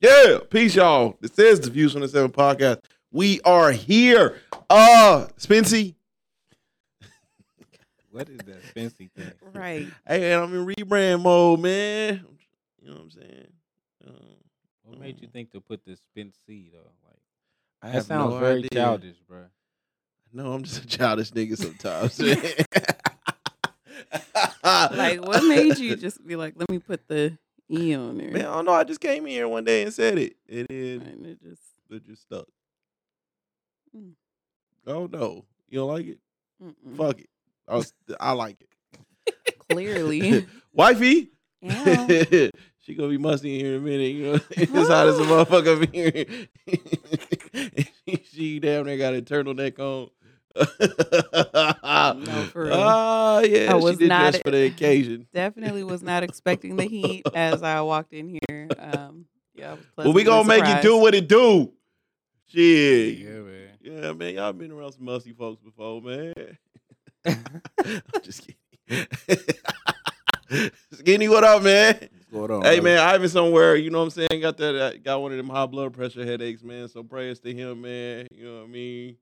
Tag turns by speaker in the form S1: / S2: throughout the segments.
S1: Yeah, peace, y'all. This is the Views from the Seven podcast. We are here. Uh, Spency.
S2: What is that fancy thing?
S3: Right.
S1: Hey, I'm in rebrand mode, man. You know what I'm saying? Um,
S2: What made you
S1: Mm.
S2: think to put the spin C though? Like
S1: I
S2: that
S1: have
S2: sounds
S1: no
S2: very
S1: idea.
S2: childish, bro.
S1: No, I'm just a childish nigga sometimes.
S3: Like, what made you just be like, let me put the E on there?
S1: Man, I don't know. I just came in here one day and said it, and then
S3: and it just,
S1: it just stuck.
S3: Mm.
S1: Oh no, you don't like it?
S3: mm-mm.
S1: Fuck it. I, was, I like it.
S3: clearly.
S1: Wifey,
S3: Yeah.
S1: she gonna be musty in here in a minute. You know, it's hot as a motherfucker up in here. she, she damn near got a turtleneck on. no,
S3: for real.
S1: Ah, yeah,
S3: I
S1: she
S3: was
S1: did
S3: not-
S1: dress for the occasion.
S3: Definitely was not expecting the heat as I walked in here. Um, yeah, I was
S1: Well, we gonna
S3: pleasantly
S1: make it do
S3: surprised.
S1: what it do. Shit. Yeah.
S2: man.
S1: man, y'all been around some musty folks before, man. I'm just kidding. Skinny, what up, man?
S2: What's going on?
S1: Hey
S2: brother?
S1: man, Ivan somewhere, you know what I'm saying? Got that uh, got one of them high blood pressure headaches, man. So prayers to him, man. You know what I mean?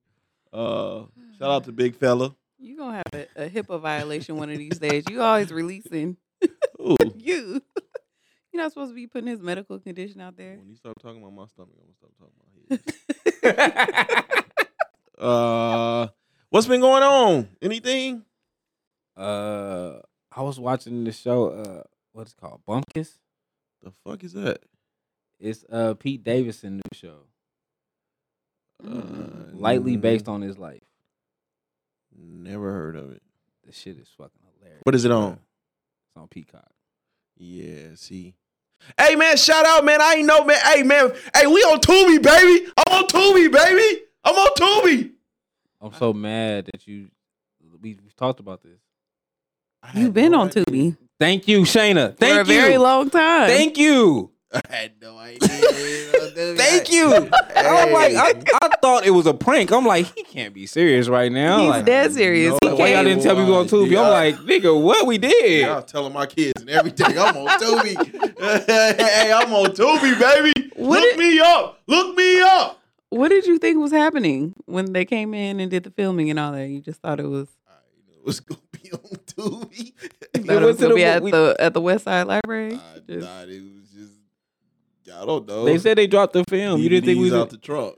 S1: Uh shout out to Big Fella.
S3: You gonna have a, a HIPAA violation one of these days. You always releasing
S1: Ooh.
S3: you. You're not supposed to be putting his medical condition out there.
S1: When you start talking about my stomach, I'm gonna stop talking about his. uh what's been going on? Anything?
S2: Uh, I was watching the show. Uh, what's it called? Bunkus.
S1: The fuck is that?
S2: It's uh Pete Davidson new show,
S1: Uh,
S3: Mm.
S2: lightly
S1: mm,
S2: based on his life.
S1: Never heard of it.
S2: The shit is fucking hilarious.
S1: What is it
S2: bruh.
S1: on?
S2: It's on Peacock.
S1: Yeah, see. Hey man, shout out, man. I ain't know, man. Hey man, hey, we on Tubi, baby. I'm on Tubi, baby. I'm on Tubi.
S2: I'm so mad that you. We have talked about this.
S1: I
S3: You've
S1: had
S3: been
S1: no
S3: on
S1: idea.
S3: Tubi
S2: Thank you, Shayna. Thank
S3: for a
S2: you.
S3: very long time.
S2: Thank you.
S1: I had no idea. Thank
S2: Thank
S1: you.
S2: you. I'm like,
S1: Hey.
S2: I, I thought it was a prank. I'm like, he can't be serious right now.
S3: He's
S2: like,
S3: dead serious.
S1: no
S3: he
S2: Like, why y'all
S3: can't.
S2: didn't tell me we on Tubi?
S1: Yeah.
S2: I'm like, nigga, what we did?
S1: Yeah, I'm telling my kids and everything. I'm on Tubi. hey, I'm on Tubi, baby.
S3: What
S1: Look
S3: it-
S1: me up. Look me up.
S3: What did you think was happening when they came in and did the filming and all that? You just thought it was
S1: I knew it was gonna be on Tubi.
S3: you thought it
S2: went
S3: was
S2: to
S3: gonna
S2: the-
S3: be at
S2: we-
S3: the at the West Side Library.
S1: I
S3: Just-
S1: thought it was just. I don't know.
S2: They said they dropped the film. You didn't think we
S1: DVDs
S2: was
S1: out the trunk.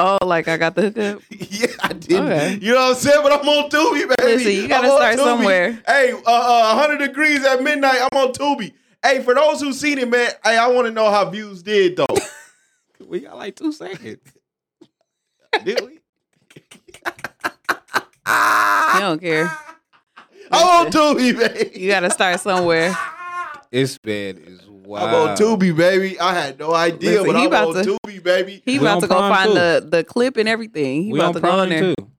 S3: oh, like I got the hookup.
S1: Yeah, I didn't.
S3: Okay.
S1: You know what I'm saying? But I'm on Tubi, baby.
S3: Listen, you gotta
S1: I'm on
S3: start
S1: Tubi.
S3: somewhere.
S1: Hey, uh, uh, 100 degrees at midnight. I'm on Tubi. Hey, for those who seen it, man, hey, I want to know how views did though.
S2: we got like two seconds.
S1: did we?
S3: You don't care.
S1: I'm on Tubi, baby.
S3: You gotta start somewhere.
S2: It's bad is wild.
S1: I'm on Tubi, baby. I had no idea,
S3: Listen,
S1: but
S3: he
S1: I'm
S3: about
S1: on
S3: to-
S1: Tubi, baby.
S3: He
S2: We
S3: about
S2: on
S3: to go
S2: Prime,
S3: find
S2: too.
S3: the the clip and everything. He
S2: we
S3: about
S2: on
S3: to go
S2: Prime
S3: in there.
S2: too.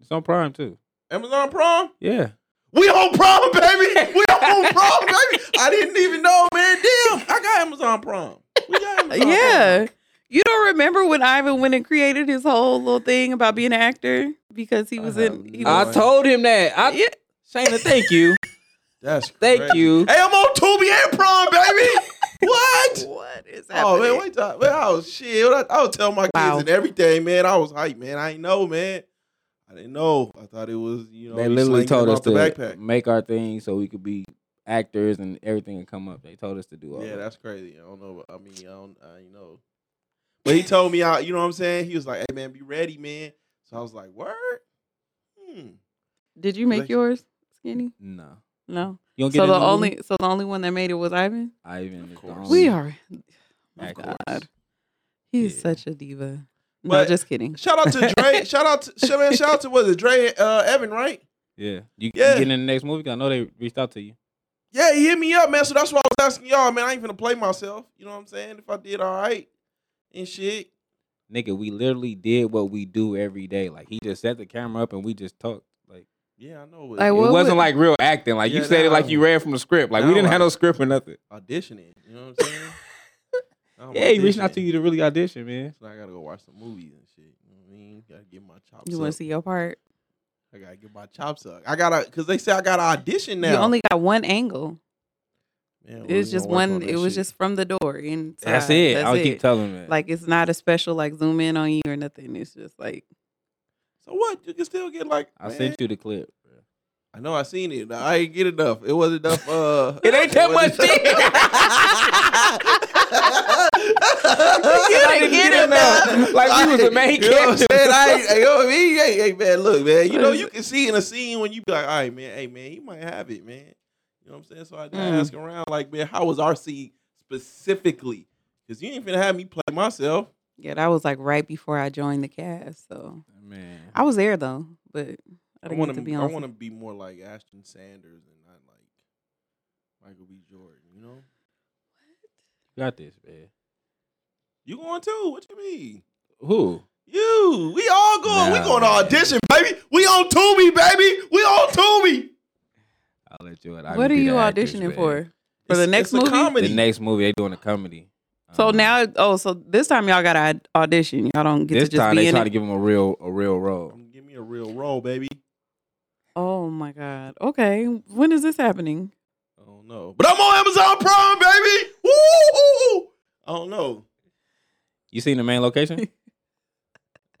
S2: It's on Prime too.
S1: Amazon Prime?
S2: Yeah.
S1: We on Prime, baby. We on Prime, baby. I didn't even know, man. Damn, I got Amazon Prime. We got Amazon
S3: Uh, Yeah. You don't remember when Ivan went and created his whole little thing about being an actor because he
S1: I
S3: was
S1: have
S3: in. He
S1: no
S3: was,
S2: I told him that. I
S3: Yeah.
S2: Shayna, thank you.
S1: That's
S2: Thank
S1: crazy.
S2: you.
S1: Hey, I'm on Tubi and Prime, baby. what?
S3: what is happening?
S1: Oh man, wait till I- man, I was shit. I, I was telling my kids
S3: Wow.
S1: and everything, man. I was hyped, man. I ain't know, man. I didn't know. I thought it was, you know,
S2: They
S1: you
S2: literally
S1: slinging
S2: told
S1: it
S2: us Mm,
S1: off
S2: to
S1: the backpack.
S2: make our thing so we could be actors and everything would come up. They told us to do all
S1: Yeah,
S2: that.
S1: that's crazy. I don't know. I mean, I don't. I ain't know. But he told me, out. You know what I'm saying? He was like, "Hey, man, be ready, man." So I was like, "Word." Hmm.
S3: Did you make
S1: Like-
S3: yours skinny?
S2: No.
S3: No.
S2: You don't get
S3: So the
S2: in movie?
S3: only so the only one that made it was Ivan.
S2: Ivan is the
S1: course.
S2: only
S3: We are. My
S2: actor.
S3: God, he is
S2: Yeah.
S3: such a diva. No,
S1: But-
S3: just kidding.
S1: Shout out to Dre. shout out to sh- man. Shout out to was it Dre uh, Evan, right?
S2: Yeah. You, you
S1: Yeah.
S2: getting in the next movie? 'Cause I know they reached out to you.
S1: Yeah, he hit me up, man. So that's why I was asking y'all, man. I ain't finna play myself. You know what I'm saying? If I did all right and shit.
S2: Nigga, we literally did what we do every day. Like he just set the camera up and we just talked. Like
S1: Yeah, I know. What
S3: Like,
S2: it
S3: what would-
S2: wasn't like real acting. Like you
S1: Yeah,
S2: said it like
S1: nah.
S2: you read from the script. Like we
S1: Nah,
S2: didn't have
S1: like-
S2: no script or nothing.
S1: auditioning. You know what I'm saying? I'm
S2: Yeah, he reached out
S1: auditioning.
S2: to you to really audition, man.
S1: So I gotta go watch some movies and shit. You know what I mean? Gotta get my chops
S3: You
S1: up.
S3: want to see your part?
S1: I gotta get my chops up. I gotta, cause they say I gotta audition now.
S3: You only got one angle.
S1: Man,
S3: It was just one. It was just from the door and
S2: That's it.
S3: That's
S2: I'll
S3: it.
S2: keep telling them.
S3: like it's not a special like zoom in on you or nothing. It's just like
S1: So what? You can still get like.
S2: I
S1: man,
S2: sent you the clip.
S1: I know I seen it. I ain't get enough. It wasn't enough. Uh,
S2: It ain't that
S1: wasn't
S2: much
S1: enough.
S2: dick.
S1: I didn't
S3: didn't get
S1: get
S3: enough.
S1: enough.
S2: Like, we was the
S1: I-
S2: main
S1: You know what I'm
S2: character.
S1: saying? I ain't, you know what I mean? Hey, hey, man, look, man. You know, you can see in a scene when you be like, all right, man, hey, man, you might have it, man. You know what I'm saying? So I, I
S3: Mm.
S1: ask around, like, man, how was our scene specifically? Because you ain't finna have me play myself.
S3: yeah, that was like right before I joined the cast. So
S2: Man,
S3: I was there though, but I
S1: I
S3: didn't
S1: want
S3: get to be
S1: to. I
S3: on.
S1: want to be more like Ashton Sanders and not like Michael B. Jordan. You know,
S2: got this, man.
S1: you going too? What you mean?
S2: Who?
S1: You? We all going? we
S2: Nah,
S1: going
S2: man.
S1: to audition, baby. We on Tubi, baby. We on Tubi.
S2: I'll let you.
S3: some- what are you auditioning for? For the
S1: It's-
S3: next
S1: it's a
S3: movie?
S1: comedy.
S2: The next movie they doing a comedy.
S3: So
S2: Um,
S3: now, oh, so this time y'all got to audition. Y'all don't get
S2: this
S3: to just
S2: time
S3: be
S2: they
S3: in
S2: try
S3: it.
S2: to give him a real a real role.
S1: Um, give me a real role, baby.
S3: oh my god. Okay, when is this happening?
S1: I don't know, but I'm on Amazon Prime, baby. Woo! ooh, ooh. I don't know.
S2: You seen the main location?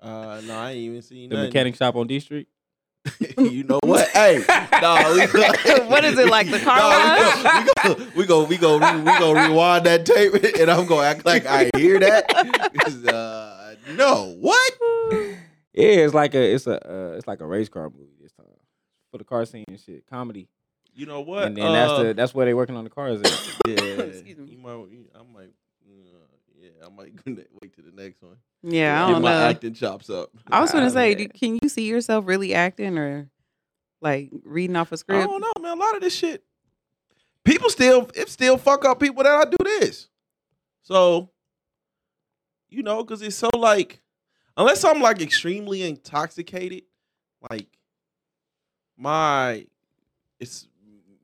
S1: Uh, no, I ain't even seen
S2: the
S1: nothing.
S2: mechanic shop on D Street.
S1: you know what? Hey, no, we go-
S3: What is it, like the car
S1: Nah, we go, we go, we go, we go, we go rewind that tape, and I'm gonna act like I hear that. 'Cause, Uh, no, what?
S2: Yeah, it's like a it's a uh, it's like a race car movie this time for the car scene and shit, comedy.
S1: You know what? uh, Um,
S2: And then that's the that's where they working on the cars. At.
S1: yeah.
S3: Excuse me.
S1: You might, you- I might, uh, yeah, I might wait to the next one.
S3: Yeah, I
S1: Get
S3: don't know.
S1: my acting chops up.
S3: I was gonna
S2: Nah,
S3: say,
S2: man.
S3: do, can you see yourself really acting or like reading off
S1: I
S3: a script?
S1: don't know, man. A lot of this shit, people still it still fuck up people that I do this. So, you know, because it's so like, unless I'm like extremely intoxicated, like my it's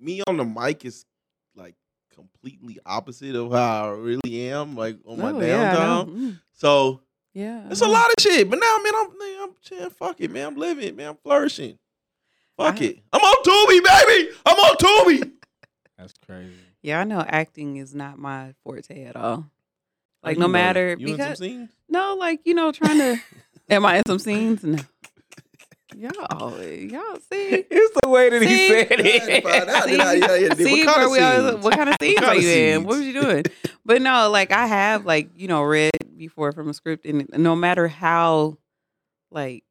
S1: me on the mic is like completely opposite of how I really am, like on my
S3: Oh, yeah, I know.
S1: downtime.
S3: Mm,
S1: So
S3: yeah,
S1: it's a lot of shit. But now, man, I'm man, I'm saying, fuck it, man. I'm living, man. I'm flourishing. Fuck
S3: I-
S1: it. I'm on Tubi, baby. I'm on Tubi.
S2: That's crazy.
S3: Yeah, I know acting is not my forte at all. Like no matter
S1: you in some
S3: because
S1: scenes?
S3: no, like you know, trying to. am I in some scenes? No. Y'all, y'all see.
S2: It's the way that
S3: See?
S2: he said
S1: Yeah, find out.
S2: it.
S1: Yeah, yeah, yeah. What
S3: See
S1: kind
S3: where
S1: of
S3: we always-
S1: scenes?
S3: what kind of scenes
S1: kind
S3: are
S1: of
S3: you in? What was
S1: scenes?
S3: you doing? But no, like I have like you know read before from a script, and no matter how, like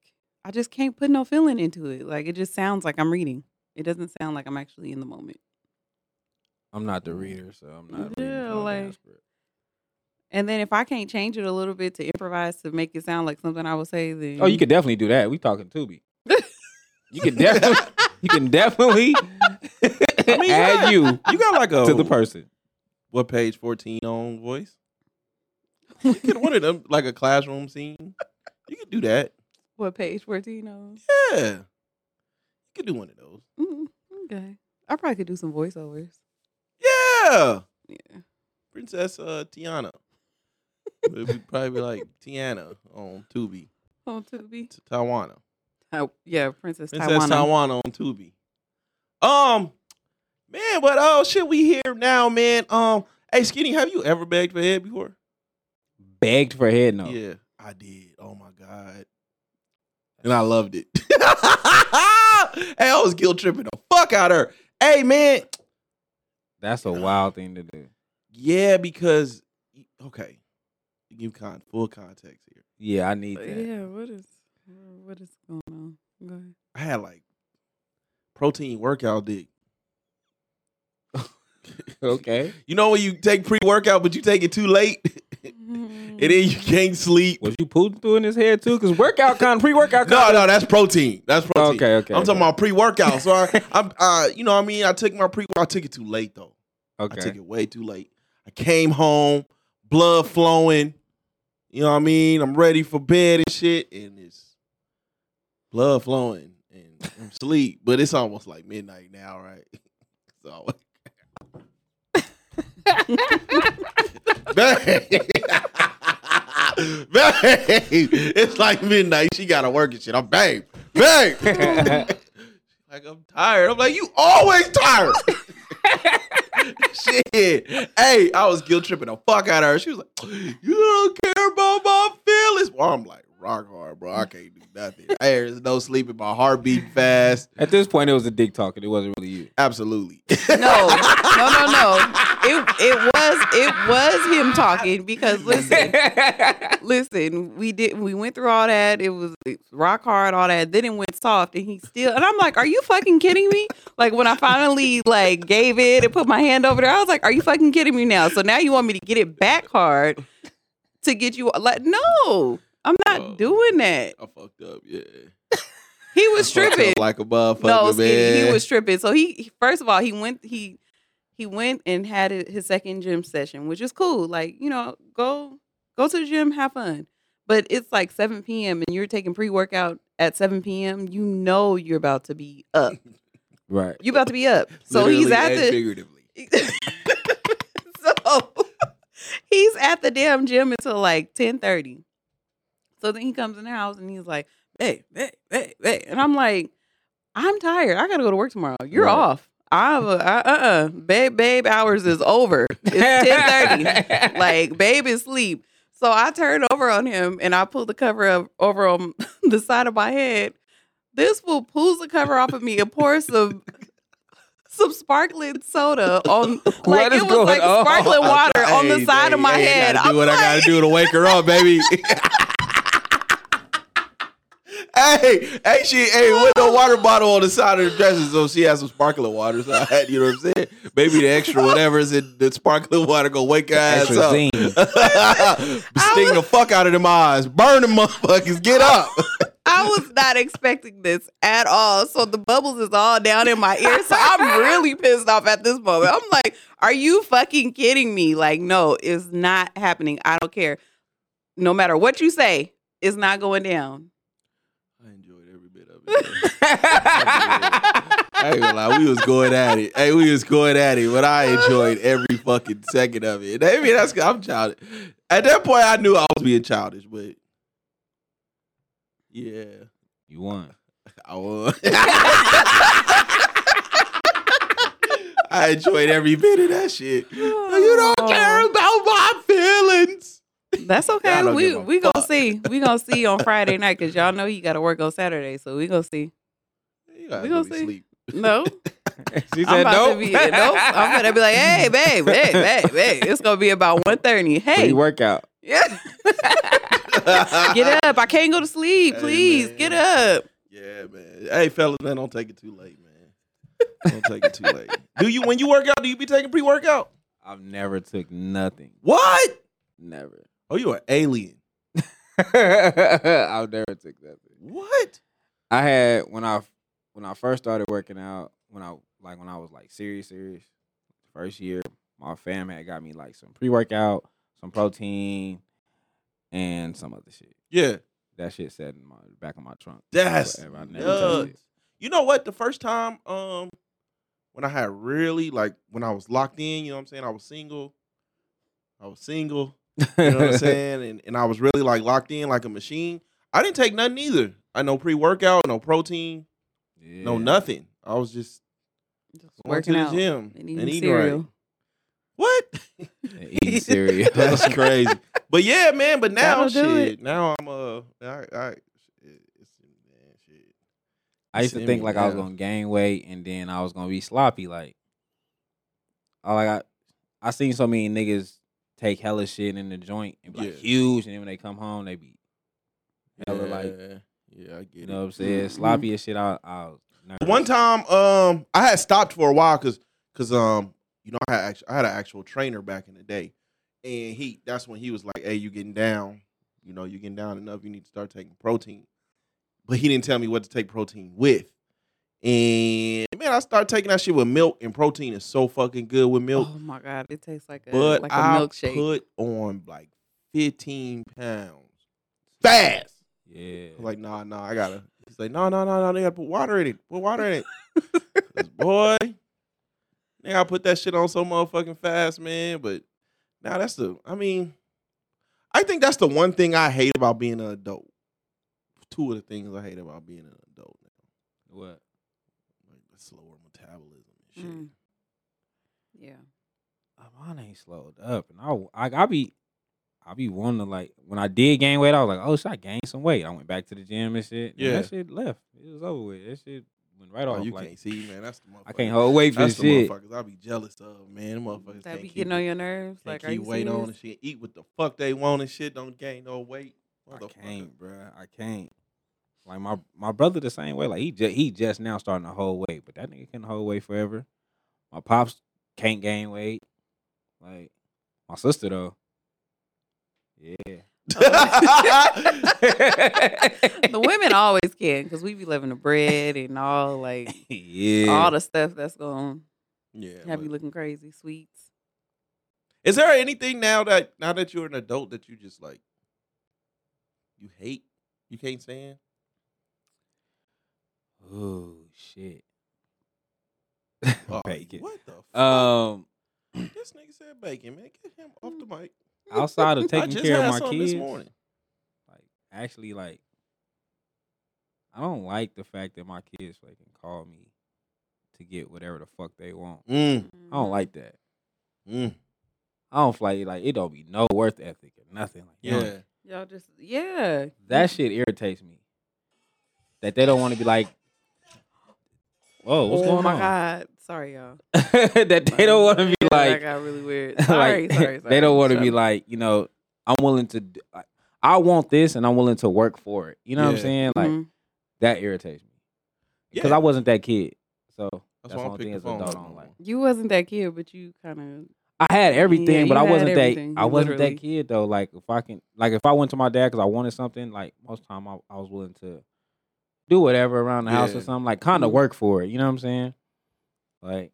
S3: I just can't put no feeling into it. Like it just sounds like I'm reading. It doesn't sound like I'm actually in the moment.
S2: I'm not the reader, so I'm not.
S3: Yeah,
S2: reading from
S3: like-
S2: that script.
S3: And then if I can't change it a little bit to improvise to make it sound like something I would say, then
S2: Oh, you could definitely do that. We talking Tubi. you can definitely, you can definitely
S1: mean,
S2: add
S1: yeah.
S2: you
S1: You got like a
S2: to the person.
S1: What page fourteen on voice? You could one of them like a classroom scene. You could do that.
S3: what page fourteen on?
S1: Yeah, you could do one of those.
S3: Mm, okay, I probably could do some voiceovers.
S1: Yeah,
S3: Yeah,
S1: Princess uh, Tiana. It would probably be like Tiana on Tubi,
S3: on Tubi.
S1: T- Tawana.
S3: Oh, yeah, Princess,
S1: Princess
S3: Taiwana.
S1: Taiwan on Tubi. Um, man, but oh shit, we here now, man. Um, hey, Skinny, have you ever begged for head before?
S2: Begged for head no.
S1: Yeah, I did. Oh my god, and I loved it. hey, I was guilt tripping the fuck out of her. Hey, man.
S2: That's a wild thing to do.
S1: Yeah, because okay, give con full context here.
S2: Yeah, I need that.
S3: Uh, Yeah, what is what is going on? Go ahead.
S1: I had like protein workout dick.
S2: Okay.
S1: You know when you take pre workout, but you take it too late, and then you can't sleep.
S2: Was you pooting through in his head too? Because workout con pre workout
S1: No,
S2: con.
S1: no, that's protein. That's protein.
S2: Okay, okay.
S1: I'm talking
S2: okay.
S1: about pre-workout. So I, I'm, uh, you know, what I mean, I took my pre. I took it too late though. I took
S2: Okay.
S1: it way too late. I came home, blood flowing. You know what I mean? I'm ready for bed and shit, and it's blood flowing, and I'm asleep. But it's almost like midnight now, right? So, babe, babe, it's like midnight. She gotta work and shit. I'm babe, babe. like I'm tired. I'm like you always tired. Shit. Hey, I was guilt tripping the fuck out of her. She was like, You don't care about my feelings. Well, I'm like, Rock hard, bro. I can't do nothing. Hey, there's no sleeping. My heart beat fast.
S2: At this point, it was a dick talking. It wasn't really you.
S1: Absolutely.
S3: No, no, no, no. It it was it was him talking because listen, listen, we did we went through all that. It was rock hard, all that. Then it went soft, and he still. And I'm like, are you fucking kidding me? Like when I finally like gave it and put my hand over there, I was like, are you fucking kidding me now? So now you want me to get it back hard to get you like no. I'm not
S1: Whoa.
S3: doing that.
S1: I fucked up, yeah.
S3: He
S1: I
S3: was
S1: fucked up
S3: tripping.
S1: like a motherfucker,
S3: no,
S1: man.
S3: Skinny, he was tripping. So he he- first of all he went he he went and had hi- his second gym session, which is cool. Like you know, go go to the gym, have fun. But it's like 7 p.m. and you're taking pre workout at 7 p.m. You know you're about to be up.
S2: Right.
S3: You about to be up. So he's
S1: Literally
S3: at
S1: and
S3: the
S1: figuratively.
S3: so he's at the damn gym until like ten thirty. So then he comes in the house and he's like, hey, hey, hey, hey. And I'm like, I'm tired. I gotta go to work tomorrow. You're
S2: Right.
S3: off. I'm uh uh babe babe hours is over. It's ten thirty. like babe is sleep. So I turned over on him and I pulled the cover up over on the side of my head. This fool pulls the cover off of me and pours some some sparkling soda on like
S2: What is
S3: it was
S2: going
S3: like
S2: on?
S3: sparkling water on the
S1: Hey,
S3: side of
S1: hey,
S3: my
S1: hey,
S3: head.
S1: I gotta
S3: I'm
S1: do what
S3: like,
S1: I gotta do to wake her up, baby. hey, hey, she, hey, with the water bottle on the side of the dresser, so she has some sparkling water. So I had, you know what I'm saying? Maybe the extra whatever's in the sparkling water gonna wake her ass
S2: Extra
S1: up.
S2: zing.
S1: Sting the fuck out of them eyes. Burn them motherfuckers. Get up.
S3: I was not expecting this at all. So the bubbles is all down in my ear. So I'm really pissed off at this moment. I'm like, are you fucking kidding me? Like, no, it's not happening. I don't care. No matter what you say, it's not going down.
S1: I enjoyed every bit of it. I ain't gonna lie, we was going at it. Hey, we was going at it, but I enjoyed every fucking second of it. I mean, that's I'm childish. At that point, I knew I was being childish, but yeah,
S2: you won.
S1: I was. I enjoyed every bit of that shit. You
S3: Oh.
S1: don't care about my feelings.
S3: That's
S1: I
S3: okay.
S1: don't
S3: We
S1: give a
S3: we gonna
S1: fuck.
S3: see. We gonna see on Friday night because y'all know you gotta work on Saturday. So we gonna see.
S1: You gotta
S3: We
S1: go
S3: gonna
S1: to
S3: see.
S1: sleep.
S3: No,
S2: She
S3: I'm
S2: said
S3: about
S2: nope.
S3: to be nope. I'm gonna be like, hey, babe, hey, babe, hey. It's gonna be about 1.30. Hey,
S2: Free workout.
S3: yeah. get up. I can't go to sleep.
S1: Hey,
S3: Please
S1: man.
S3: get up.
S1: Yeah, man. Hey, fellas, man, don't take it too late, man. Don't take it too late. Do you when you work out? Do you be taking pre workout?
S2: I've never took nothing.
S1: What?
S2: Never.
S1: Oh, you an alien?
S2: I've never took nothing.
S1: What?
S2: I had when I when I first started working out, when I like when I was like serious, serious, first year, my fam had got me like some pre workout, some protein, and some other shit.
S1: Yeah.
S2: That shit sat in my back of my trunk.
S1: That's
S2: Forever. I never touched it.
S1: You know what? The first time, um, when I had really like when I was locked in, you know what I'm saying? I was single. I was single. You know what I'm saying? And and I was really like locked in like a machine. I didn't take nothing either. I no pre workout, no protein, no
S2: Yeah.
S1: nothing. I was just going to
S3: Working
S1: the
S3: out
S1: gym
S3: and eating
S1: right.
S3: cereal.
S1: What?
S2: And Eating cereal.
S1: That's crazy. But yeah, man. But now,
S3: That'll do
S1: shit. Now I'm uh, I, I, shit, it's, man, shit.
S2: I used to
S1: Send
S2: think
S1: me
S2: like I was
S1: now.
S2: gonna gain weight and then I was gonna be sloppy. Like, I like I, I seen so many niggas take hella shit in the joint and be like
S1: Yeah.
S2: huge, and then when they come home they be hella like
S1: yeah, yeah, I get
S2: you
S1: it.
S2: know what I'm saying
S3: Mhm.
S2: sloppy as shit. I I was nervous.
S1: One time, um, I had stopped for a while because, cause um, you know, I had act- I had an actual trainer back in the day, and he that's when he was like, "Hey, you getting down? You know, you getting down enough. You need to start taking protein." But he didn't tell me what to take protein with, and man, I started taking that shit with milk, and protein is so fucking good with milk.
S3: Oh my god, it tastes like a
S1: but
S3: like a
S1: I
S3: milkshake.
S1: put on like 15 pounds fast.
S2: yeah.
S1: I was like, nah, nah, I gotta. He's like, no, no, no, no, they gotta put water in it. Put water in it. 'Cause, boy, they gotta put that shit on so motherfucking fast, man. But now that's the, I mean, I think that's the one thing I hate about being an adult. Two of the things I hate about being an adult now,
S2: what?
S3: Mm.
S1: like the slower metabolism and shit.
S3: Yeah.
S2: "Oh, mine ain't slowed up, and I, I, I be, I be wanting to like when I did gain weight, I was like, oh shit, I gained some weight. I went back to the gym and shit. and
S1: Yeah.
S2: that shit left. It was over with. That shit went right
S1: Oh,
S2: off.
S1: you
S2: like,
S1: can't see, man. That's the motherfucker.
S2: I can't hold weight for
S1: That's
S2: this
S1: the
S2: shit.
S1: motherfuckers I be jealous of, man. Them motherfuckers
S3: That
S1: can't
S3: be
S1: keep,
S3: getting on your nerves.
S1: can't
S3: Like, are
S1: keep
S3: you
S1: weight on and shit.
S3: serious?
S1: Eat what the fuck they want and shit. Don't gain no weight.
S2: I
S1: Motherfucker.
S2: can't, bruh. I can't. Like my my brother the same way. Like he just he just now starting to hold weight, but that nigga can hold weight forever. My pops can't gain weight. Like my sister though. Yeah.
S3: The women always can because we be living the bread and all like
S2: yeah.
S3: all the stuff that's going
S1: yeah.
S3: to have you
S1: but-
S3: looking crazy. Sweets.
S1: Is there anything now that now that you're an adult that you just like you hate? You can't stand?
S2: oh shit.
S1: Oh,
S2: Bacon.
S1: What the fuck?
S2: Um
S1: this nigga said bacon, man. Get him off the mic.
S2: outside of
S1: I
S2: taking
S1: just
S2: care
S1: had
S2: of my
S1: some
S2: kids.
S1: this morning.
S2: like actually like I don't like the fact that my kids fucking call me to get whatever the fuck they want.
S1: Mm,
S2: I don't like that.
S1: mm,
S2: I don't like like it don't be no worth ethic or nothing. Like
S1: yeah.
S2: yeah.
S3: Mm-hmm. Y'all just yeah.
S2: that shit irritates me. That they don't want to be like Whoa, what's
S3: oh
S2: going
S3: my
S2: on?
S3: god. Sorry y'all.
S2: that they don't want to be
S3: Yeah,
S2: like
S3: that got really weird.
S2: like,
S3: Sorry, sorry, sorry.
S2: they don't want to be
S3: Sorry.
S2: like you know I'm willing to d- like, I want this and I'm willing to work for it. You know what
S1: Yeah.
S2: I'm saying? Like
S3: Mhm.
S2: that irritates me. because
S1: Yeah.
S2: I wasn't that kid. So
S1: That's why I
S2: that's, the
S1: don't
S2: only
S1: pick
S2: thing
S1: the
S2: as
S1: phone
S2: an
S1: up
S2: adult I
S1: no
S2: don't like.
S1: more.
S3: you wasn't that kid, but you kind
S2: I had everything,
S3: Yeah,
S2: but I
S3: you had
S2: wasn't
S3: everything,
S2: that. I wasn't
S3: literally.
S2: that kid though. Like if I can, like if I went to my dad because I wanted something, like most time I, I was willing to do whatever around the house
S1: Yeah.
S2: or something, like kind of
S3: Mhm.
S2: work for it. You know what I'm saying? Like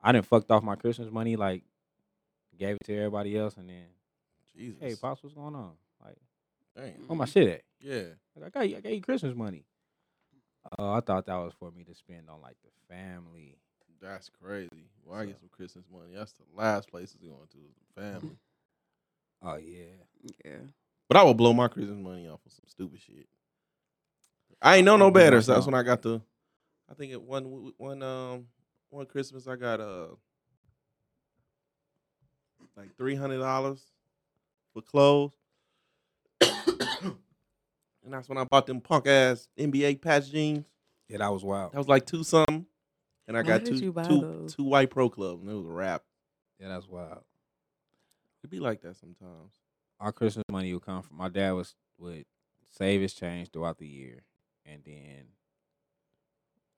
S2: I didn't fucked off my Christmas money, like gave it to everybody else, and then
S1: Jesus.
S2: hey, pops, what's going on? Like
S1: Damn.
S2: where
S3: Mm-hmm.
S2: my shit at?
S1: Yeah.
S2: Like, I got you, I got you Christmas money. Oh, I thought that was for me to spend on like the family.
S1: That's crazy. Well, I get
S2: So-
S1: some Christmas money. That's the last place it's going to is the family.
S2: Oh yeah.
S3: of yeah.
S1: But I would blow my Christmas money off on some stupid shit. I ain't know no
S2: I'll do
S1: better, so that's
S2: myself.
S1: when I got the. I think it one w- one um one Christmas I got uh like three hundred dollars for clothes, and that's when I bought them punk ass NBA patch jeans.
S2: Yeah, that was wild.
S1: That was like two something, and I
S3: Why
S1: got
S3: did
S1: two
S3: you buy
S1: two
S3: those?
S1: two white pro clubs, and it was a wrap.
S2: Yeah, that's wild.
S1: It be like that sometimes.
S2: Our Christmas money would come from my dad was would save his change throughout the year, and then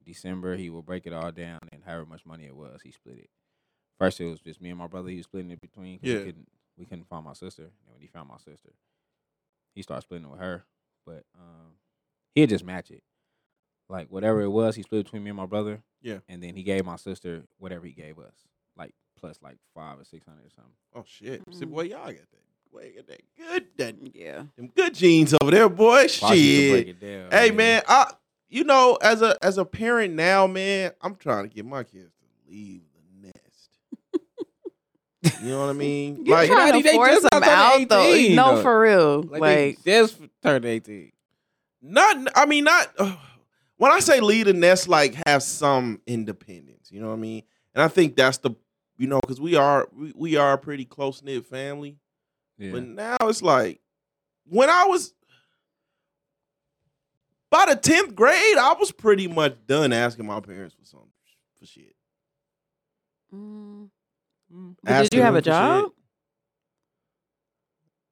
S2: December he would break it all down and however much money it was, he split it. First it was just me and my brother. He was splitting it between. 'cause
S1: Yeah.
S2: We couldn't, we couldn't find my sister, and when he found my sister, he started splitting it with her. But um, he'd just match it, like whatever it was, he split between me and my brother.
S1: Yeah.
S2: And then he gave my sister whatever he gave us, like plus like five or six hundred or something.
S1: Oh shit! See,
S3: Mm.
S1: boy, y'all got that. Boy, got that good that
S3: Yeah.
S1: them good jeans over there, boy.
S2: Pops used to break
S1: Shit.
S2: it down,
S1: Hey man, I you know, as a as a parent now, man, I'm trying to get my kids to leave the nest. you know what I mean?
S3: You're
S1: Like
S2: how
S3: trying
S2: did
S3: to
S2: they
S3: force
S2: just
S3: them
S2: not turn
S3: out though.
S2: 18
S3: No,
S2: though?
S3: for real. Like,
S2: they just turned eighteen.
S1: not I mean not when I say leave the nest, like have some independence, you know what I mean? And I think that's the you know, because we are we, we are a pretty close knit family.
S2: Yeah.
S1: But now it's like when I was by the tenth grade, I was pretty much done asking my parents for something for shit.
S3: mm,
S2: Mm.
S3: But did you
S1: Asking
S3: have a
S1: them for
S3: job?
S1: shit.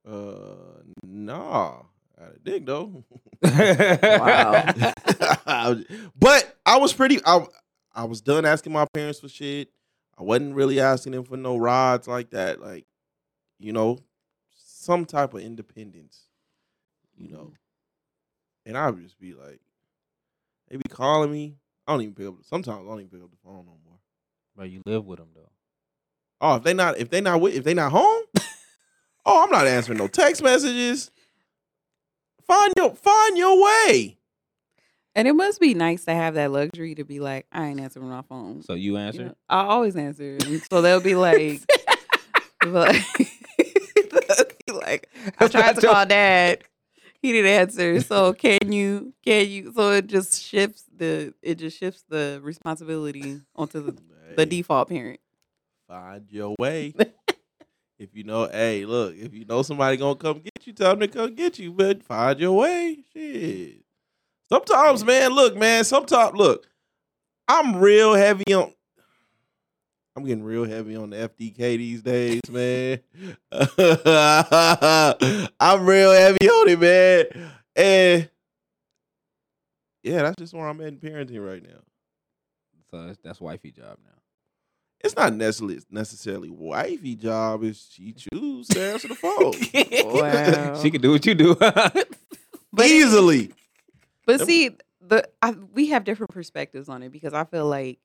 S1: Uh, nah, I had a dick though.
S3: Wow.
S1: but I was pretty. I I was done asking my parents for shit. I wasn't really asking them for no rides like that. Like, you know, some type of independence. You know, and I would just be like, they be calling me. I don't even pick up. Sometimes I don't even pick up the phone no more.
S2: But you live with them though.
S1: Oh, if they not if they not with if they not home, oh, I'm not answering no text messages. Find your find your way.
S3: And it must be nice to have that luxury to be like, I ain't answering my phone.
S2: So you
S3: You know,
S2: answer.
S3: I always answer. And So they'll be like, like, they'll be like I
S2: That's
S3: tried
S2: not
S3: to
S2: your-
S3: call dad. He didn't answer. So can you? Can you? So it just shifts the. It just shifts the responsibility onto the, the
S1: Hey,
S3: default parent.
S1: find your way. if you know, hey, look, if you know somebody gonna come get you, tell them to come get you, but find your way. Shit. Sometimes, man, look, man, sometimes look, I'm real heavy on I'm getting real heavy on the FDK these days, man. I'm real heavy on it, man. And yeah, that's just where I'm at in parenting right now.
S2: So that's, that's wifey job now.
S1: It's not necessarily necessarily wifey job. It's she choose to answer the phone
S3: Wow.
S2: she can do what you do.
S1: easily.
S3: But
S1: Them-
S3: see, the I, we have different perspectives on it because I feel like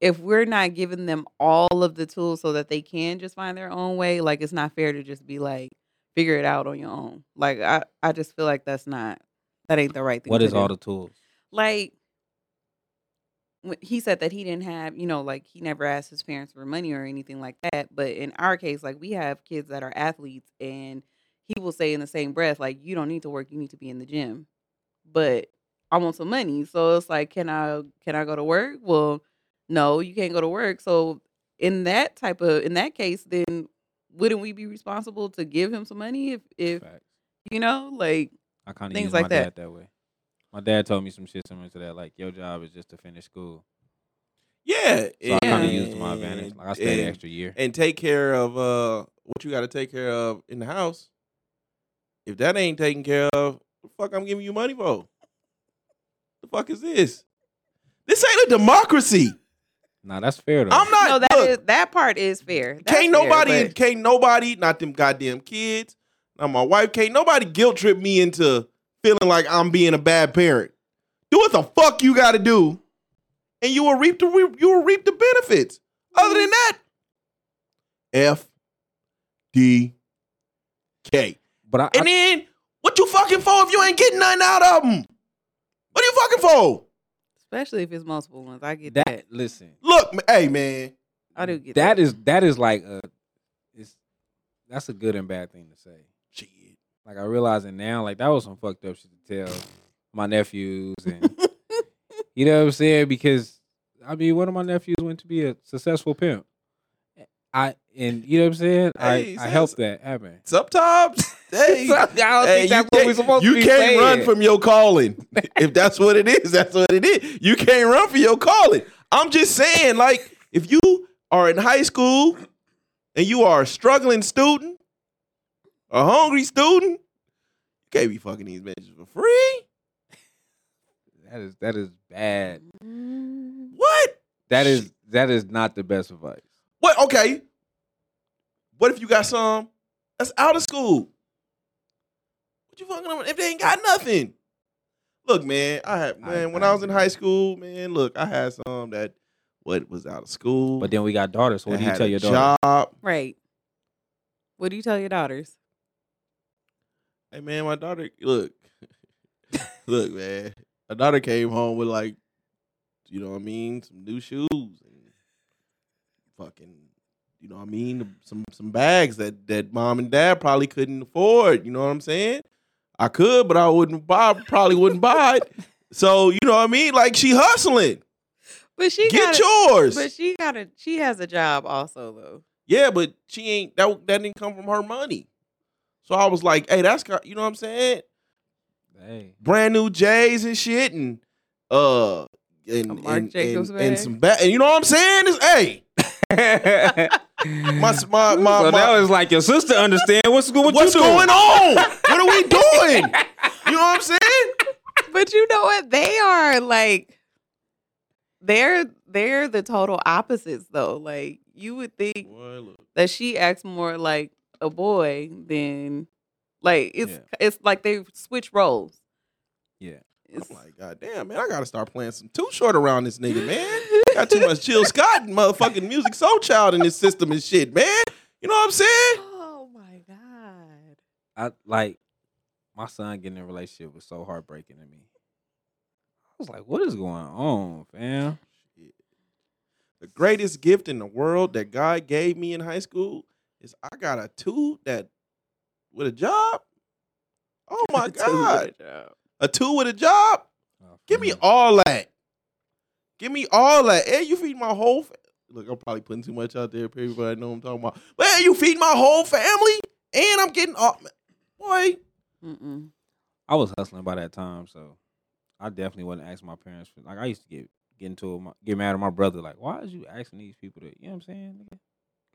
S3: if we're not giving them all of the tools so that they can just find their own way, like it's not fair to just be like figure it out on your own. Like I, I just feel like that's not that ain't the right thing.
S2: what
S3: to
S2: is all
S3: do.
S2: the tools?
S3: like? when- He said that he didn't have, you know, like he never asked his parents for money or anything like that. But in our case, like we have kids that are athletes, and he will say in the same breath, like, you don't need to work, you need to be in the gym but I want some money. So it's like, can I can I go to work? Well, no, you can't go to work. So in that type of in that case, then wouldn't we be responsible to give him some money if if
S2: Facts.
S3: you know like
S2: I kind of
S3: Things
S2: use
S3: like
S2: my
S3: that.
S2: dad that way. My dad told me some shit similar to that. Like your job is just to finish school.
S1: Yeah,
S2: So I kind
S3: Yeah.
S2: of used it to my advantage. Like I stayed an
S1: and-
S2: extra year.
S1: and take care of uh what you got to take care of in the house. If that ain't taken care of, what the fuck I'm giving you money for? The fuck is this? This ain't a democracy.
S2: Nah, that's fair though.
S1: I'm not.
S3: no that
S1: look,
S3: is that part is fair. That's
S1: can't
S3: fair,
S1: nobody,
S3: but-
S1: can't nobody, not them goddamn kids, not my wife, can't nobody guilt trip me into feeling like I'm being a bad parent. Do what the fuck you got to do, and you will reap the re- you will reap the benefits. Other than that, F D K.
S2: but I, I,
S1: And then what you fucking for if you ain't getting nothing out of them? What are you fucking for?
S3: especially if it's multiple ones. I get that.
S2: that listen.
S1: Look, ma- hey man,
S3: I do get
S2: that is that is like a, it's that's a good and bad thing to say.
S1: shit.
S2: Like I realize it now, like that was some fucked up shit to tell my nephews and you know what I'm saying? Because I mean one of my nephews went to be a successful pimp. I and you know what I'm saying?
S1: Hey,
S2: I, I
S1: sis.
S2: helped that happen.
S1: Sometimes, hey,
S2: So, I don't
S1: Hey,
S2: think that's what
S1: can't-
S2: we supposed
S1: you
S2: to be
S1: can't
S2: saying.
S1: run from your calling. if that's what it is, that's what it is. You can't run from your calling. I'm just saying, like, if you are in high school and you are a struggling student, a hungry student, you can't be fucking these bitches for free.
S2: that is that is bad.
S3: Mm,
S1: What?
S2: That is that is not the best advice.
S1: What? Okay. What if you got some that's out of school? What you fucking on if they ain't got nothing? Look, man, I had
S2: I-
S1: man when
S2: I
S1: I was in
S2: agree.
S1: high school, man. Look, I had some that what was out of school.
S2: But then we got daughters, so what
S1: that
S2: do you
S1: had
S2: tell
S1: a
S2: your daughter?
S1: Job.
S3: right. What do you tell your daughters?
S1: Hey, man, my daughter. Look, look, man. My daughter came home with like, you know what I mean, some new shoes and fucking, you know what I mean, some some bags that that mom and dad probably couldn't afford. You know what I'm saying? I could, but I wouldn't buy. Probably wouldn't buy it. So you know what I mean? Like she hustling.
S3: But she
S1: Get
S3: got
S1: yours.
S3: but she got a she has a job also though.
S1: Yeah, but she ain't that. That didn't come from her money. So I was like, hey, that's ki- you know what I'm saying.
S2: Hey.
S1: brand new J's and shit, and uh, and
S3: A
S1: and,
S3: Marc
S1: and,
S3: Jacobs
S1: and
S3: bag.
S1: some ba- and you know what I'm saying? It's, hey, my s- my my, my-
S2: so now it's like your sister understand what's going. What
S1: what's
S2: you
S1: going on? what are we doing? You know what I'm saying?
S3: but you know what? They are like they're they're the total opposites though. Like you would think that she acts more like a boy than like it's it's like they switch roles.
S2: Yeah.
S3: It's
S1: I'm like, God damn, man, I gotta start playing some too short around this nigga, man. Got too much Chill Scott and motherfucking music soul child in this system and shit, man. You know what I'm saying?
S3: oh my god.
S2: I like my son getting in a relationship was so heartbreaking to me. I was like, "What is going on, fam?"
S1: The greatest gift in the world that God gave me in high school is I got a two that with a job. Oh my
S3: Too good
S1: God.
S3: job.
S1: A two with a job?
S2: Oh,
S1: Give me
S2: fam.
S1: all that. Give me all that. And you feed my whole fa- Look, I'm probably putting too much out there. but Everybody know what I'm talking about. Man, you feed my whole family, and I'm getting off. Boy,
S3: Mm-mm.
S2: I was hustling by that time, so I definitely wasn't asking my parents for like I used to get get into it, my, get mad at my brother like why is you asking these people to you know what I'm saying nigga?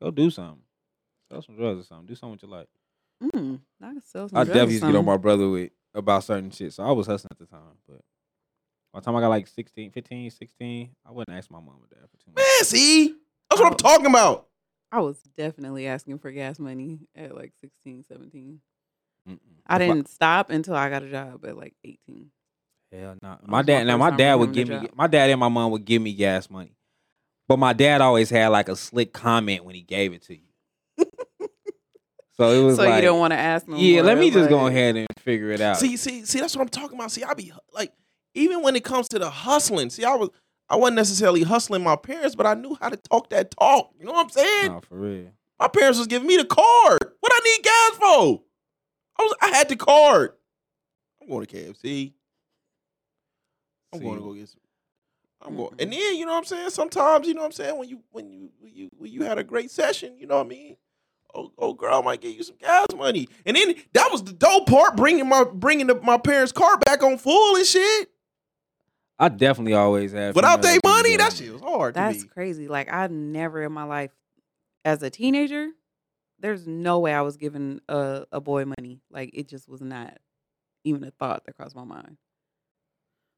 S2: go do something sell some drugs or something do something with your life
S3: Mm. I can sell some
S2: I
S3: drugs
S2: definitely
S3: or
S2: used to get on
S3: something.
S2: my brother with about certain shit so I was hustling at the time but by the time I got like 16 15 16 I wouldn't ask my mom or dad for too much
S1: man, see, that's what I'm talking about.
S3: I was definitely asking for gas money at like 16, 17.
S2: Mm-mm.
S3: I
S2: If
S3: didn't stop until I got a job at like 18.
S2: Hell no.
S3: That
S2: My
S3: was my
S2: dad now my
S3: first time
S2: dad would
S3: having a
S2: give me
S3: job.
S2: my dad and my mom would give me gas money. But my dad always had like a slick comment when he gave it to you. so it was
S3: So
S2: like
S3: you don't want to ask no
S2: Yeah, let
S3: more,
S2: me just go
S3: like-
S2: ahead and figure it out.
S1: See, see, see, that's what I'm talking about. See, I be like, even when it comes to the hustling, see, I was, I wasn't necessarily hustling my parents, but I knew how to talk that talk. You know what I'm saying?
S2: no, for real.
S1: My parents was giving me the card. What I need gas for? I was, I had the card. I'm going to KFC. I'm going to
S2: See.
S1: go get some. I'm going,
S3: Mm-mm.
S1: and then you know what I'm saying. Sometimes you know what I'm saying when you when you when you when you had a great session, you know what I mean. Oh, oh, girl, I might get you some gas money, and then that was the dope part, bringing my bringing the, my parents' car back on full and shit.
S2: I definitely always had
S1: Without their
S2: females give me
S1: money, that
S2: gas
S1: shit was
S2: money.
S1: hard.
S3: That's
S1: to me.
S3: crazy. Like I never in my life, as a teenager, there's no way I was giving a, a boy money. Like it just was not even a thought that crossed my mind.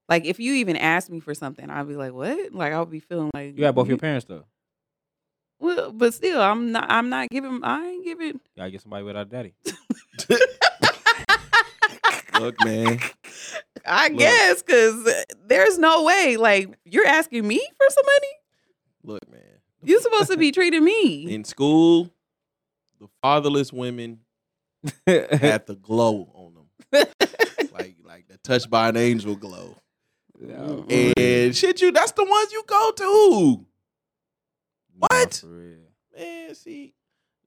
S3: Like if you even asked me for something, I'd be like, "What?" Like I would be feeling like
S2: You had both your parents though.
S3: Well, but still, I'm not. I'm not giving. I ain't giving.
S2: Y'all get somebody without a daddy.
S1: Look, man,
S3: I
S1: Look.
S3: guess because there's no way. Like you're asking me for some money.
S1: look, man.
S3: You're supposed to be treating me.
S1: in school. The fatherless women
S2: yeah,
S1: had the glow on them, like like the touched by an angel glow.
S2: for real.
S1: And shit, you that's the ones you go to.
S2: Nah,
S1: what?
S2: for real.
S1: Man, see,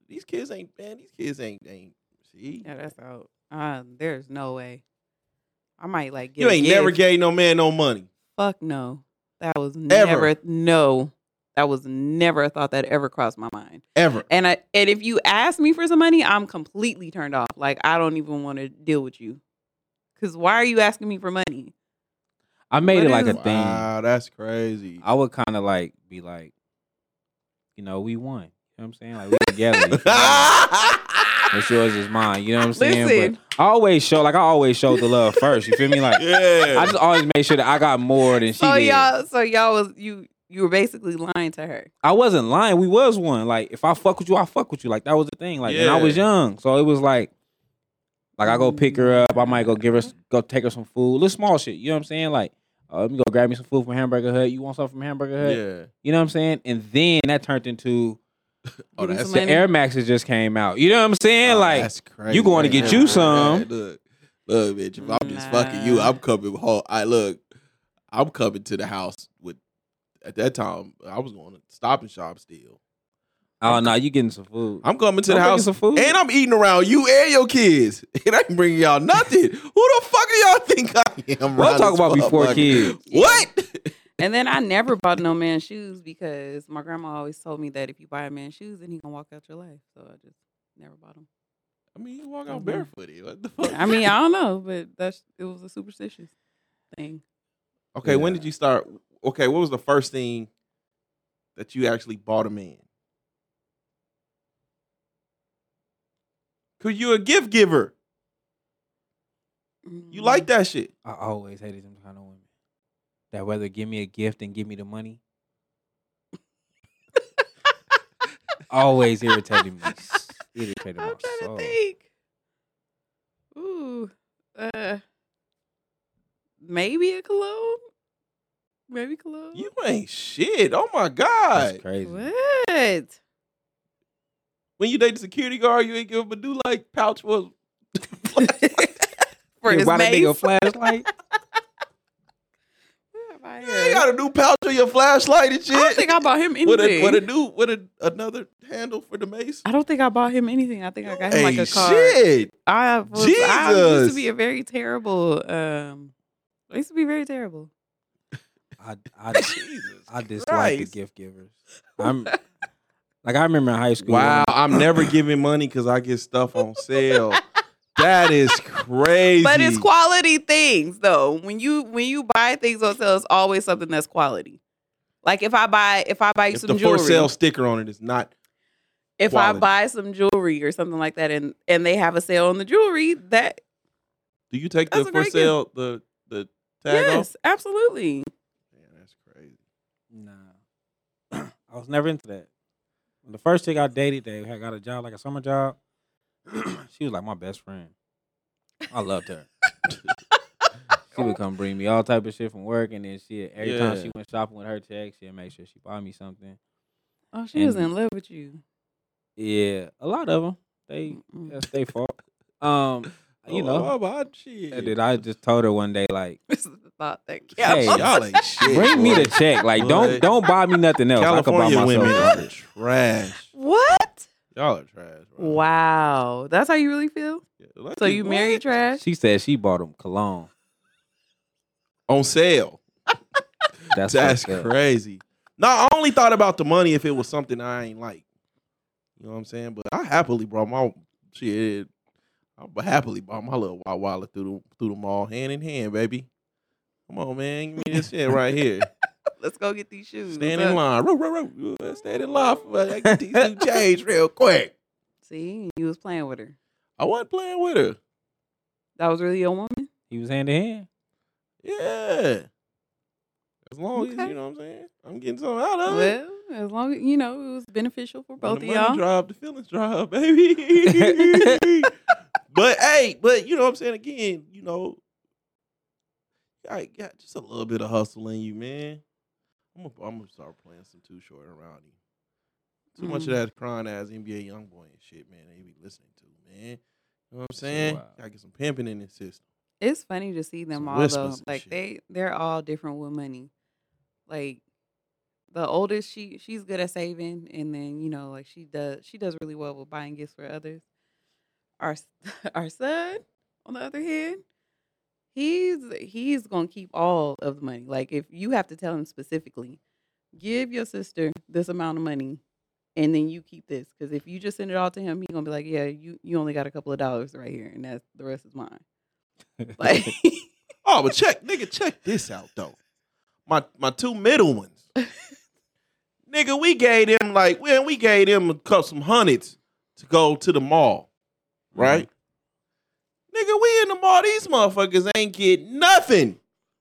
S1: these kids ain't man, these kids ain't ain't see.
S3: Yeah, that's out. Uh, there's no way. I might like get
S1: You
S3: a
S1: ain't never
S3: gift.
S1: gave no man no money.
S3: Fuck no. That was
S1: Ever.
S3: never no. That was never a thought that ever crossed my mind.
S1: Ever.
S3: And I and if you ask me for some money, I'm completely turned off. Like I don't even want to deal with you. Cause why are you asking me for money?
S2: I made it
S3: What
S2: like a
S3: is-
S2: thing.
S1: Wow, that's crazy.
S2: I would kind of like be like, you know, we won. You know what I'm saying? Like we together. you feel me? What's
S1: yeah.
S2: yours is mine. You know what I'm saying?
S3: Listen.
S2: But I always show like I always show the love first. You feel me? Like I just always made sure that I got more than she
S3: So
S2: did.
S3: y'all, so y'all was you you were basically lying to her.
S2: I wasn't lying. We was one. Like if I fuck with you, I fuck with you. Like that was the thing. Like and I was
S1: Yeah.
S2: young, so it was like, like I go pick her up. I might go give her, s- go take her some food. Little small shit. You know what I'm saying? Like uh, let me go grab me some food from Hamburger Hut. You want something from Hamburger Hut?
S1: Yeah.
S2: You know what I'm saying? And then that turned into
S1: Oh,
S3: Give me
S1: that's
S3: some
S2: the
S3: money.
S2: Air Maxes just came out. You know what I'm saying?
S1: oh,
S2: like
S1: that's crazy.
S2: you going to get
S3: you
S1: Yeah,
S2: some.
S1: Look, look, bitch. If I'm just fucking you,
S3: Nah.
S1: I'm coming home. I look, I'm coming to the house with at that time I was going to stop and shop still.
S2: oh no, you getting some food?
S1: I'm coming to the
S2: bringing
S1: house
S2: some food.
S1: And I'm eating around you and your kids. And I ain't bringing y'all nothing. Who the fuck are y'all think I am?
S2: We'll
S1: Ronald
S2: talk about before
S1: Sparbuck?
S2: kids.
S1: What?
S3: And then I never bought no man's shoes because my grandma always told me that if you buy a man shoes, then he gonna walk out your life. So I just never bought them.
S1: I mean, you walk out
S3: Mhm.
S1: barefooted. What the fuck?
S3: I mean, I don't know, but that's it was a superstitious thing.
S1: okay, when
S2: Yeah.
S1: did you start? Okay, what was the first thing that you actually bought a man? Cause you a gift giver.
S3: Mm-hmm.
S1: You like that shit.
S2: I always hated them kind of women that whether give me a gift and give me the money. always irritated me. S- Irritated my
S3: I'm trying
S2: soul.
S3: to think. Ooh, uh, maybe a cologne. Maybe cologne.
S1: You ain't shit. Oh my god.
S2: That's crazy.
S3: what?
S1: When you date the security guard, you ain't give him a do like pouch was.
S3: For
S2: You
S3: his
S2: bought a nigga a
S3: mace.
S2: flashlight?
S3: Yeah, by
S1: Yeah, you
S3: him.
S1: got a new pouch on your flashlight and shit.
S3: I don't think I bought him anything.
S1: with a with a new with a, another handle for the mace.
S3: I don't think I bought him anything. I think I got him like
S1: Hey,
S3: a car.
S1: shit.
S3: I was, I used
S1: Jesus.
S3: to be a very terrible. Um, I used to be very terrible.
S2: I I
S1: Jesus.
S2: I dislike the
S1: Christ.
S2: gift givers. I'm like I remember in high school.
S1: Wow, I'm never giving money because I get stuff on sale. that is crazy.
S3: But it's quality things though. When you when you buy things on sale, it's always something that's quality. Like if I buy if I buy you
S1: If
S3: some
S1: the for sale
S3: jewelry,
S1: sticker on it is not
S3: if
S1: quality.
S3: I buy some jewelry or something like that, and and they have a sale on the jewelry, that
S1: Do you take
S3: That's
S1: the for
S3: a great gift.
S1: sale the the tag
S3: yes,
S1: off?
S3: absolutely.
S1: Man, that's crazy.
S2: Nah, I was never into that. The first chick I dated, they had got a job like a summer job. she was like my best friend. I loved her. she would come bring me all type of shit from work, and then she every time
S1: Yeah.
S2: she went shopping with her check, she'd make sure she buy me something.
S3: Oh, she was
S2: And-
S3: in love with you.
S2: Yeah, a lot of them. They
S3: Mm-mm.
S2: that's their fault. Um, you know.
S1: oh, my shit.
S2: And then I just told her one day, like,
S3: This is the thought that
S2: Hey,
S3: counts.
S1: y'all ain't shit.
S2: bring me
S1: boy.
S2: the check. Like,
S1: Boy.
S2: don't don't buy me nothing else.
S1: California
S2: I could buy
S1: women
S2: myself.
S1: are trash.
S3: What?
S1: Y'all are trash. Bro.
S3: Wow, that's how you really feel.
S1: Yeah, like,
S3: So you
S1: what?
S3: married trash?
S2: She said she bought him cologne.
S1: on sale?
S2: That's
S1: That's
S2: fucked up.
S1: crazy. No, I only thought about the money if it was something I ain't like. You know what I'm saying? But I happily brought my shit. I happily brought my little wild wallet through the through the mall, hand in hand, baby. Come on, man, give me this shit right here.
S3: Let's go get these shoes.
S1: Stand
S3: Look.
S1: in line. Row, row, row. Uh, Stand in line. For, I get these new change real quick.
S3: See, you was playing with her.
S1: I wasn't playing with her.
S3: That was really your woman.
S2: He was hand in hand.
S1: Yeah. As long as
S3: Okay.
S1: you know what I'm saying, I'm getting something out of it.
S3: Well, as long as you know it was beneficial for
S1: When
S3: both of
S1: the money
S3: y'all.
S1: Drive the feelings drive, baby. but hey, but you know what I'm saying again. You know, I got just a little bit of hustle in you, man. I'm gonna, I'm gonna start playing some too short around you. Too
S3: Mm-hmm.
S1: much of that crying ass NBA young boy and shit, man. They be listening to, man. You know what I'm
S2: Shit
S1: saying?
S2: wild.
S1: Gotta get some pimping in this system.
S3: It's funny to see them
S1: Some
S3: all
S1: whispers
S3: though.
S1: and
S3: Like
S1: shit.
S3: they they're all different with money. Like the oldest, she she's good at saving, and then you know like she does she does really well with buying gifts for others. Our s- our son, on the other hand, he's he's gonna keep all of the money. Like if you have to tell him specifically, give your sister this amount of money. And then you keep this because if you just send it all to him, he's gonna be like, "Yeah, you, you only got a couple of dollars right here, and that's the rest is mine." Like,
S1: Oh, but check, nigga, check this out though. My my two middle ones. nigga, we gave them like when we gave them a couple some hundreds to go to the mall, right? Nigga, we in the mall. These motherfuckers ain't getting nothing.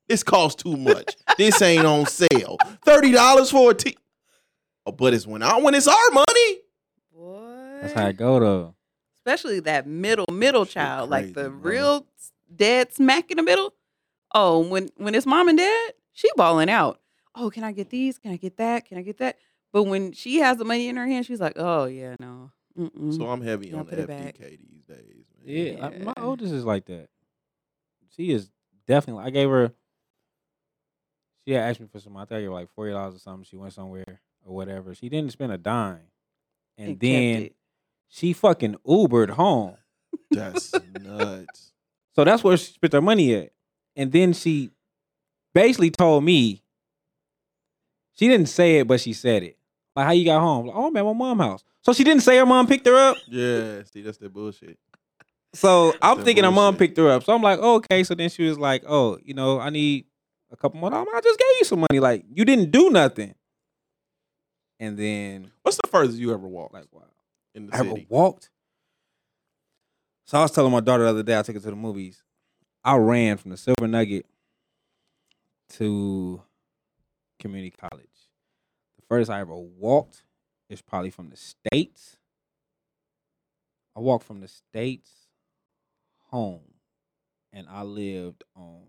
S1: This costs too much. this ain't on sale. Thirty dollars for a t. Oh, but it's when I when it's our money.
S2: That's how it
S3: what?
S2: go though.
S3: Especially that middle middle
S1: Shit
S3: child, like the
S1: crazy, bro.
S3: real s- dead smack in the middle. Oh, when when it's mom and dad, she balling out. Oh, can I get these? Can I get that? Can I get that? But when she has the money in her hand, she's like, oh yeah, no. Mm-mm.
S1: So I'm heavy
S3: Y'all
S1: on the
S3: Mm-hmm. put it back.
S1: FDK these days. Man.
S2: Yeah, I- my
S3: Yeah.
S2: oldest is like that. She is definitely. I gave her. She had asked me for some. I think I gave her like forty dollars or something. She went somewhere or whatever. She didn't spend a dime, and,
S3: kept
S2: then
S3: it.
S2: she fucking Ubered home.
S1: That's nuts.
S2: So that's where she spent her money at. And then she basically told me, she didn't say it, but she said it. Like, how you got home? Like, oh, man, my mom house. So she didn't say her mom picked her up.
S1: Yeah, see, that's that bullshit.
S2: So I'm
S1: That
S2: thinking her mom
S1: bullshit.
S2: picked her up. So I'm like, oh, okay. So then she was like, oh, you know, I need a couple more dollars. I just gave you some money. Like, you didn't do nothing. And then,
S1: What's the furthest you ever walked?
S2: like, wow.
S1: in the
S2: I ever
S1: city.
S2: walked. So I was telling my daughter the other day, I took her to the movies. I ran from the Silver Nugget to community college. The furthest I ever walked is probably from the States. I walked from the States home and I lived on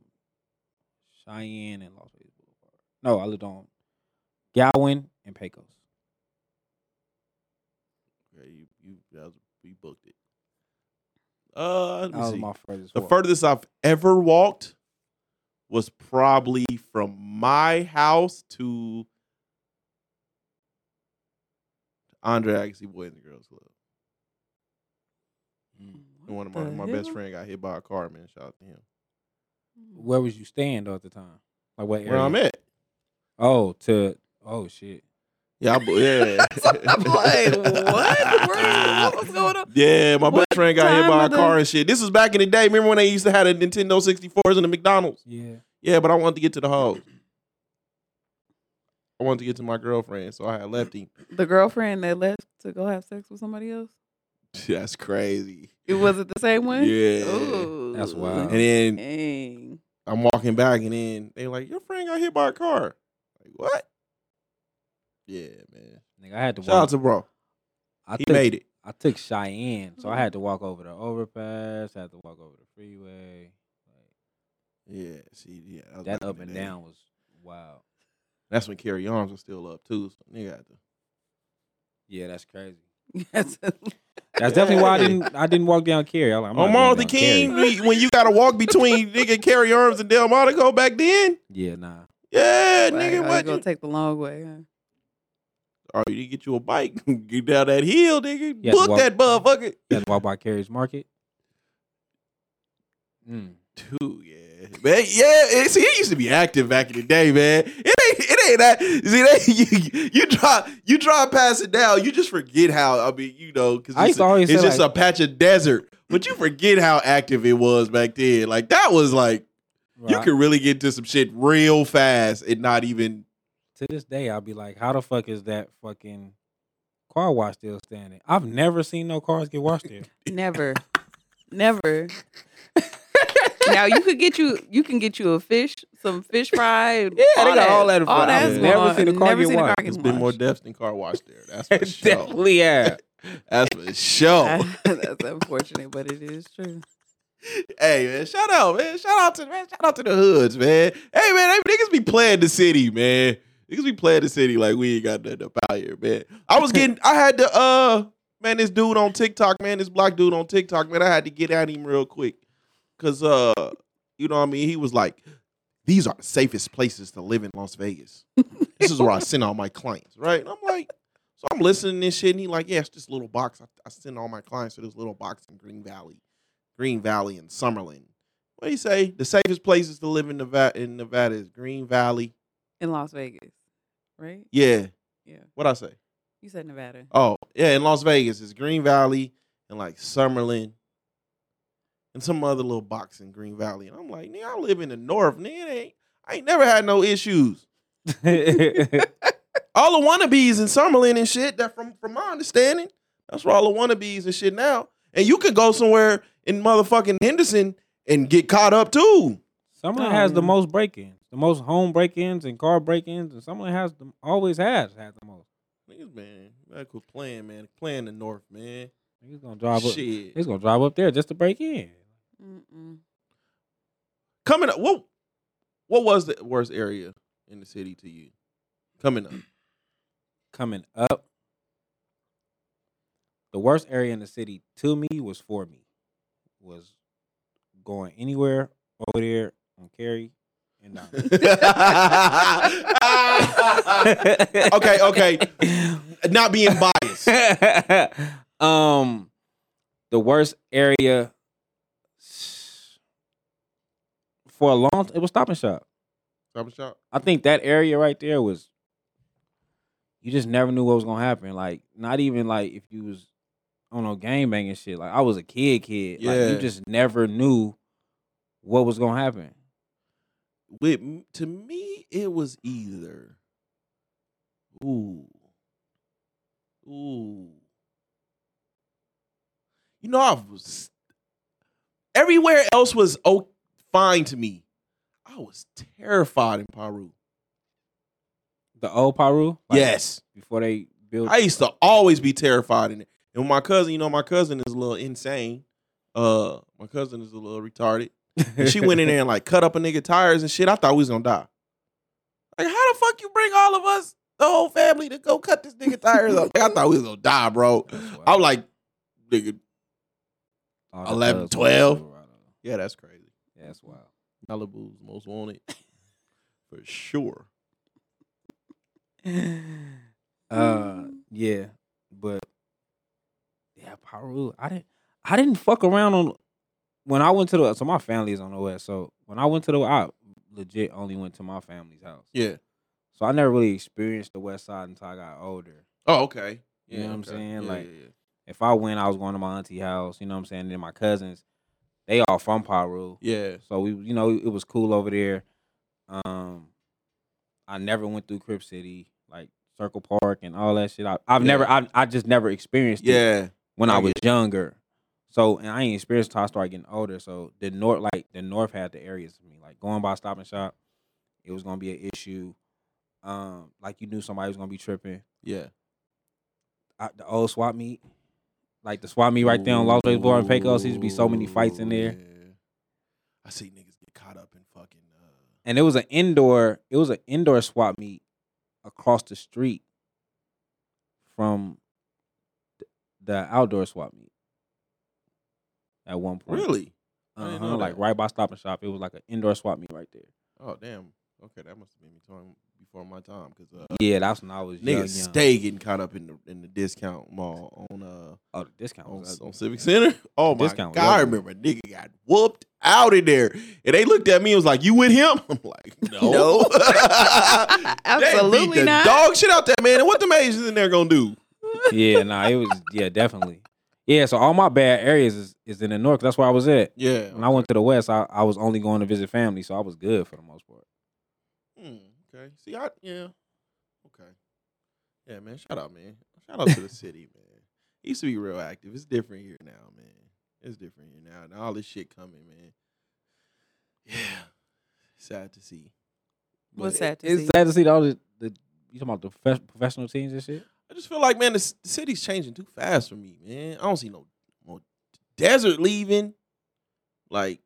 S2: Cheyenne and Las Vegas Boulevard. No, I lived on Gowan and Pecos.
S1: Yeah, you you that was, you booked it. Uh, let me
S2: That was
S1: see.
S2: my furthest
S1: the
S2: walk.
S1: furthest I've ever walked was probably from my house to Andre Agassi Boys and Girls Club.
S2: Mm.
S1: And one of my,
S3: What
S1: my
S3: the
S1: best
S3: hell?
S1: friend got hit by a car, man. Shout out to him.
S2: Mm-hmm. Where was you staying though at the time? Like what area?
S1: Where I'm at.
S2: Oh, to oh shit.
S1: Yeah, I, bu- yeah.
S3: I'm like, what? Where- what was going on?
S1: Yeah, my
S3: What
S1: best friend got hit
S3: time
S1: by a
S3: of the-
S1: car and shit. This was back in the day. Remember when they used to have the Nintendo 64s and the McDonald's?
S2: Yeah.
S1: Yeah, but I wanted to get to the hoes. I wanted to get to my girlfriend, so I had left him.
S3: The girlfriend that left to go have sex with somebody else.
S1: That's crazy.
S3: It wasn't the same one.
S1: Yeah.
S3: Ooh.
S2: That's
S1: And
S2: wild.
S1: then
S3: Dang.
S1: I'm walking back, and then they like, "Your friend got hit by a car." Like what? Yeah, man.
S2: Nigga, I had to
S1: Shout out
S2: walk.
S1: to bro.
S2: I
S1: He
S2: took,
S1: made it.
S2: I took Cheyenne, so I had to walk over the overpass. I had to walk over the freeway.
S1: Yeah. See, yeah. that was
S2: That
S1: back
S2: up
S1: in
S2: and
S1: the day.
S2: down was wild.
S1: That's when Carrie Arms was still up too. So nigga had to.
S2: Yeah, that's crazy.
S3: Yes.
S2: That's definitely why I didn't I dn't walk down Cary. I'm, like, I'm not
S1: On
S2: going
S1: Martin Luther
S2: down Cary.
S1: King, we- when you got to walk between nigga Carrie Arms and Delmonico back then.
S2: Yeah, nah.
S1: Yeah,
S3: Like,
S1: nigga,
S3: oh,
S1: what?
S3: You gonna
S1: You,
S3: take the long way? Huh?
S1: oh, you get you a bike, get down that hill, nigga.
S2: Yeah,
S1: Book
S2: walk-
S1: that motherfucker.
S2: You had to walk by Cary's Market. Mm.
S1: Dude, yeah, man, yeah. it- See, it used to be active back in the day, man. It ain't, it ain't that. See, that you, you try, you try to pass it down, you just forget how. I mean, you know, because
S2: I
S1: it's,
S2: used to always
S1: it's
S2: say,
S1: just
S2: like-
S1: a patch of desert, but you forget how active it was back then. Like that was like you
S2: Right.
S1: could really get into some shit real fast and not even.
S2: to this day, I'll be like, how the fuck is that fucking car wash still standing? I've never seen no cars get washed there.
S3: Never. Never. now you could get you you can get you a fish, some fish fry.
S2: Yeah, they got all that in
S3: All
S2: front.
S3: that's
S1: I've
S3: going
S2: never
S3: on.
S2: seen a car
S3: Never
S2: get
S3: seen a
S2: washed.
S3: car
S1: It's
S3: get
S1: been more
S3: washed.
S1: depth than car wash there. That's for sure.
S2: Definitely, yeah.
S1: That's for sure.
S3: That's unfortunate, but it is true.
S1: Hey man, shout out, man. Shout out to man, shout out to the hoods, man. Hey man, they niggas be playing the city, man. Niggas be playing the city like we ain't got nothing about here, man. I was getting I had to uh man, this dude on TikTok, man, this black dude on TikTok, man, I had to get at him real quick. Cause uh, you know what I mean? He was like, These are the safest places to live in Las Vegas. This is where I send all my clients, right? And I'm like, so I'm listening to this shit, and he like, yeah, it's this little box. I, I send all my clients to this little box in Green Valley. Green Valley and Summerlin. What do you say? The safest places to live in Nevada, in Nevada is Green Valley.
S3: In Las Vegas, right?
S1: Yeah.
S3: Yeah.
S1: What I say?
S3: You said Nevada.
S1: Oh, yeah. In Las Vegas, it's Green Valley and like Summerlin and some other little box in Green Valley. And I'm like, nigga, I live in the north. Nigga, it ain't, I ain't never had no issues. all the wannabes in Summerlin and shit. That from from my understanding, that's where all the wannabes and shit now. And you could go somewhere in motherfucking Henderson and get caught up too.
S2: Someone has the
S3: Um,
S2: most break-ins, the most home break-ins and car break-ins, and someone has the, always has had the most.
S1: Niggas, man, you gotta quit playing, man. Playing the north, man.
S2: He's gonna drive up.
S1: Shit.
S2: He's gonna drive up there just to break in.
S3: Mm-mm.
S1: Coming up, what what was the worst area in the city to you? Coming up.
S2: Coming up, the worst area in the city to me was for me was going anywhere over there on Cary and down.
S1: okay, okay. Not being biased.
S2: um, the worst area s- for a long it was Stop and Shop.
S1: Stop and shop.
S2: I think that area right there was you just never knew what was gonna happen. Like not even like if you was on no game banging shit. Like I was a kid, kid. Like
S1: Yeah.
S2: you just never knew what was gonna happen.
S1: With m- to me, it was either. Ooh. Ooh. You know, I was everywhere else was oh fine to me. I was terrified in Paru.
S2: The old Paru. like,
S1: yes.
S2: Before they built.
S1: I used to always be terrified in it. And when my cousin, you know, my cousin is a little insane. Uh, my cousin is a little retarded. And she went in there and like cut up a nigga tires and shit. I thought we was gonna die. Like, how the fuck you bring all of us, the whole family, to go cut this nigga tires up? Like, I thought we was gonna die, bro. I was like, nigga,
S2: All the
S1: 11,
S2: thugs went to
S1: 12.
S2: Colorado.
S1: yeah, that's crazy.
S2: Yeah, that's wild.
S1: Malibu's most wanted. For sure.
S2: Uh, yeah, but yeah, Paru. I didn't. I didn't fuck around on when I went to the. So my family is on the west. So when I went to the, I legit only went to my family's house.
S1: Yeah.
S2: So I never really experienced the West Side until I got older.
S1: Oh, okay.
S2: You know what I'm saying?
S1: Yeah,
S2: Like-
S1: yeah, yeah.
S2: If I went, I was going to my auntie house. You know what I'm saying? Then my cousins, they all from Paru.
S1: Yeah.
S2: So we, you know, it was cool over there. Um, I never went through Crip City, like Circle Park and all that shit. I, I've
S1: Yeah.
S2: never, I, I just never experienced it
S1: Yeah.
S2: when
S1: I
S2: I was younger. So and I ain't experienced till I started getting older. So the north, like the north, had the areas for me. Like going by Stop and Shop, it was gonna be an issue. Um, like you knew somebody was gonna be tripping.
S1: Yeah.
S2: I, the old swap meet, like the swap meet right there on Las Vegas Boulevard and Pecos, there used to be so many fights in there.
S1: Ooh, yeah. I see niggas get caught up in fucking. Uh,
S2: and it was an indoor it was an indoor swap meet across the street from th- the outdoor swap meet at one point
S1: really? I didn't
S2: uh-huh,
S1: know
S2: like
S1: that.
S2: right by stop and shop it was like an indoor swap meet right there
S1: Oh damn. Okay, that must have been me talking before my time because uh,
S2: yeah that's when i was
S1: niggas
S2: young, young.
S1: stay getting caught up in the in the discount mall on uh
S2: oh the discount
S1: on,
S2: was
S1: on Civic Center. Oh my
S2: Discount was
S1: god, I
S2: ugly.
S1: remember a nigga got whooped out in there, and they looked at me and was like, "You with him?" I'm like, "No,
S3: No.
S1: They beat
S3: Absolutely
S1: the
S3: not.
S1: Dog shit out that man, and what the Asians in there gonna do?
S2: yeah nah it was yeah definitely yeah so all my bad areas is, is in the north 'cause that's where i was at
S1: Yeah,
S2: when i went to the west I, I was only going to visit family so i was good for the most part
S1: Hmm, okay. See, I yeah. Okay. Yeah, man. Shout out, man. Shout out to the city, man. It used to be real active. It's different here now, man. It's different here now. And all this shit coming, man. Yeah. Sad to see.
S3: What's
S1: But
S3: sad to
S2: it's
S3: see?
S2: sad to see all the, the you talking about the prof- professional teams and shit.
S1: I just feel like, man, the, c- the city's changing too fast for me, man. I don't see no, no desert leaving. Like,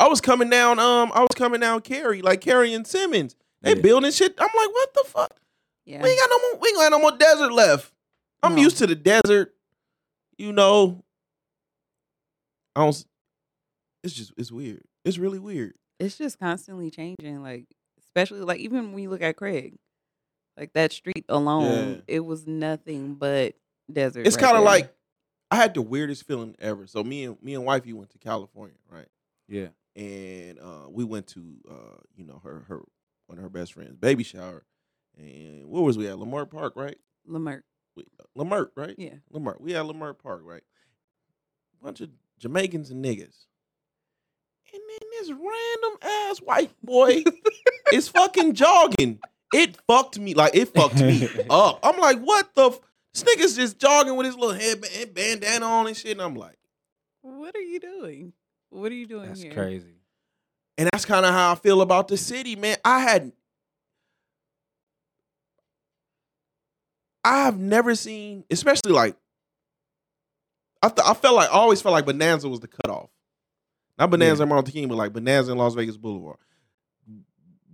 S1: I was coming down, um, I was coming down Cary, like Cary and Simmons. They
S2: Yeah.
S1: building shit. I'm like, what the fuck?
S3: yeah.
S1: We ain't got no more. We ain't got no more desert left. I'm
S3: No.
S1: used to the desert. You know, I don't. s- It's just it's weird. It's really weird.
S3: it's just constantly changing. Like especially like even when you look at Craig, like that street alone,
S1: Yeah.
S3: it was nothing but desert.
S1: It's
S3: right
S1: kind of
S3: there.
S1: like I had the weirdest feeling ever. So me and me and wifey went to California, right?
S2: Yeah,
S1: And uh, we went to uh, you know her her one of her best friends baby shower, and where was we at? Lamar Park, right?
S3: Lamert.
S1: We, Lamert, right?
S3: Yeah.
S1: Lamert. We had Lamert Park, right? Bunch of Jamaicans and niggas. And then this random ass white boy is fucking jogging. It fucked me. Like, it fucked me up. I'm like, what the? F-? This nigga's just jogging with his little headband bandana on and shit. And I'm like,
S3: What are you doing? What are you doing
S2: that's
S3: here?
S2: crazy.
S1: And that's kind of how I feel about the city, man. I had I've never seen, especially like I th- I felt like I always felt like Bonanza was the cutoff. Not Bonanza and Martin Luther King, but like Bonanza and Las Vegas Boulevard.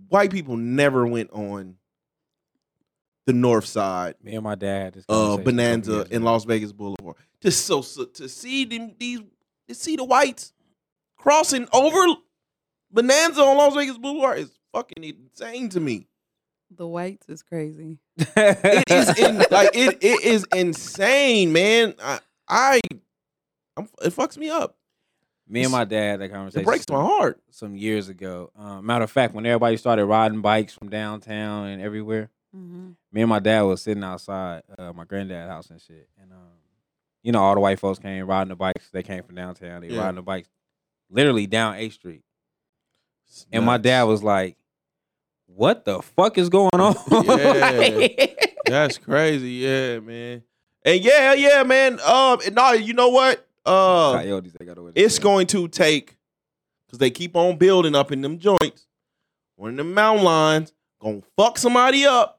S1: White people never went on the north side
S2: Me and my dad had this
S1: uh,
S2: conversation a couple
S1: Bonanza
S2: years
S1: in
S2: ago.
S1: Las Vegas Boulevard. To so, so to see them these to see the whites crossing over Bonanza on Las Vegas Boulevard is fucking insane to me.
S3: The whites is crazy.
S1: It is in, like it it is insane, man. I I I'm, it fucks me up.
S2: Me and my dad had that
S1: It
S2: conversation.
S1: breaks my heart.
S2: Some years ago. Uh, matter of fact, when everybody started riding bikes from downtown and everywhere,
S3: Mm-hmm.
S2: me and my dad was sitting outside uh, my granddad's house and shit. And um, you know, all the white folks came riding the bikes. They came from downtown. They
S1: Yeah.
S2: riding the bikes, literally down Eighth Street. And my dad was like, "What the fuck is going on?"
S1: Yeah. That's crazy, yeah, man. And yeah, yeah, man. Um, and no, you know what? Uh,
S2: Coyotes, they got away.
S1: it's going to take because they keep on building up in them joints. One of them mountain lines gonna fuck somebody up,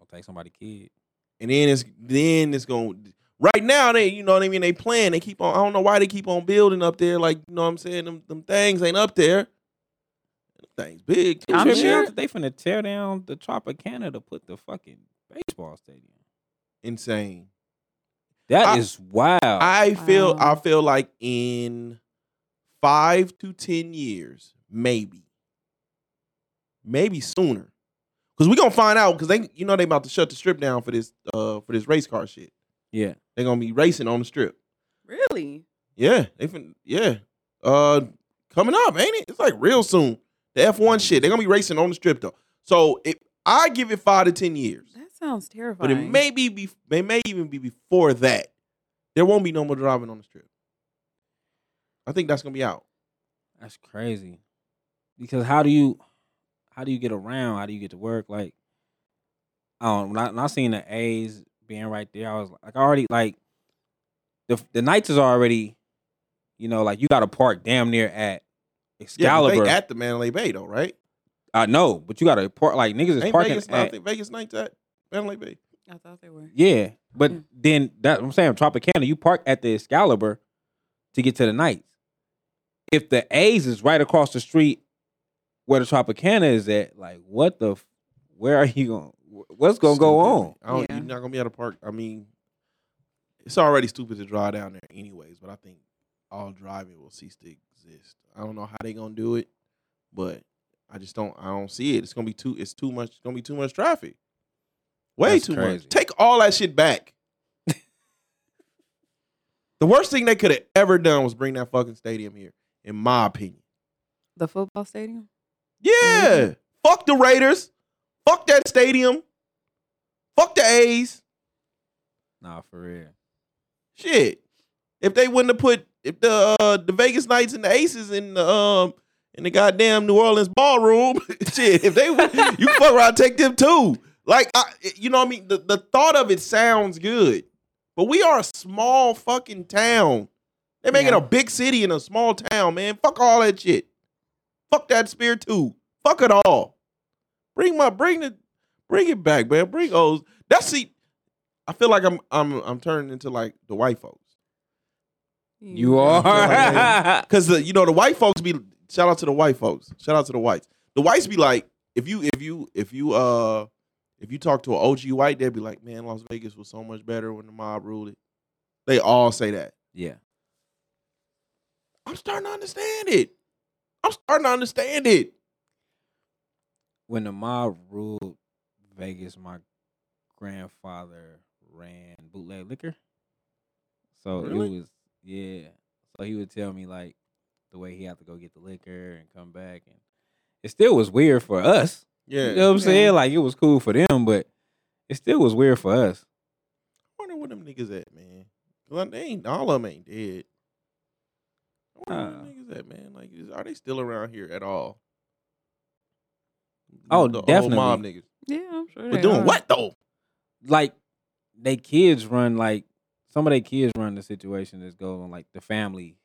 S2: to take somebody kid.
S1: and then it's then it's gonna. Right now, they you know what I mean. They plan. They keep on. I don't know why they keep on building up there. Like you know what I'm saying. Them them things ain't up there. Them things big. too.
S3: I'm
S2: Trip me
S3: sure-
S2: out that they finna tear down the Tropicana to put the fucking baseball stadium.
S1: Insane. I-
S2: That is wild.
S1: I feel
S3: Wow.
S1: I feel like in five to ten years, maybe, maybe sooner, because we gonna find out. Because they, you know, they about to shut the strip down for this uh for this race car shit.
S2: yeah,
S1: They gonna be racing on the strip.
S3: really?
S1: Yeah, they fin- yeah. Uh, coming up, ain't it? It's like real soon. The F one shit. They gonna be racing on the strip though. So it, I give it five to ten years,
S3: That sounds terrifying.
S1: but it may be, be it may even be before that. There won't be no more driving on the strip. I think that's gonna be out.
S2: That's crazy. Because how do you how do you get around? How do you get to work? Like I don't when I, when I seen the A's being right there, I was like I already like the the Knights is already, you know, like you gotta park damn near at
S1: Yeah, but
S2: Excalibur.
S1: they at the Mandalay Bay though, right?
S2: I know, but you gotta park like niggas is
S1: Ain't
S2: parking
S1: Vegas,
S2: at,
S1: not, Vegas nights at Mandalay Bay.
S3: I thought they were.
S2: Yeah. But
S3: Mm.
S2: then that I'm saying Tropicana, you park at the Excalibur to get to the Knights. If the A's is right across the street where the Tropicana is at, like what the f- where are you going? What's gonna go on?
S1: I don't,
S3: Yeah.
S1: You're not gonna be at a park. I mean, it's already stupid to drive down there, anyways. But I think all driving will cease to exist. I don't know how they gonna do it, but I just don't. I don't see it. It's gonna be too. It's too much. It's gonna be too much traffic. Way
S2: That's
S1: too
S2: crazy.
S1: much. Take all that shit back. the worst thing they could have ever done was bring that fucking stadium here, in my opinion.
S3: The football stadium?
S1: Yeah.
S2: Mm-hmm.
S1: Fuck the Raiders. Fuck that stadium. Fuck the A's.
S2: Nah, for real.
S1: Shit. If they wouldn't have put if the uh, the Vegas Knights and the Aces in the um in the goddamn New Orleans ballroom, shit. If they would, you fuck around, take them too. Like I, you know what I mean. The the thought of it sounds good, but we are a small fucking town. They're making
S3: Yeah.
S1: a big city in a small town, man. Fuck all that shit. Fuck that spear too. Fuck it all. Bring my bring the bring it back, man. Bring those. That's see. I feel like I'm I'm I'm turning into like the white folks.
S2: You are
S1: Cause the you know the white folks be shout out to the white folks. Shout out to the whites. The whites be like, if you if you if you uh if you talk to an OG white, they'd be like, man, Las Vegas was so much better when the mob ruled it. They all say that.
S2: Yeah.
S1: I'm starting to understand it. I'm starting to understand it.
S2: When the mob ruled Vegas, my grandfather ran bootleg liquor. So
S1: Really?
S2: it was yeah. So he would tell me like the way he had to go get the liquor and come back and it still was weird for us.
S1: Yeah.
S2: You know what I'm
S3: Yeah.
S2: saying? Like it was cool for them, but it still was weird for us.
S1: I wonder where them niggas at, man. Cause they ain't all of them ain't dead. I wonder where them niggas at, man. Like, is, are they still around here at all?
S2: Oh,
S1: the old
S2: definitely.
S1: mob niggas.
S3: Yeah, I'm sure.
S1: But
S3: they
S1: doing
S3: are.
S1: what though?
S2: Like they kids run like some of their kids run the situation that's going on like the family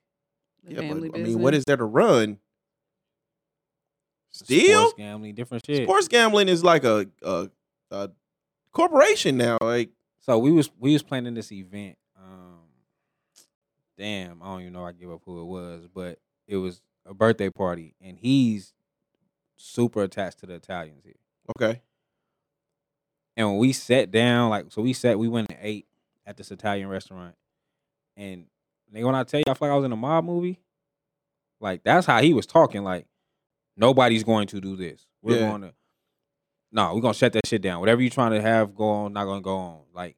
S3: The family
S1: I mean, what
S3: business.
S1: is there to run?
S2: the
S1: Still,
S2: sports
S1: sports,
S2: gambling, different shit.
S1: gambling is like a, a a corporation now. Like,
S2: So we was we was planning this event. Um, damn, I don't even know. I give up who it was, but it was a birthday party, and he's super attached to the Italians here.
S1: okay,
S2: And when we sat down, like so, we sat. We went and ate at this Italian restaurant, and nigga, when I tell you, I feel like I was in a mob movie. Like that's how he was talking. Like nobody's going to do this. We're
S1: Yeah.
S2: going to. No, we're gonna shut that shit down. Whatever you trying to have go on, not gonna go on. Like,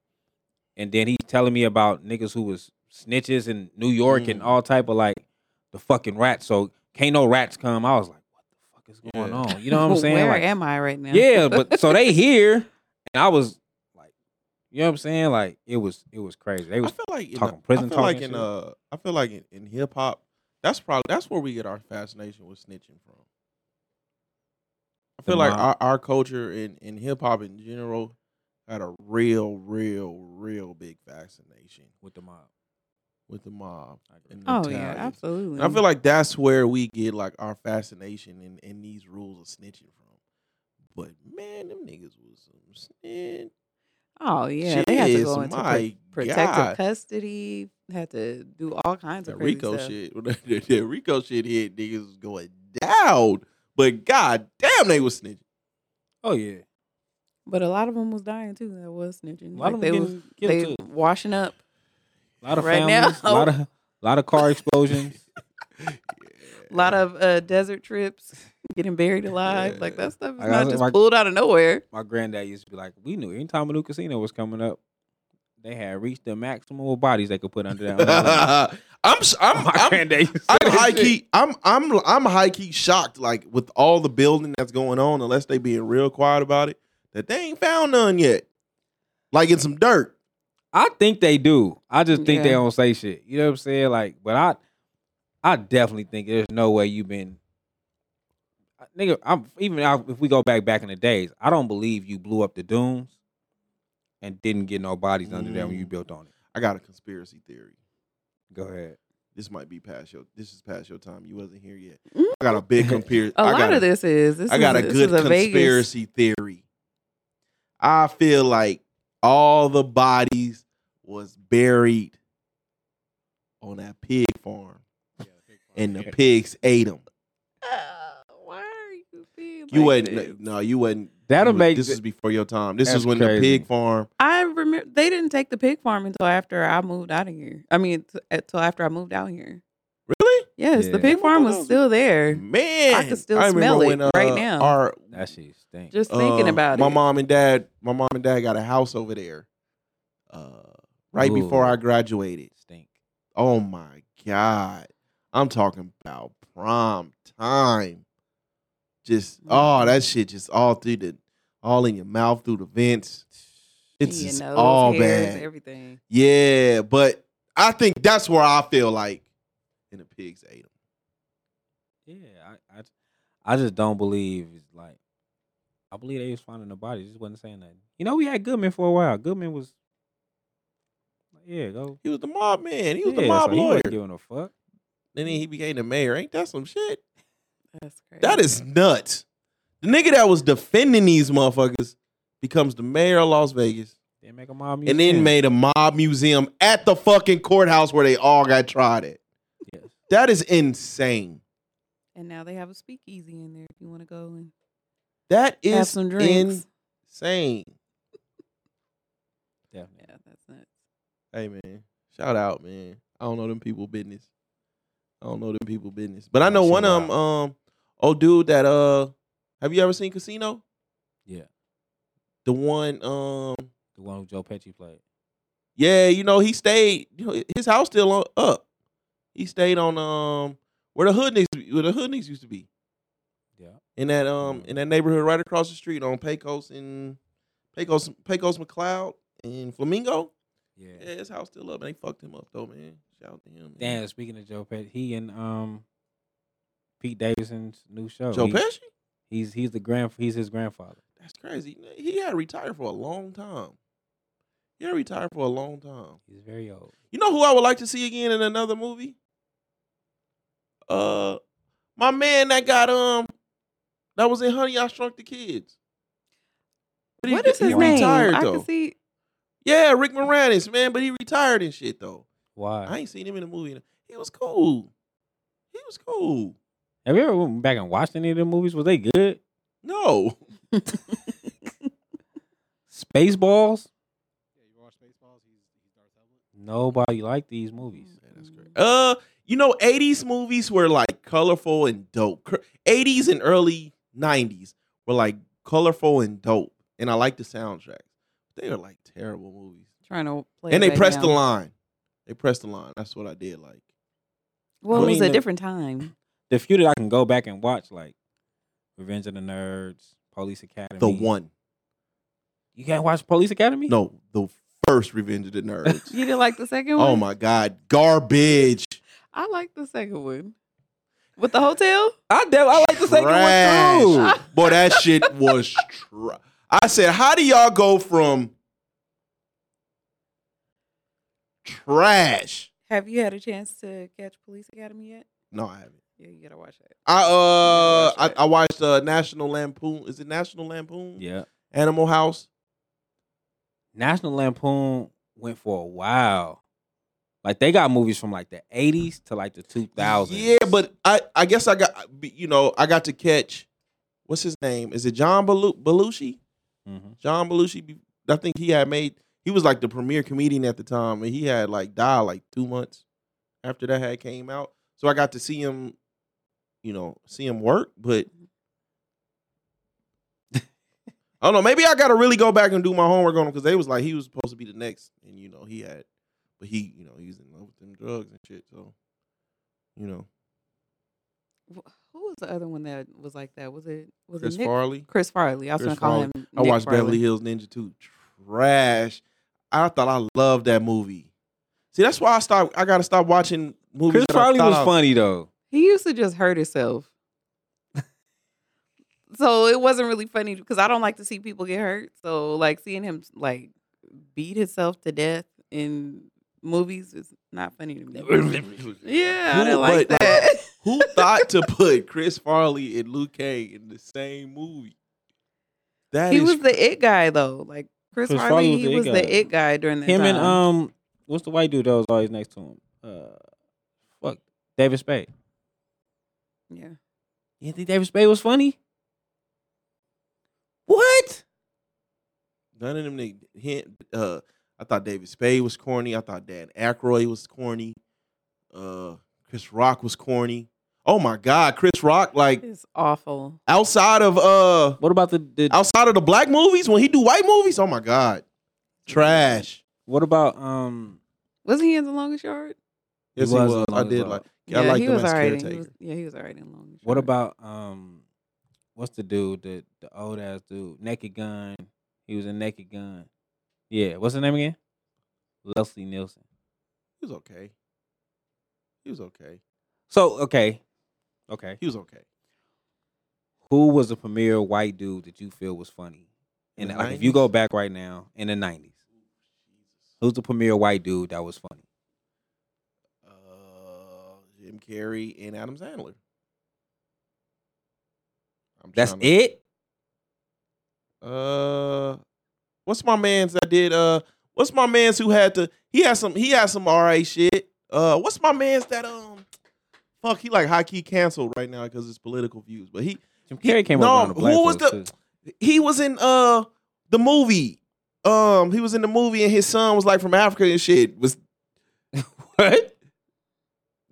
S2: and then he's telling me about niggas who was snitches in New York and
S1: Mm.
S2: all type of like the fucking rats. So can't no rats come. I was like, what the fuck is going
S1: Yeah.
S2: on? You know what I'm saying?
S3: Where
S2: Like,
S3: am I right now?
S2: yeah, but so they here, and I was like, you know what I'm saying? Like it was, it was crazy. They
S1: I
S2: was
S1: feel like in,
S2: talking
S1: I
S2: prison
S1: feel like
S2: talk and
S1: in
S2: shit.
S1: uh, I feel like in, in hip hop, that's probably that's where we get our fascination with snitching from. I
S2: The
S1: feel like
S2: mob.
S1: our, our culture in in hip hop in general had a real, real, real big fascination
S2: with the mob.
S1: with the mob. And the
S3: Oh, yeah,
S1: Italians.
S3: absolutely.
S1: And
S2: Mm.
S1: I feel like that's where we get like our fascination and, and these rules of snitching from. But man, them niggas was some snitch.
S3: oh, yeah. They had to
S1: Jeez,
S3: go into pro-
S1: my
S3: protective
S1: God.
S3: custody, had to do all kinds
S1: That
S3: of crazy
S1: Rico
S3: stuff.
S1: shit. that that Rico shit hit niggas was going down. But god damn they was snitching.
S2: Oh yeah,
S3: But a lot of them was dying too. That was snitching.
S2: a lot
S3: Like,
S2: of
S3: they
S2: them
S3: was
S2: getting killed
S3: they
S2: too.
S3: washing up.
S2: A lot of
S3: right now-
S2: families, a lot of, a lot of car explosions.
S3: A lot of uh, desert trips, getting buried alive. Like
S1: Yeah.
S3: that stuff is
S2: I got
S3: not
S2: some-
S3: just
S2: my-
S3: pulled out of nowhere.
S2: My granddad used to be like, we knew anytime a new casino was coming up, they had reached the maximum of bodies they could put under that. umbrella.
S1: I'm s- I'm
S2: My
S1: I'm
S2: granddad used to say
S1: I'm
S2: that
S1: high
S2: shit.
S1: key. I'm I'm I'm high key shocked. Like with all the building that's going on, unless they being real quiet about it, that they ain't found none yet. Like in some dirt.
S2: I think they do. I just think they
S3: Yeah.
S2: don't say shit. You know what I'm saying? Like, but I, I definitely think there's no way you've been, I- nigga. I'm even I, if we go back back in the days, I don't believe you blew up the dunes and didn't get no bodies under there when you
S1: Mm.
S2: built on it.
S1: I got a conspiracy theory.
S2: Go ahead.
S1: This might be past your this is past your time. You wasn't here yet. I got a big conspiracy.
S3: A
S1: I
S3: lot
S1: got
S3: of
S1: a-
S3: this is. This
S1: I got a
S3: is, this
S1: good
S3: is a Vegas-
S1: conspiracy theory. I feel like all the bodies was buried on that pig farm, and the pigs ate them.
S3: Uh, why are you being
S1: You
S3: like
S1: wasn't
S3: this?
S1: no, you wasn't.
S2: That'll
S1: you-
S2: make
S1: this is before your time. This
S2: That's
S1: is when the
S2: crazy.
S1: pig farm.
S3: I remember they didn't take the pig farm until after I moved out of here. I mean, t- until after I moved out here.
S1: Really,
S3: Yes,
S2: Yeah.
S3: the pig farm was still there.
S1: man,
S3: I can still
S1: remember
S3: smell it
S1: when, uh,
S3: right now.
S1: Our
S2: that shit stink.
S3: Just thinking
S1: uh,
S3: about
S1: my
S3: it.
S1: mom and dad, my mom and dad got a house over there. Uh, right before
S2: Ooh.
S1: I graduated.
S2: stink.
S1: Oh my god. I'm talking about prime time. Just oh, that shit just all through the all in your mouth through the vents. It's
S3: Your
S1: just
S3: nose,
S1: all
S3: hairs,
S1: bad.
S3: Everything.
S1: Yeah, but I think that's where I feel like and the pigs ate them.
S2: Yeah, I, I, I just don't believe it's like. I believe they was finding the bodies. Just wasn't saying nothing. You know, we had Goodman for a while. Goodman was, yeah, go.
S1: He was the mob man. He was the
S2: Yeah,
S1: mob
S2: so he
S1: lawyer.
S2: wasn't giving a fuck.
S1: And then he became the mayor. Ain't that some shit?
S3: That's crazy.
S1: That is nuts. The nigga that was defending these motherfuckers becomes the mayor of Las Vegas.
S2: They make a mob
S1: and then made a mob museum at the fucking courthouse where they all got tried at.
S2: Yes.
S1: That is insane.
S3: And now they have a speakeasy in there if you want to go and
S1: That
S3: have
S1: is
S3: some drinks.
S1: insane.
S2: Definitely.
S3: yeah, that's nuts.
S1: Hey man, shout out man. I don't know them people business. I don't know them people business, but I know
S2: That's
S1: one of them.
S2: wild.
S1: Um, old dude that uh, have you ever seen Casino?
S2: Yeah.
S1: The one um,
S2: The one who Joe Pesci played.
S1: yeah, you know he stayed. You know his house still on, up. He stayed on um where the hood niggas where the hood niggas used to be.
S2: Yeah.
S1: in that um in that neighborhood right across the street on Pecos and Pecos Pecos McLeod and Flamingo.
S2: Yeah.
S1: Yeah, his house still up. and They fucked him up though, man. Shout out to him. man.
S2: Damn. Speaking of Joe Pesci, he and um Pete Davidson's new show.
S1: Joe
S2: he-
S1: Pesci.
S2: He's he's the grand he's his grandfather.
S1: That's crazy. He had retired for a long time. He had retired for a long time.
S2: He's very old.
S1: You know who I would like to see again in another movie? Uh, my man that got um that was in Honey I Shrunk the Kids. But
S3: What is
S2: he
S3: his
S1: retired,
S3: name?
S1: Retired,
S3: I
S1: though.
S3: can see.
S1: Yeah, Rick Moranis, man, but he retired and shit though.
S2: Why?
S1: I ain't seen him in a movie. in a- He was cool. He was cool.
S2: Have you ever went back and watched any of the movies? Was they good?
S1: No.
S2: Spaceballs.
S4: Yeah, you watch Spaceballs. He's he's Darth Helmet.
S2: Nobody liked these movies.
S1: Man, that's great. Uh, you know, 80s movies were like colorful and dope. Cr- 80s and early 90s were like colorful and dope. And I like the soundtracks. They were like terrible movies.
S3: Trying to play.
S1: And
S3: it
S1: they
S3: back
S1: pressed the
S3: now.
S1: line. They pressed the line. That's what I did like.
S3: Well, it was
S2: Queen
S3: a
S2: of-
S3: different time.
S2: The few that I can go back and watch, like Revenge of the Nerds, Police Academy.
S1: The one.
S2: You can't watch Police Academy?
S1: No, the first Revenge of the Nerds.
S3: You didn't like the second one?
S1: oh my God. Garbage.
S3: I like the second one. With the hotel?
S2: I def- I like the second
S1: Trash. Ah.
S2: one too.
S1: Boy, that shit was. Tra- I said, how do y'all go from trash?
S3: Have you had a chance to catch Police Academy yet?
S1: No, I haven't.
S3: Yeah, you gotta watch that.
S1: I uh, I,
S3: Watch that.
S1: I watched uh, National Lampoon. Is it National Lampoon?
S2: Yeah.
S1: Animal House.
S2: National Lampoon went for a while. Like they got movies from like the eighties to like the two thousands.
S1: Yeah, but I, I guess I got, you know, I got to catch. What's his name? Is it John Belu- Belushi?
S2: hmm
S1: John Belushi. be- I think he had made. He was like the premier comedian at the time, and he had like died like two months after that had came out. So I got to see him, you know, see him work. But I don't know. Maybe I got to really go back and do my homework on him because they was like he was supposed to be the next, and you know he had, but he, you know, he was in love with them drugs and shit. So, you know,
S3: wh- who was the other one that was like that? Was it was
S1: Chris
S3: it Nick?
S1: Farley.
S3: Chris Farley. I was
S1: Chris
S3: gonna call
S1: Farley.
S3: him.
S1: I
S3: Nick
S1: watched
S3: Farley.
S1: Beverly Hills Ninja 2. Trash. I thought I loved that movie. See, that's why I start. I gotta stop watching movies.
S2: Chris
S1: that I
S2: Farley
S1: thought
S2: was
S1: I-
S2: funny though.
S3: He used to just hurt himself. so it wasn't really funny because I don't like to see people get hurt. So like seeing him like beat himself to death in movies is not funny to me. yeah, I
S1: Who-
S3: didn't like
S1: but-
S3: that.
S1: Who thought to put Chris Farley and Luke Cage in the same movie? That
S3: he
S1: is-
S3: was the it guy though. Like Chris,
S2: Chris
S3: Farley,
S2: Farley was
S3: he
S2: the it
S3: was
S2: guy.
S3: the it guy during that
S2: Him
S3: time.
S2: and um, what's the white dude that was always next to him? Uh, fuck, David Spade.
S3: yeah.
S2: You think David Spade was funny? What?
S1: none of them. nigg- Him, uh, I thought David Spade was corny. I thought Dan Aykroyd was corny. Uh, Chris Rock was corny. Oh my God, Chris Rock! Like
S3: It's awful.
S1: outside of uh,
S2: What about the, the
S1: outside of the black movies, when he do white movies, oh my God, trash.
S2: what about um?
S3: Wasn't he in the longest yard?
S2: He
S1: Yes, he
S2: was
S1: was.
S2: on
S1: I
S2: as
S1: did
S2: well.
S1: like. I liked
S3: he
S1: him
S3: was
S1: as
S3: alright. in-
S1: caretaker.
S3: He was, yeah, he was alright in longest
S2: What
S3: yard.
S2: about um? What's the dude? The the old ass dude, Naked Gun. He was in Naked Gun. Yeah. What's the name again? Leslie Nielsen.
S1: he was okay. He was okay.
S2: So okay, okay.
S1: He was okay.
S2: Who was the premier white dude that you feel was funny?
S1: In
S2: And
S1: the
S2: like, if you
S1: 90s?
S2: go back right now in the nineties, who's the premier white dude that was funny?
S1: Uh, Jim Carrey and Adam Sandler. I'm
S2: That's
S1: tryna-
S2: it.
S1: Uh, what's my man's that did? Uh, what's my man's who had to? He had some. He had some RA shit. Uh, what's my man's that? Um, fuck, he like high key canceled right now because it's political views. But he
S2: Jim Carrey came
S1: no,
S2: up on the black
S1: who was
S2: folks,
S1: the-
S2: too.
S1: he was in uh the movie. Um, he was in the movie and his son was like from Africa and shit. Was
S2: what?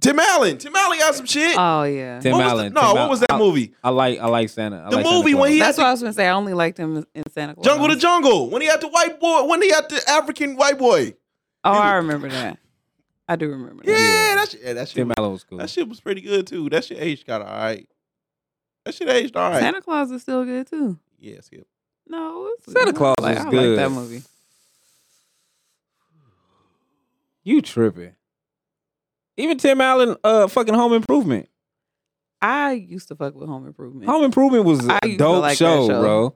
S1: Tim Allen? Tim Allen got some shit.
S3: Oh yeah.
S2: Uh, Tim
S1: What was the-
S2: Allen.
S1: no,
S2: Tim
S1: what
S2: Al-
S1: was that
S2: I-
S1: movie?
S2: I like I like Santa. I
S1: The
S2: like Santa
S1: movie when
S2: Claus.
S1: he-
S3: That's
S1: had
S3: what
S1: to-
S3: I was gonna say. I only liked him in Santa Claus.
S1: Jungle to Jungle. When he had the white boy, when he had the African white boy.
S3: Oh, I remember that. I do remember that.
S1: Yeah,
S2: Yeah.
S1: that shit. Yeah, that shit.
S2: Tim
S1: Was,
S2: Allen was cool.
S1: that shit was pretty good too. That shit aged kind of alright. That shit aged alright.
S3: Santa Claus is still good too.
S1: yeah, skip.
S3: No, it's,
S2: Santa Claus
S3: like,
S2: is
S3: I
S2: good.
S3: like that movie.
S2: You tripping? Even Tim Allen, uh, fucking Home Improvement.
S3: I used to fuck with Home Improvement.
S2: Home Improvement was
S3: I
S2: a
S3: used to
S2: dope
S3: like that
S2: show,
S3: show.
S2: bro.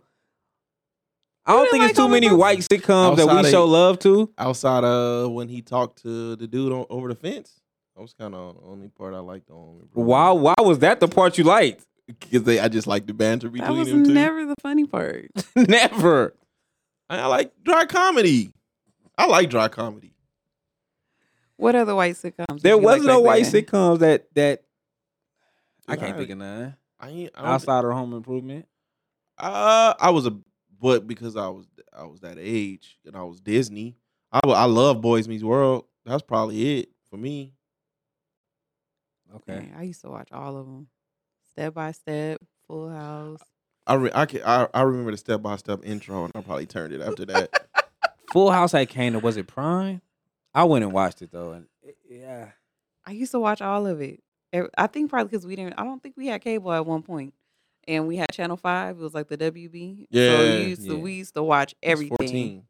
S2: I don't
S3: You didn't
S2: think
S3: like
S2: it's too
S3: Home
S2: many white
S3: Improvement?
S2: sitcoms that
S1: Outside
S2: we
S1: of-
S2: show love to.
S1: Outside of when he talked to the dude on, over the fence, that was kind of the only part I liked on.
S2: Why? Why was that the part you liked?
S1: Because they, I just like the banter between
S3: that was
S1: them two.
S3: never the funny part.
S2: Never.
S1: I like dry comedy. I like dry comedy.
S3: What other white sitcoms? did
S2: There
S3: you
S2: was
S3: like
S2: no
S3: back
S2: white
S3: then?
S2: sitcoms that that I
S1: Dude,
S2: can't think of none
S1: I ain't, I don't-
S2: outside of Home Improvement.
S1: Uh, I was a but because I was I was that age and I was Disney. I wa- I love Boys Meets World. That's probably it for me.
S2: Okay.
S3: Man, I used to watch all of them, step by step, Full House.
S1: I re- I can I, I remember the step by step intro and I probably turned it after that.
S2: Full House had Kano. Was it Prime? I went and watched it though, and it- yeah,
S3: I used to watch all of it. Ev- I think probably because we didn't. I don't think we had cable at one point, and we had Channel Five. It was like the WB. So
S1: Yeah,
S3: you used to,
S2: yeah.
S3: we used to watch
S1: I was
S3: everything.
S1: 14.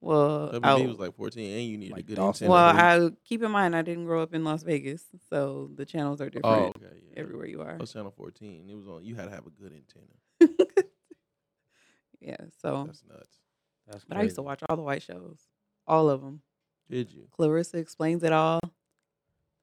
S3: Well, oh,
S1: WB
S3: I-
S1: was like 14 and you needed
S2: Like
S1: a good antenna.
S2: Dawson.
S3: well,
S1: for you.
S3: I keep in mind I didn't grow up in Las Vegas, so the channels are different
S1: Oh, okay. Yeah.
S3: everywhere you are.
S1: I was channel 14. It was on you had to have a good antenna.
S3: yeah. So,
S1: That's nuts.
S2: that's
S3: but I used to watch all the white shows, all of them.
S1: Did you?
S3: Clarissa explains it all.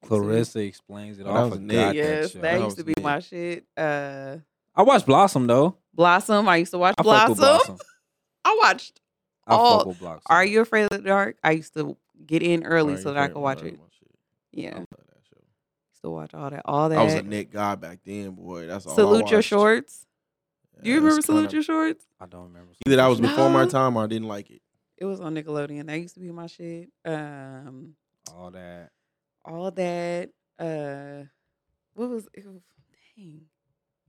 S2: Clarissa explains it
S1: Oh,
S2: all.
S1: that
S2: I
S1: was
S2: forgot
S1: Nick.
S2: that
S3: yes,
S2: show.
S3: that,
S1: That
S3: used to
S1: was
S3: be my shit. Uh,
S2: I watched Blossom though.
S3: Blossom. I used to watch
S2: I fuck
S3: Blossom.
S2: with Blossom.
S3: I watched
S2: I
S3: All-
S2: fuck with Blossom.
S3: Are You Afraid of the Dark? I used to get in early
S1: All right,
S3: so
S1: you
S3: that I
S1: turned
S3: could
S1: my
S3: watch
S1: nerve
S3: it.
S1: on shit. I
S3: Yeah.
S1: love that show.
S3: Used to watch all that. All that.
S1: Oh. I was a Nick guy back then, boy. That's all. I
S3: Salute Your
S1: watched.
S3: Shorts. Do you
S1: Yeah, that's
S3: remember Salute
S1: kinda-
S3: Your Shorts?
S2: I don't remember.
S1: Either that was before my
S3: No.
S1: time or I didn't like it.
S3: It was on Nickelodeon. That used to be my shit. Um,
S2: all that.
S3: all that. Uh, what was it? Was, dang.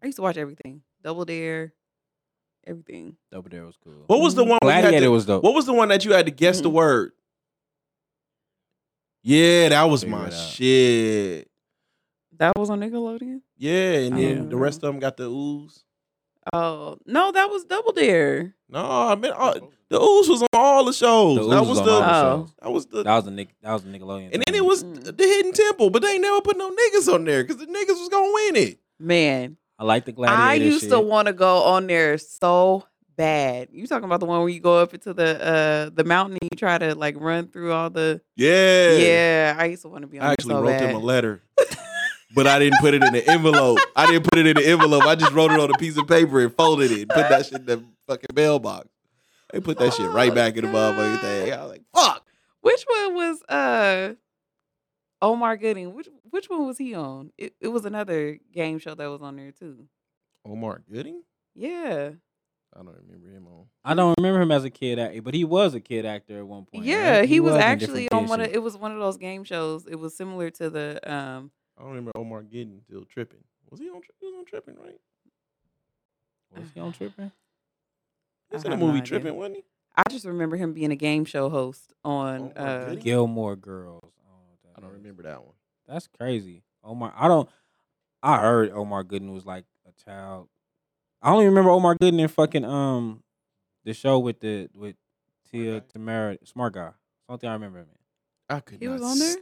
S3: I used to watch everything. Double Dare. Everything.
S2: Double Dare was cool.
S1: What was the
S3: Mm-hmm.
S1: one? where you had
S2: Gladiator
S1: to-
S2: was dope.
S1: What was the one that you had to guess the
S3: Mhm.
S1: word? Yeah, that was my
S2: Figure it out.
S1: shit.
S3: That was on Nickelodeon.
S1: Yeah, and
S3: I
S1: then
S3: don't
S1: the rest of them got the ooze.
S3: Oh no, that was Double Dare.
S1: No, I mean uh, the ooze was on all the shows.
S2: Oh. The
S1: that
S2: Ooze
S1: was
S2: on
S1: the
S2: all the
S3: Oh.
S2: shows.
S1: that was the
S2: That was the Nick. That was the Nickelodeon.
S1: and then
S2: thing.
S1: it was
S3: Mm.
S1: the hidden temple, but they ain't never put no niggas on there because the niggas was gonna win it.
S3: Man,
S2: I like the gladiator.
S3: I used
S2: shit.
S3: to want to go on there so bad. You talking about the one where you go up into the uh the mountain and you try to like run through all the
S1: Yeah,
S3: Yeah, I used to want to be on
S1: I
S3: there
S1: actually
S3: so
S1: wrote
S3: bad.
S1: them a letter, but I didn't put it in the envelope. I didn't put it in the envelope. I just wrote it on a piece of paper and folded it and put that shit in the fucking mailbox. They put that shit right
S3: Oh,
S1: back in the motherfucking
S3: God.
S1: thing. I was like, fuck.
S3: Which one was uh Omar Gooding? Which which one was he on? It, it was another game show that was on there too.
S1: Omar Gooding?
S3: Yeah.
S1: I don't remember him on.
S2: I don't remember him as a kid actor, but he was a kid actor at one point.
S3: yeah,
S2: right?
S3: he, was,
S2: in
S3: actually
S2: different
S3: on
S2: kid
S3: one of
S2: shit.
S3: it was one of those game shows. It was similar to the um
S1: I don't remember Omar Gooding till tripping. Was he on? Tri- He was on tripping, right?
S2: Was he on tripping?
S1: He was
S3: I
S1: in the
S3: have no
S1: movie
S3: idea.
S1: tripping, wasn't he?
S3: I just remember him being a game show host on
S1: Omar
S3: uh
S1: Gooding?
S2: Gilmore Girls. Oh, that
S1: I don't
S2: is-
S1: remember that one.
S2: That's crazy. Omar, I don't. I heard Omar Gooden was like a child. I only remember Omar Gooden in fucking um, the show with the with Tia
S4: Guy?
S2: Tamara Smart Guy. Something I remember him. in.
S1: I could
S3: He
S1: not
S3: was on there?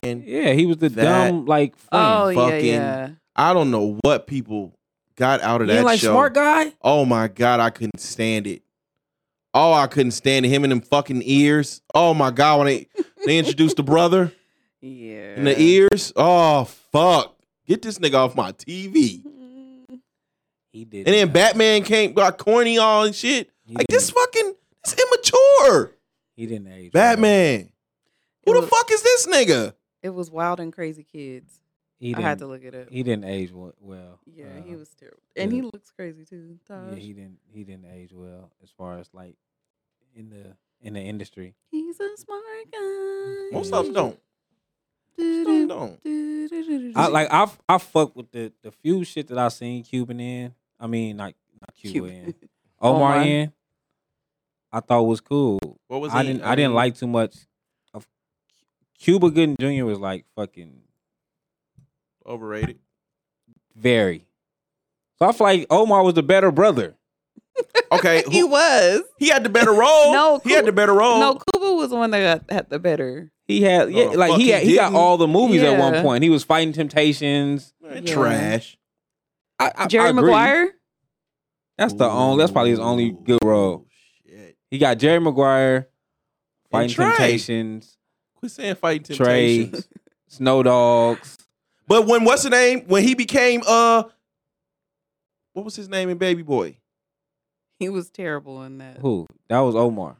S1: stand.
S2: Yeah, he was the
S1: That-
S2: dumb like.
S3: Oh
S2: friend.
S3: yeah,
S1: fucking
S3: yeah.
S1: I don't know what people got out of
S2: you
S1: that
S2: ain't like
S1: show.
S2: Smart Guy.
S1: Oh my god, I couldn't stand it. Oh, I couldn't stand it. him and them fucking ears. Oh my god, when they they introduced the brother
S3: Yeah.
S1: and the ears. Oh fuck, get this nigga off my TV.
S3: Mm.
S2: He did.
S1: And then Batman came, got corny all and shit.
S2: He
S1: Like
S2: didn't-
S1: this fucking, this immature
S2: He didn't age. well.
S1: Batman. Who
S3: It
S1: the
S3: was-
S1: fuck is this nigga?
S3: It was Wild and Crazy Kids.
S2: He
S3: I
S2: didn't.
S3: had to look it up.
S2: He didn't age wel- well.
S3: yeah,
S2: Uh,
S3: he was terrible. And he
S2: yeah.
S3: looks crazy too.
S2: Yeah,
S3: Taj.
S2: he didn't. He didn't age well as far as like in the in the industry.
S3: He's a smart guy.
S1: Most of them don't. Most of
S2: Mm-hmm.
S1: them don't.
S3: don't.
S2: I like I f- I fuck with the the few shit that I seen Cuban in. I mean, like not Cuba in. Omar
S3: Omar.
S2: in. I thought was cool.
S1: What was
S2: I
S1: he?
S2: didn't. I didn't like too much. Of Cuba Gooding Jr. was like fucking
S1: overrated.
S2: very. So I feel like Omar was the better brother.
S1: Okay,
S3: he
S1: who-
S3: was.
S1: he had the better role.
S3: No,
S1: he had the better role.
S3: No, Cuba was the one that got, had the better.
S2: He had yeah,
S1: the
S2: like
S1: Oh, fuck
S2: he
S1: he
S2: had, he got
S1: didn't.
S2: all the movies at one
S3: Yeah.
S2: point. He was fighting Temptations.
S1: Man,
S3: Yeah.
S1: Trash.
S2: I, I, I
S3: Jerry
S2: agree.
S3: Maguire.
S2: That's the only. That's probably his only good role.
S1: Ooh, Oh, Shit.
S2: He got Jerry Maguire,
S1: And
S2: Fighting
S1: Trey.
S2: Temptations,
S1: Quit saying fighting
S2: Trey.
S1: temptations.
S2: Snow Dogs.
S1: But when what's the name? When he became uh, what was his name in Baby Boy?
S3: He was terrible in that.
S2: Who? That was Omar.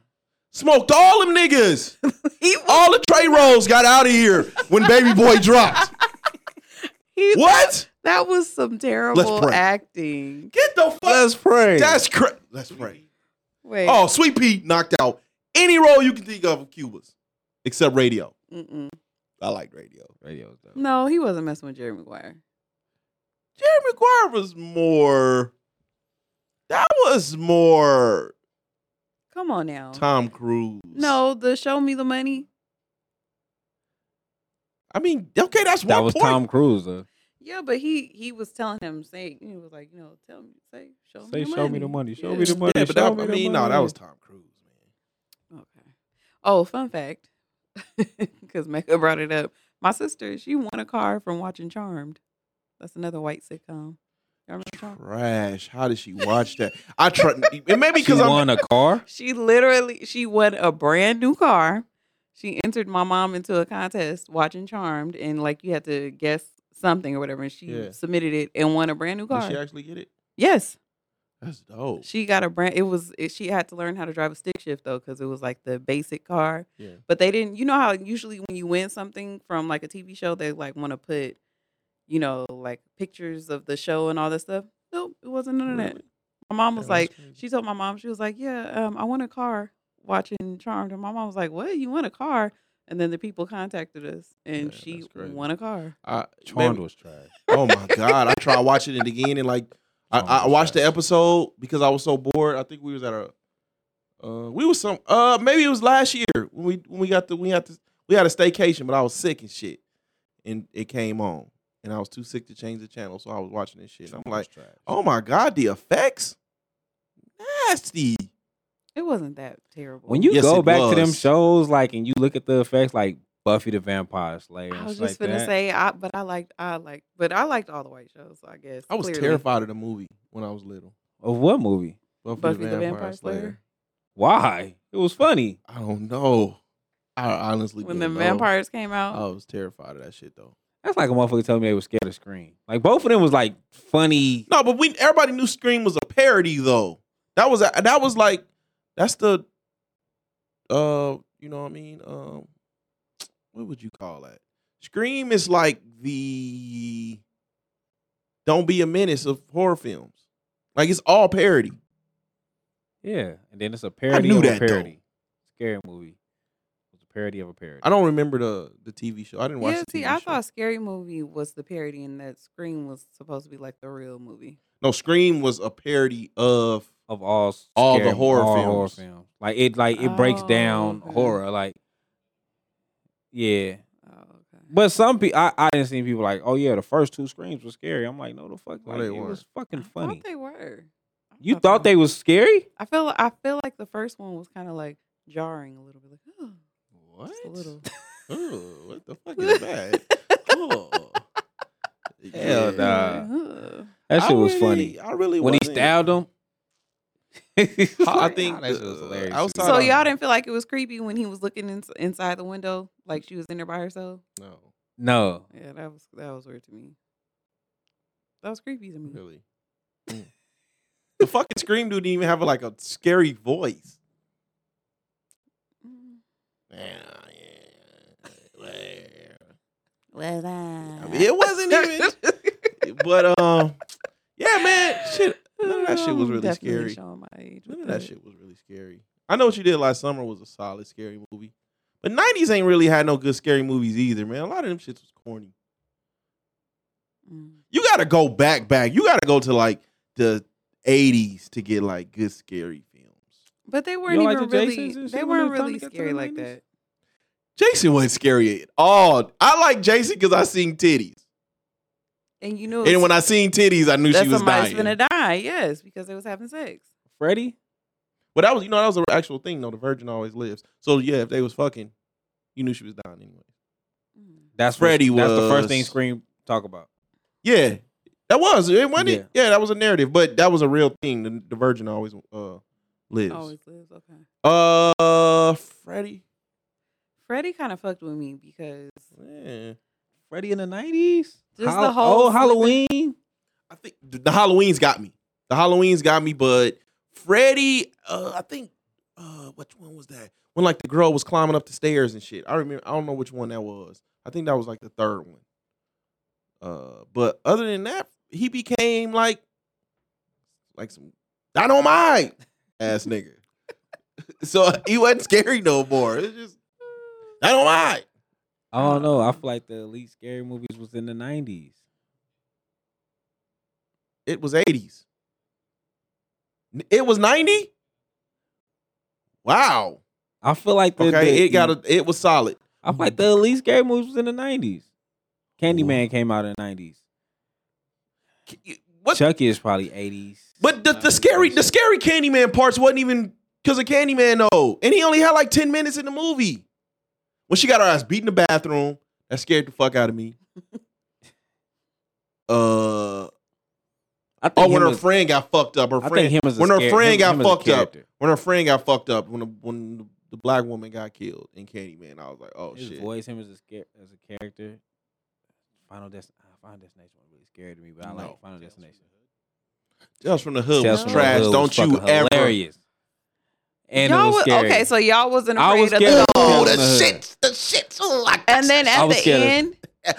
S1: Smoked all them niggas.
S3: He
S1: All the Trey rolls got out of here when Baby Boy dropped.
S3: he-
S1: What?
S3: That was some terrible
S1: pray.
S3: acting.
S1: Get the fuck.
S2: pray.
S1: that's cra- Let's pray.
S3: Wait.
S1: Oh, Sweet Pea knocked out any role you can think of of Cuba's, except radio.
S3: Mm-mm.
S1: I liked radio.
S2: radio though.
S3: No, he wasn't messing with Jerry Maguire.
S1: Jerry Maguire was more. That was more
S3: Come on now.
S1: Tom Cruise.
S3: No, the Show Me the Money.
S1: I mean, okay, that's
S2: That
S1: one
S2: was
S1: point.
S2: Tom Cruise. Though.
S3: Yeah, but he he was telling him say he was like you know tell me say show
S2: Say,
S3: me the
S2: "Show
S3: money.
S2: me the money, show
S3: Yeah.
S2: me the money."
S1: Yeah, but
S2: show
S1: that,
S2: me
S1: I
S2: the
S1: mean, no, that
S2: money.
S1: was Tom Cruise, man.
S3: Okay. Oh, fun fact, because Mega brought it up. My sister she won a car from watching Charmed. That's another white sitcom. Y'all remember Charmed?
S1: Trash. How did she watch that? I try. It may be
S2: She
S1: because I'm.
S2: won a car.
S3: She literally she won a brand new car. She entered my mom into a contest watching Charmed, and like you had to guess something or whatever, and she
S1: Yeah.
S3: submitted it and won a brand new
S1: Did
S3: car.
S1: she actually get it?
S3: yes.
S1: That's dope.
S3: She got a brand. It was it, she had to learn how to drive a stick shift though, because it was like the basic car.
S1: Yeah.
S3: But they didn't. You know how usually when you win something from like a TV show, they like want to put, you know, like pictures of the show and all that stuff. Nope, it wasn't none of that.
S1: Really?
S3: My mom was
S1: That's
S3: like,
S1: crazy.
S3: she told my mom she was like, yeah, um, I want a car watching Charmed, and my mom was like, what? You want a car? And then the people contacted us,
S1: Yeah,
S3: and
S1: that's
S3: she
S1: crazy.
S3: won a car.
S1: I,
S2: Charmed
S1: maybe-
S2: was trash.
S1: oh my god! I tried watching it again and like I,
S2: Charmed
S1: I I
S2: was
S1: watched the
S2: trash.
S1: episode because I was so bored. I think we was at a. Uh, we was some. Uh, maybe it was last year when we when we got the we had to we had a staycation, but I was sick and shit, and it came on. and I was too sick to change the channel, so I was watching this shit. And I'm like,
S2: It's trash.
S1: oh my god, the effects, nasty.
S3: It wasn't that terrible.
S2: When you
S1: Yes,
S2: go
S1: it
S2: back to them
S1: was.
S2: shows, like, and you look at the effects, like Buffy the Vampire Slayer.
S3: I
S2: and
S3: was
S2: shit
S3: just
S2: like
S3: gonna
S2: that.
S3: say, I but I liked, I liked, but I liked all the white shows. I guess
S1: I was
S3: clearly.
S1: terrified of the movie when I was little.
S2: of what movie?
S1: Buffy,
S3: Buffy the Vampire Slayer?
S2: Why? It was funny.
S1: I don't know. I honestly
S3: when the
S1: don't know.
S3: vampires came out.
S1: Oh, I was terrified of that shit though.
S2: That's like a motherfucker telling me they was scared of Scream. Like both of them was like funny.
S1: No, but we everybody knew Scream was a parody though. That was a, that was like that's the uh you know what I mean? Um what would you call that? Scream is like the don't be a menace of horror films. Like it's all parody.
S2: Yeah, and then it's a parody
S1: knew
S2: of a
S1: that, though.
S2: parody. Scary movie. It's a parody of a parody.
S1: I don't remember the the TV show. I didn't watch
S3: yeah,
S1: the
S3: see,
S1: TV
S3: I
S1: show.
S3: thought Scary Movie was the parody, and that Scream was supposed to be like the real movie.
S1: No, Scream was a parody of
S2: of all s-
S1: All the
S2: scary-
S1: horror
S2: all
S1: films.
S2: Like it, like it breaks
S3: Oh,
S2: down
S3: okay.
S2: horror. Like, yeah.
S3: Oh, okay.
S2: But some people, I, I didn't see people like, oh yeah, the first two screams were scary. I'm like, no, the fuck,
S1: No,
S2: like,
S1: they
S2: it
S1: weren't.
S2: was
S3: I
S2: fucking
S3: thought
S2: funny.
S3: they were. I
S2: you thought they was scary?
S3: I feel. I feel like the first one was kind of like jarring a little bit. Like, oh,
S1: what?
S3: just a little.
S1: Ooh, what the fuck is that? oh. Yeah.
S2: Hell nah.
S3: Ugh.
S2: That
S1: I
S2: shit was
S1: really-
S2: funny
S1: I really
S2: when he
S1: wasn't-
S2: stabbed him. It's
S1: I
S2: like,
S1: think
S2: "Ah, that shit was
S1: the-
S2: hilarious."
S1: outside
S3: So
S1: of-
S3: y'all didn't feel like it was creepy when he was looking ins inside the window, like she was in there by herself.
S1: No,
S2: no,
S3: Yeah, that was that was weird to me. That was creepy to me.
S1: really. Mm. the fucking scream dude didn't even have like a scary voice.
S3: Mm.
S1: I
S3: Well,
S1: mean, it wasn't even. But um, yeah, man, shit. None of that shit was
S3: I'm
S1: really
S3: definitely
S1: scary.
S3: showing my age
S1: None
S3: with
S1: of that shit was really scary. I know what you did last summer was a solid scary movie, but '90s ain't really had no good scary movies either, man. A lot of them shits was corny.
S3: Mm.
S1: You gotta go back, back. You gotta go to like the '80s to get like good scary films.
S3: But they weren't
S2: don't like
S3: even
S2: the Jasons
S3: really.
S2: and
S3: They
S2: shit when
S3: weren't
S2: it's time
S3: really
S2: to get to
S3: scary
S2: the
S3: like
S2: 90s?
S3: that.
S1: Jason wasn't scary at all. I like Jason because I seen titties,
S3: And you knew.
S1: and when I seen titties, I knew
S3: that
S1: she was
S3: somebody's
S1: dying.
S3: gonna die. Yes, because they was having sex.
S2: Freddy.
S1: but that was, you know, that was an actual thing. though. the virgin always lives. So yeah, if they was fucking, you knew she was dying anyway.
S3: Mm.
S2: That's what-
S1: Freddy
S2: That's the first thing
S1: was-
S2: Scream talk about.
S1: Yeah, that was it, wasn't it? Yeah, that was a narrative, but that was a real thing. The, the virgin always uh lives.
S3: Always lives. Okay.
S1: Uh, Freddie.
S3: Freddie kind of fucked with me because
S1: Yeah.
S2: Freddy in the nineties.
S3: Just the whole
S2: oh, Halloween.
S1: I think the, the Halloween's got me. The Halloween's got me, but Freddy, uh, I think, uh, which one was that? When like the girl was climbing up the stairs and shit. I remember. I don't know which one that was. I think that was like the third one. Uh, but other than that, he became like, like some dynamite ass nigga. so he wasn't scary no more. It's just dynamite.
S2: I
S1: Uh,
S2: don't know.
S1: um,
S2: I feel like the elite scary movies was in the nineties.
S1: It was eighties. It was ninety. Wow.
S2: I feel like the,
S1: Okay,
S2: the-
S1: it got a, it was solid.
S2: I feel like the elite scary movies was in the nineties. Candyman came out in the nineties.
S1: What?
S2: Chucky is probably eighties.
S1: But the, the scary the scary Candyman parts wasn't even because of Candyman though, and he only had like ten minutes in the movie. When she got her ass beat in the bathroom, that scared the fuck out of me. Uh
S2: I
S1: oh,
S2: think
S1: when
S2: him
S1: her
S2: as-
S1: friend got fucked up, her
S2: I
S1: friend
S2: think him as a
S1: when her
S2: scar-
S1: friend
S2: him-
S1: got
S2: him as a
S1: fucked up.
S2: character. when
S1: when her friend got fucked up when the, when the, the black woman got killed in Candyman, I was like, oh
S2: his
S1: shit.
S2: voice, him as a scar- as a character. Final destination. Final destination was really scary to me, but I
S1: No.
S2: like Final Destination.
S1: Tales from the Hood
S2: Tales
S1: was
S2: from the
S1: trash.
S2: Hood was
S1: Don't you
S2: fucking
S1: ever.
S2: Hilarious. And it
S3: y'all
S2: was
S3: was,
S2: scary.
S3: okay, so y'all wasn't
S2: I
S3: afraid
S2: was
S3: of
S2: scared
S3: the
S2: of Tales
S1: Oh,
S2: from
S1: the
S2: the Hood.
S1: shit, the shit. Oh, I
S3: And then
S2: I
S3: at
S2: was
S3: the
S2: scared of-
S3: end,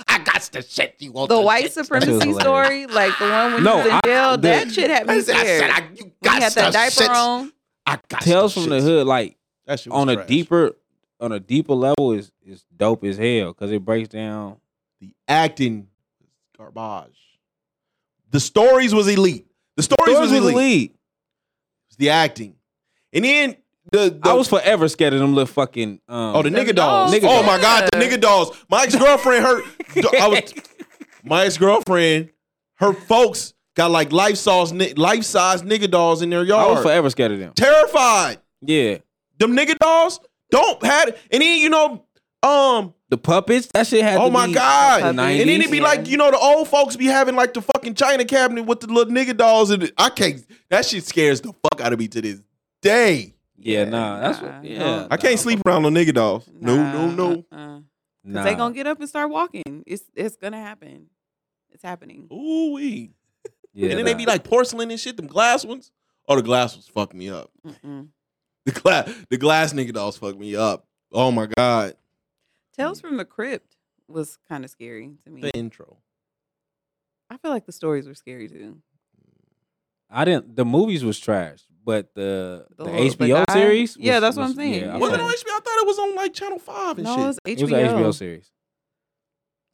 S1: I got the shit you want.
S3: the
S2: That
S3: white
S2: shit
S3: supremacy
S2: was
S3: story, like the one when
S2: No,
S3: he was in
S2: I-
S3: jail,
S2: the-
S3: that shit had me scared.
S1: you
S3: When he had that diaper on.
S1: I got
S2: Tales from the Hood, like
S1: That shit was
S2: on a
S1: trash.
S2: deeper on a deeper level is is dope as hell because it breaks down.
S1: The acting was garbage. The stories was elite. The stories, was, elite.
S2: elite.
S1: It was The acting, and then the, the
S2: I was forever scared of them little fucking. Um,
S1: oh the
S3: The
S1: nigga dolls.
S3: dolls.
S2: Nigga
S1: oh
S2: dolls.
S1: my god, the nigga dolls. My ex girlfriend hurt. I was my ex girlfriend, her folks got like life size life size nigga dolls in their
S2: I was
S1: yard.
S2: forever scared of them.
S1: Terrified.
S2: Yeah,
S1: Them nigga dolls don't had and then you know um
S2: the puppets. That shit had.
S1: Oh
S2: to
S1: my
S2: be
S1: God.
S2: the
S3: And
S1: And
S3: then
S1: then it'd
S2: 90s.
S1: be like, you know, the old folks be having like the fucking China cabinet with the little nigga dolls, and I can't. That shit scares the fuck out of me to this day.
S2: Yeah, nah, that's
S3: Nah,
S2: what, yeah.
S3: no.
S1: I can't
S2: nah.
S1: sleep around no nigga dolls. No, no, no.
S3: uh
S2: Nah.
S3: They gonna get up and start walking. It's it's gonna happen. It's happening.
S1: Ooh wee.
S2: Yeah,
S1: and then they be
S2: nah.
S1: like porcelain and shit. Them glass ones. Oh, the glass ones fuck me up.
S3: Mm-mm.
S1: The glass, the glass nigga dolls fuck me up. Oh my god. Mm.
S3: Tales from the Crypt was kind of scary to me.
S1: The intro.
S3: I feel like the stories were scary too.
S2: I didn't. The movies was trash, but the
S3: The
S2: the,
S3: little- the
S2: HBO
S3: guy?
S2: series.
S3: Yeah,
S2: was-
S3: that's what I'm
S2: was-
S3: saying.
S2: yeah, I
S3: Yeah.
S1: Was it
S2: fuck-
S1: on HBO? I thought it was on like Channel Five and
S3: No,
S1: shit.
S3: it
S2: It
S3: was
S2: was an HBO
S3: HBO.
S2: series.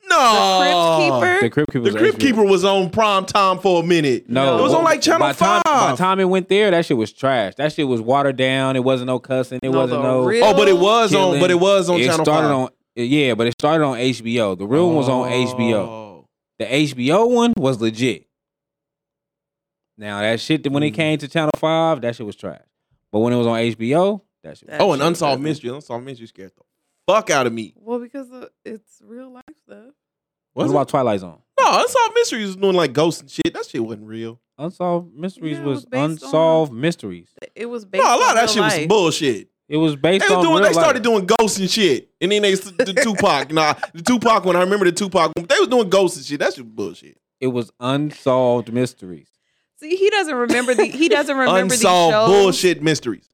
S1: no.
S2: The
S3: The Crypt Keeper.
S2: Crypt
S1: The
S2: Keeper. was
S1: Crypt
S2: HBO.
S1: Keeper was on prime time for a minute.
S2: No,
S3: It was on,
S1: like, Channel
S2: by time, By
S1: 5.
S2: the time it went there, that shit was trash. That shit was watered down. It wasn't no cussing. It
S3: No,
S2: wasn't
S3: the
S2: no.
S3: real-
S1: Oh, but it was on. But it was on
S2: it
S1: Channel
S2: started
S1: Five. Oh.
S2: on. Yeah, but it started on HBO. The real one was on HBO. The HBO one was legit. Now that shit that when it
S1: Mm.
S2: came to Channel Five, that shit was trash. But when it was on HBO, that shit.
S3: That
S1: Oh,
S3: shit
S1: an
S3: was
S1: unsolved
S3: different.
S1: mystery. Unsolved mystery scared the fuck out of me.
S3: Well, because uh, it's real life stuff.
S2: What
S1: Was
S2: about Twilight Zone?
S1: it? no unsolved mysteries was doing like ghosts and shit. That shit wasn't real.
S2: Unsolved Mysteries
S3: Yeah, it was
S2: was,
S3: based on-
S2: unsolved mysteries.
S3: It was based.
S1: No, a lot of
S3: on
S1: that
S3: real
S1: shit was
S3: life.
S1: bullshit.
S2: It was based
S1: They were
S2: on.
S1: doing.
S2: real
S1: They started
S2: life.
S1: doing ghosts and shit, and then they s- the Tupac. Nah, the Tupac one. I remember the Tupac one. They was doing ghosts and shit. That shit was bullshit.
S2: It was unsolved mysteries.
S3: See, he doesn't remember the. He doesn't remember
S1: unsolved
S3: these shows.
S1: bullshit mysteries.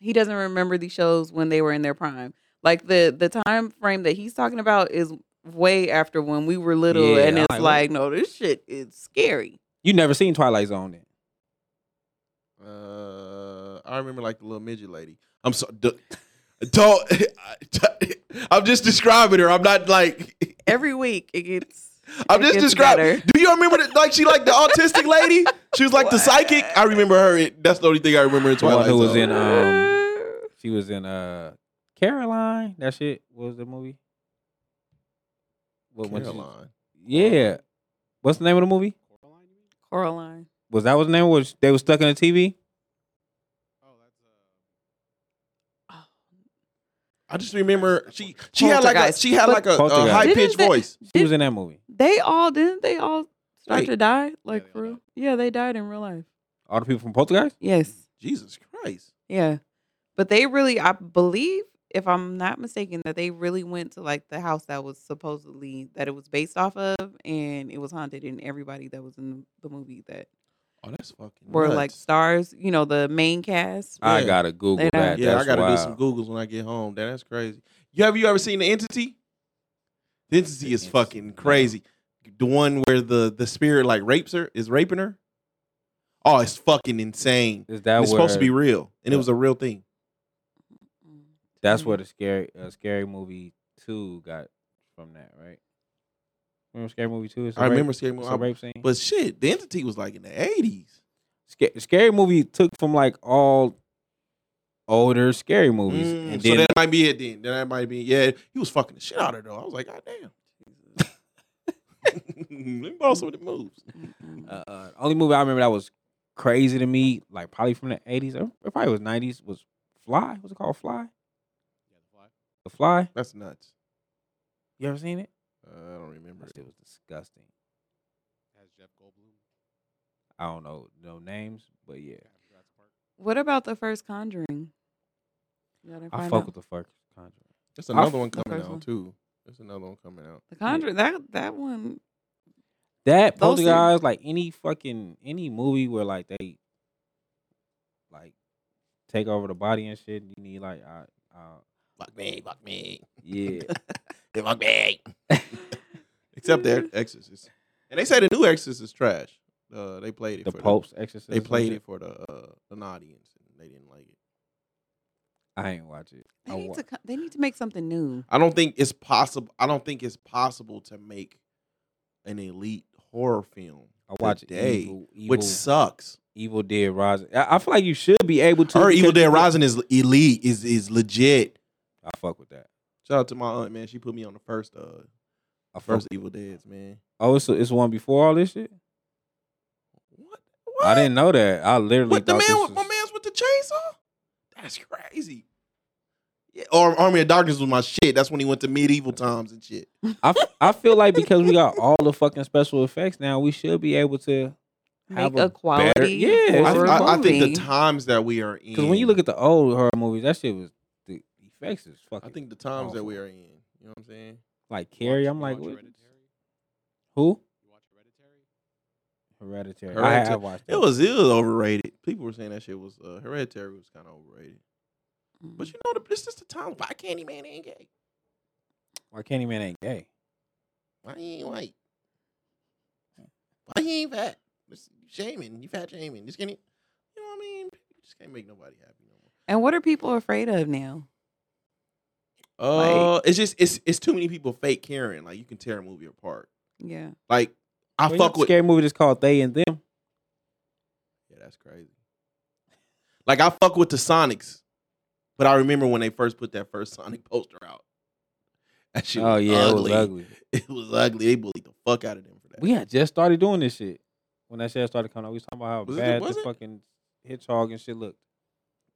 S3: He doesn't remember these shows when they were in their prime. Like the the time frame that he's talking about is way after when we were little,
S2: Yeah,
S3: and
S2: I'm
S3: it's
S2: like,
S3: like,
S2: what?
S3: no, this shit is scary.
S2: You never seen Twilight Zone then?
S1: Uh, I remember like the little midget lady. I'm so. D- don't. I'm just describing her. I'm not like.
S3: Every week it gets.
S1: I'm
S3: It
S1: just
S3: gets
S1: describing.
S3: better.
S1: Do you remember that? Like she like the autistic lady. She was like the psychic. I remember her. in- That's the only thing I remember in
S2: The one
S1: Twilight.
S2: who was
S1: Zone.
S2: in, um, She was in uh Caroline. That shit what was the movie. What when she-
S1: Caroline.
S2: yeah. What's the name of the movie?
S4: Coraline, you mean?
S3: Coraline.
S2: Was that was the name? Was they were stuck in the TV?
S4: Oh, that's uh,
S1: I just remember she she had like a
S3: Poltergeist.
S1: she had like a,
S2: Poltergeist.
S1: high pitched
S3: Didn't they-
S1: voice.
S2: She was in that movie.
S3: They all didn't. They all start
S1: Wait.
S3: to die. Like
S4: they all
S3: for real.
S4: died.
S3: Yeah, they died in real life.
S2: All the people from Poltergeist.
S3: Yes.
S1: Jesus Christ.
S3: Yeah. But they really, I believe, if I'm not mistaken, that they really went to like the house that was supposedly that it was based off of and it was haunted and everybody that was in the movie that
S1: Oh, that's fucking.
S3: were
S1: nuts.
S3: like stars, you know, the main cast.
S2: I
S1: Yeah.
S2: gotta Google
S3: They don't-
S2: that.
S1: yeah, I
S2: That's
S1: gotta do
S2: wild.
S1: some googles when I get home. Damn, that's crazy. You have you ever seen the entity? The entity
S2: The
S1: is
S2: Entity,
S1: fucking
S2: no.
S1: crazy. The one where the the spirit like rapes her is raping her. Oh, it's fucking insane.
S2: Is that
S1: And it's supposed to be
S2: where-
S1: real, and it
S2: Yeah.
S1: was a real thing.
S2: That's where the scary, uh, scary movie two got from that, right? Remember scary movie two? It's a
S1: I
S2: rape-
S1: remember scary
S2: it's
S1: movie,
S2: a rape scene.
S1: but shit, the entity was like in the eighties.
S2: Sca- scary movie took from like all older scary movies, and
S1: Mm, so
S2: then
S1: that might be it. Then Then that might be yeah. He was fucking the shit out of her though. I was like, God damn. Let me borrow some of the moves.
S3: Mm-mm.
S2: uh, uh, only movie I remember that was crazy to me, like probably from the eighties or it probably was nineties, was Fly. What's it called? Fly.
S4: yeah, the fly.
S2: The Fly.
S1: That's nuts.
S2: You ever seen it?
S1: Uh, I don't remember.
S2: That shit was disgusting.
S4: It has Jeff Goldblum.
S2: I don't know no names, but yeah,
S4: Yeah, that's part.
S3: what about the first Conjuring? Y'all didn't
S2: I
S3: find
S2: fuck
S3: out?
S2: with the fuck Conjuring.
S1: There's
S2: I-
S1: another one
S3: the
S1: coming
S3: first one.
S1: out too. There's another one coming out.
S3: the Conjuring. That that one.
S2: That
S3: Those two-
S2: Poltergeist, like any fucking any movie where like they like take over the body and shit, you need like I, uh,
S1: Fuck me, fuck me,
S2: yeah,
S1: fuck me. Except the Exorcist, and they say the new Exorcist is trash. Uh, they played it.
S2: the
S1: for
S2: Pope's exorcist.
S1: they
S2: and
S1: played
S2: shit.
S1: it for the uh, an audience, and they didn't like it.
S2: I ain't watch it.
S3: They
S2: I
S3: need,
S2: wa-
S3: to, co- they need to make something new.
S1: I don't think it's possible. I don't think it's possible to make an elite horror film.
S2: I watch
S1: today,
S2: Evil, Evil,
S1: which sucks.
S2: Evil Dead Rising. I, I feel like you should be able to.
S1: Her Evil
S2: because
S1: Dead
S2: people-
S1: Rising is elite. Is is legit.
S2: I fuck with that.
S1: Shout out to my aunt, man. She put me on the first uh
S2: I fuck,
S1: first Evil Deads, man.
S2: Oh, it's it's one before all this shit.
S1: What? what?
S2: I didn't know that. I literally
S1: What the
S2: thought
S1: man?
S2: this
S1: with
S2: was-
S1: My man's with the chainsaw. That's crazy. Yeah, or Army of Darkness was my shit. That's when he went to medieval times and shit.
S2: I, f- I feel like because we got all the fucking special effects now, we should be able to
S3: Make
S2: Have
S3: a,
S2: a
S3: quality.
S2: better- yeah,
S1: I,
S2: Or
S1: I- I think the
S3: movie.
S1: times that we are in.
S2: because when you look at the old horror movies, that shit was the effects is
S1: I
S2: fucking.
S1: think the times that
S2: awful.
S1: we are in. You know what I'm saying?
S2: like Carrie, I'm like
S4: you watch
S2: what?
S4: Hereditary?
S2: who?
S4: You watch Hereditary?
S2: Hereditary. I
S1: Hereditary.
S2: have watched that.
S1: It was it was overrated. People were saying that shit was uh, hereditary was kind of overrated.
S3: Mm.
S1: But you know, the, this is the time. Why Candyman ain't gay?
S2: Why Candyman ain't gay?
S1: Why he ain't white? Why he ain't fat? It's shaming. You fat shaming. Just can't. e, You know what I mean? You just can't make nobody happy no more.
S3: and what are people afraid of now?
S1: Uh, it's just it's it's too many people fake caring. Like you can tear a movie apart.
S3: Yeah.
S1: Like I
S2: Well, you know,
S1: fuck
S2: the
S1: with.
S2: scary movie that's called They and Them.
S1: Yeah, that's crazy. Like I fuck with the Sonics, but I remember when they first put that first Sonic poster out. That shit.
S2: Oh
S1: was
S2: yeah,
S1: ugly.
S2: it was ugly.
S1: It was ugly. They bullied the fuck out of them for that.
S2: We had just started doing this shit when that shit started coming out. We was talking about how
S1: Was it-
S2: bad
S1: was
S2: the
S1: it?
S2: fucking hedgehog and shit looked.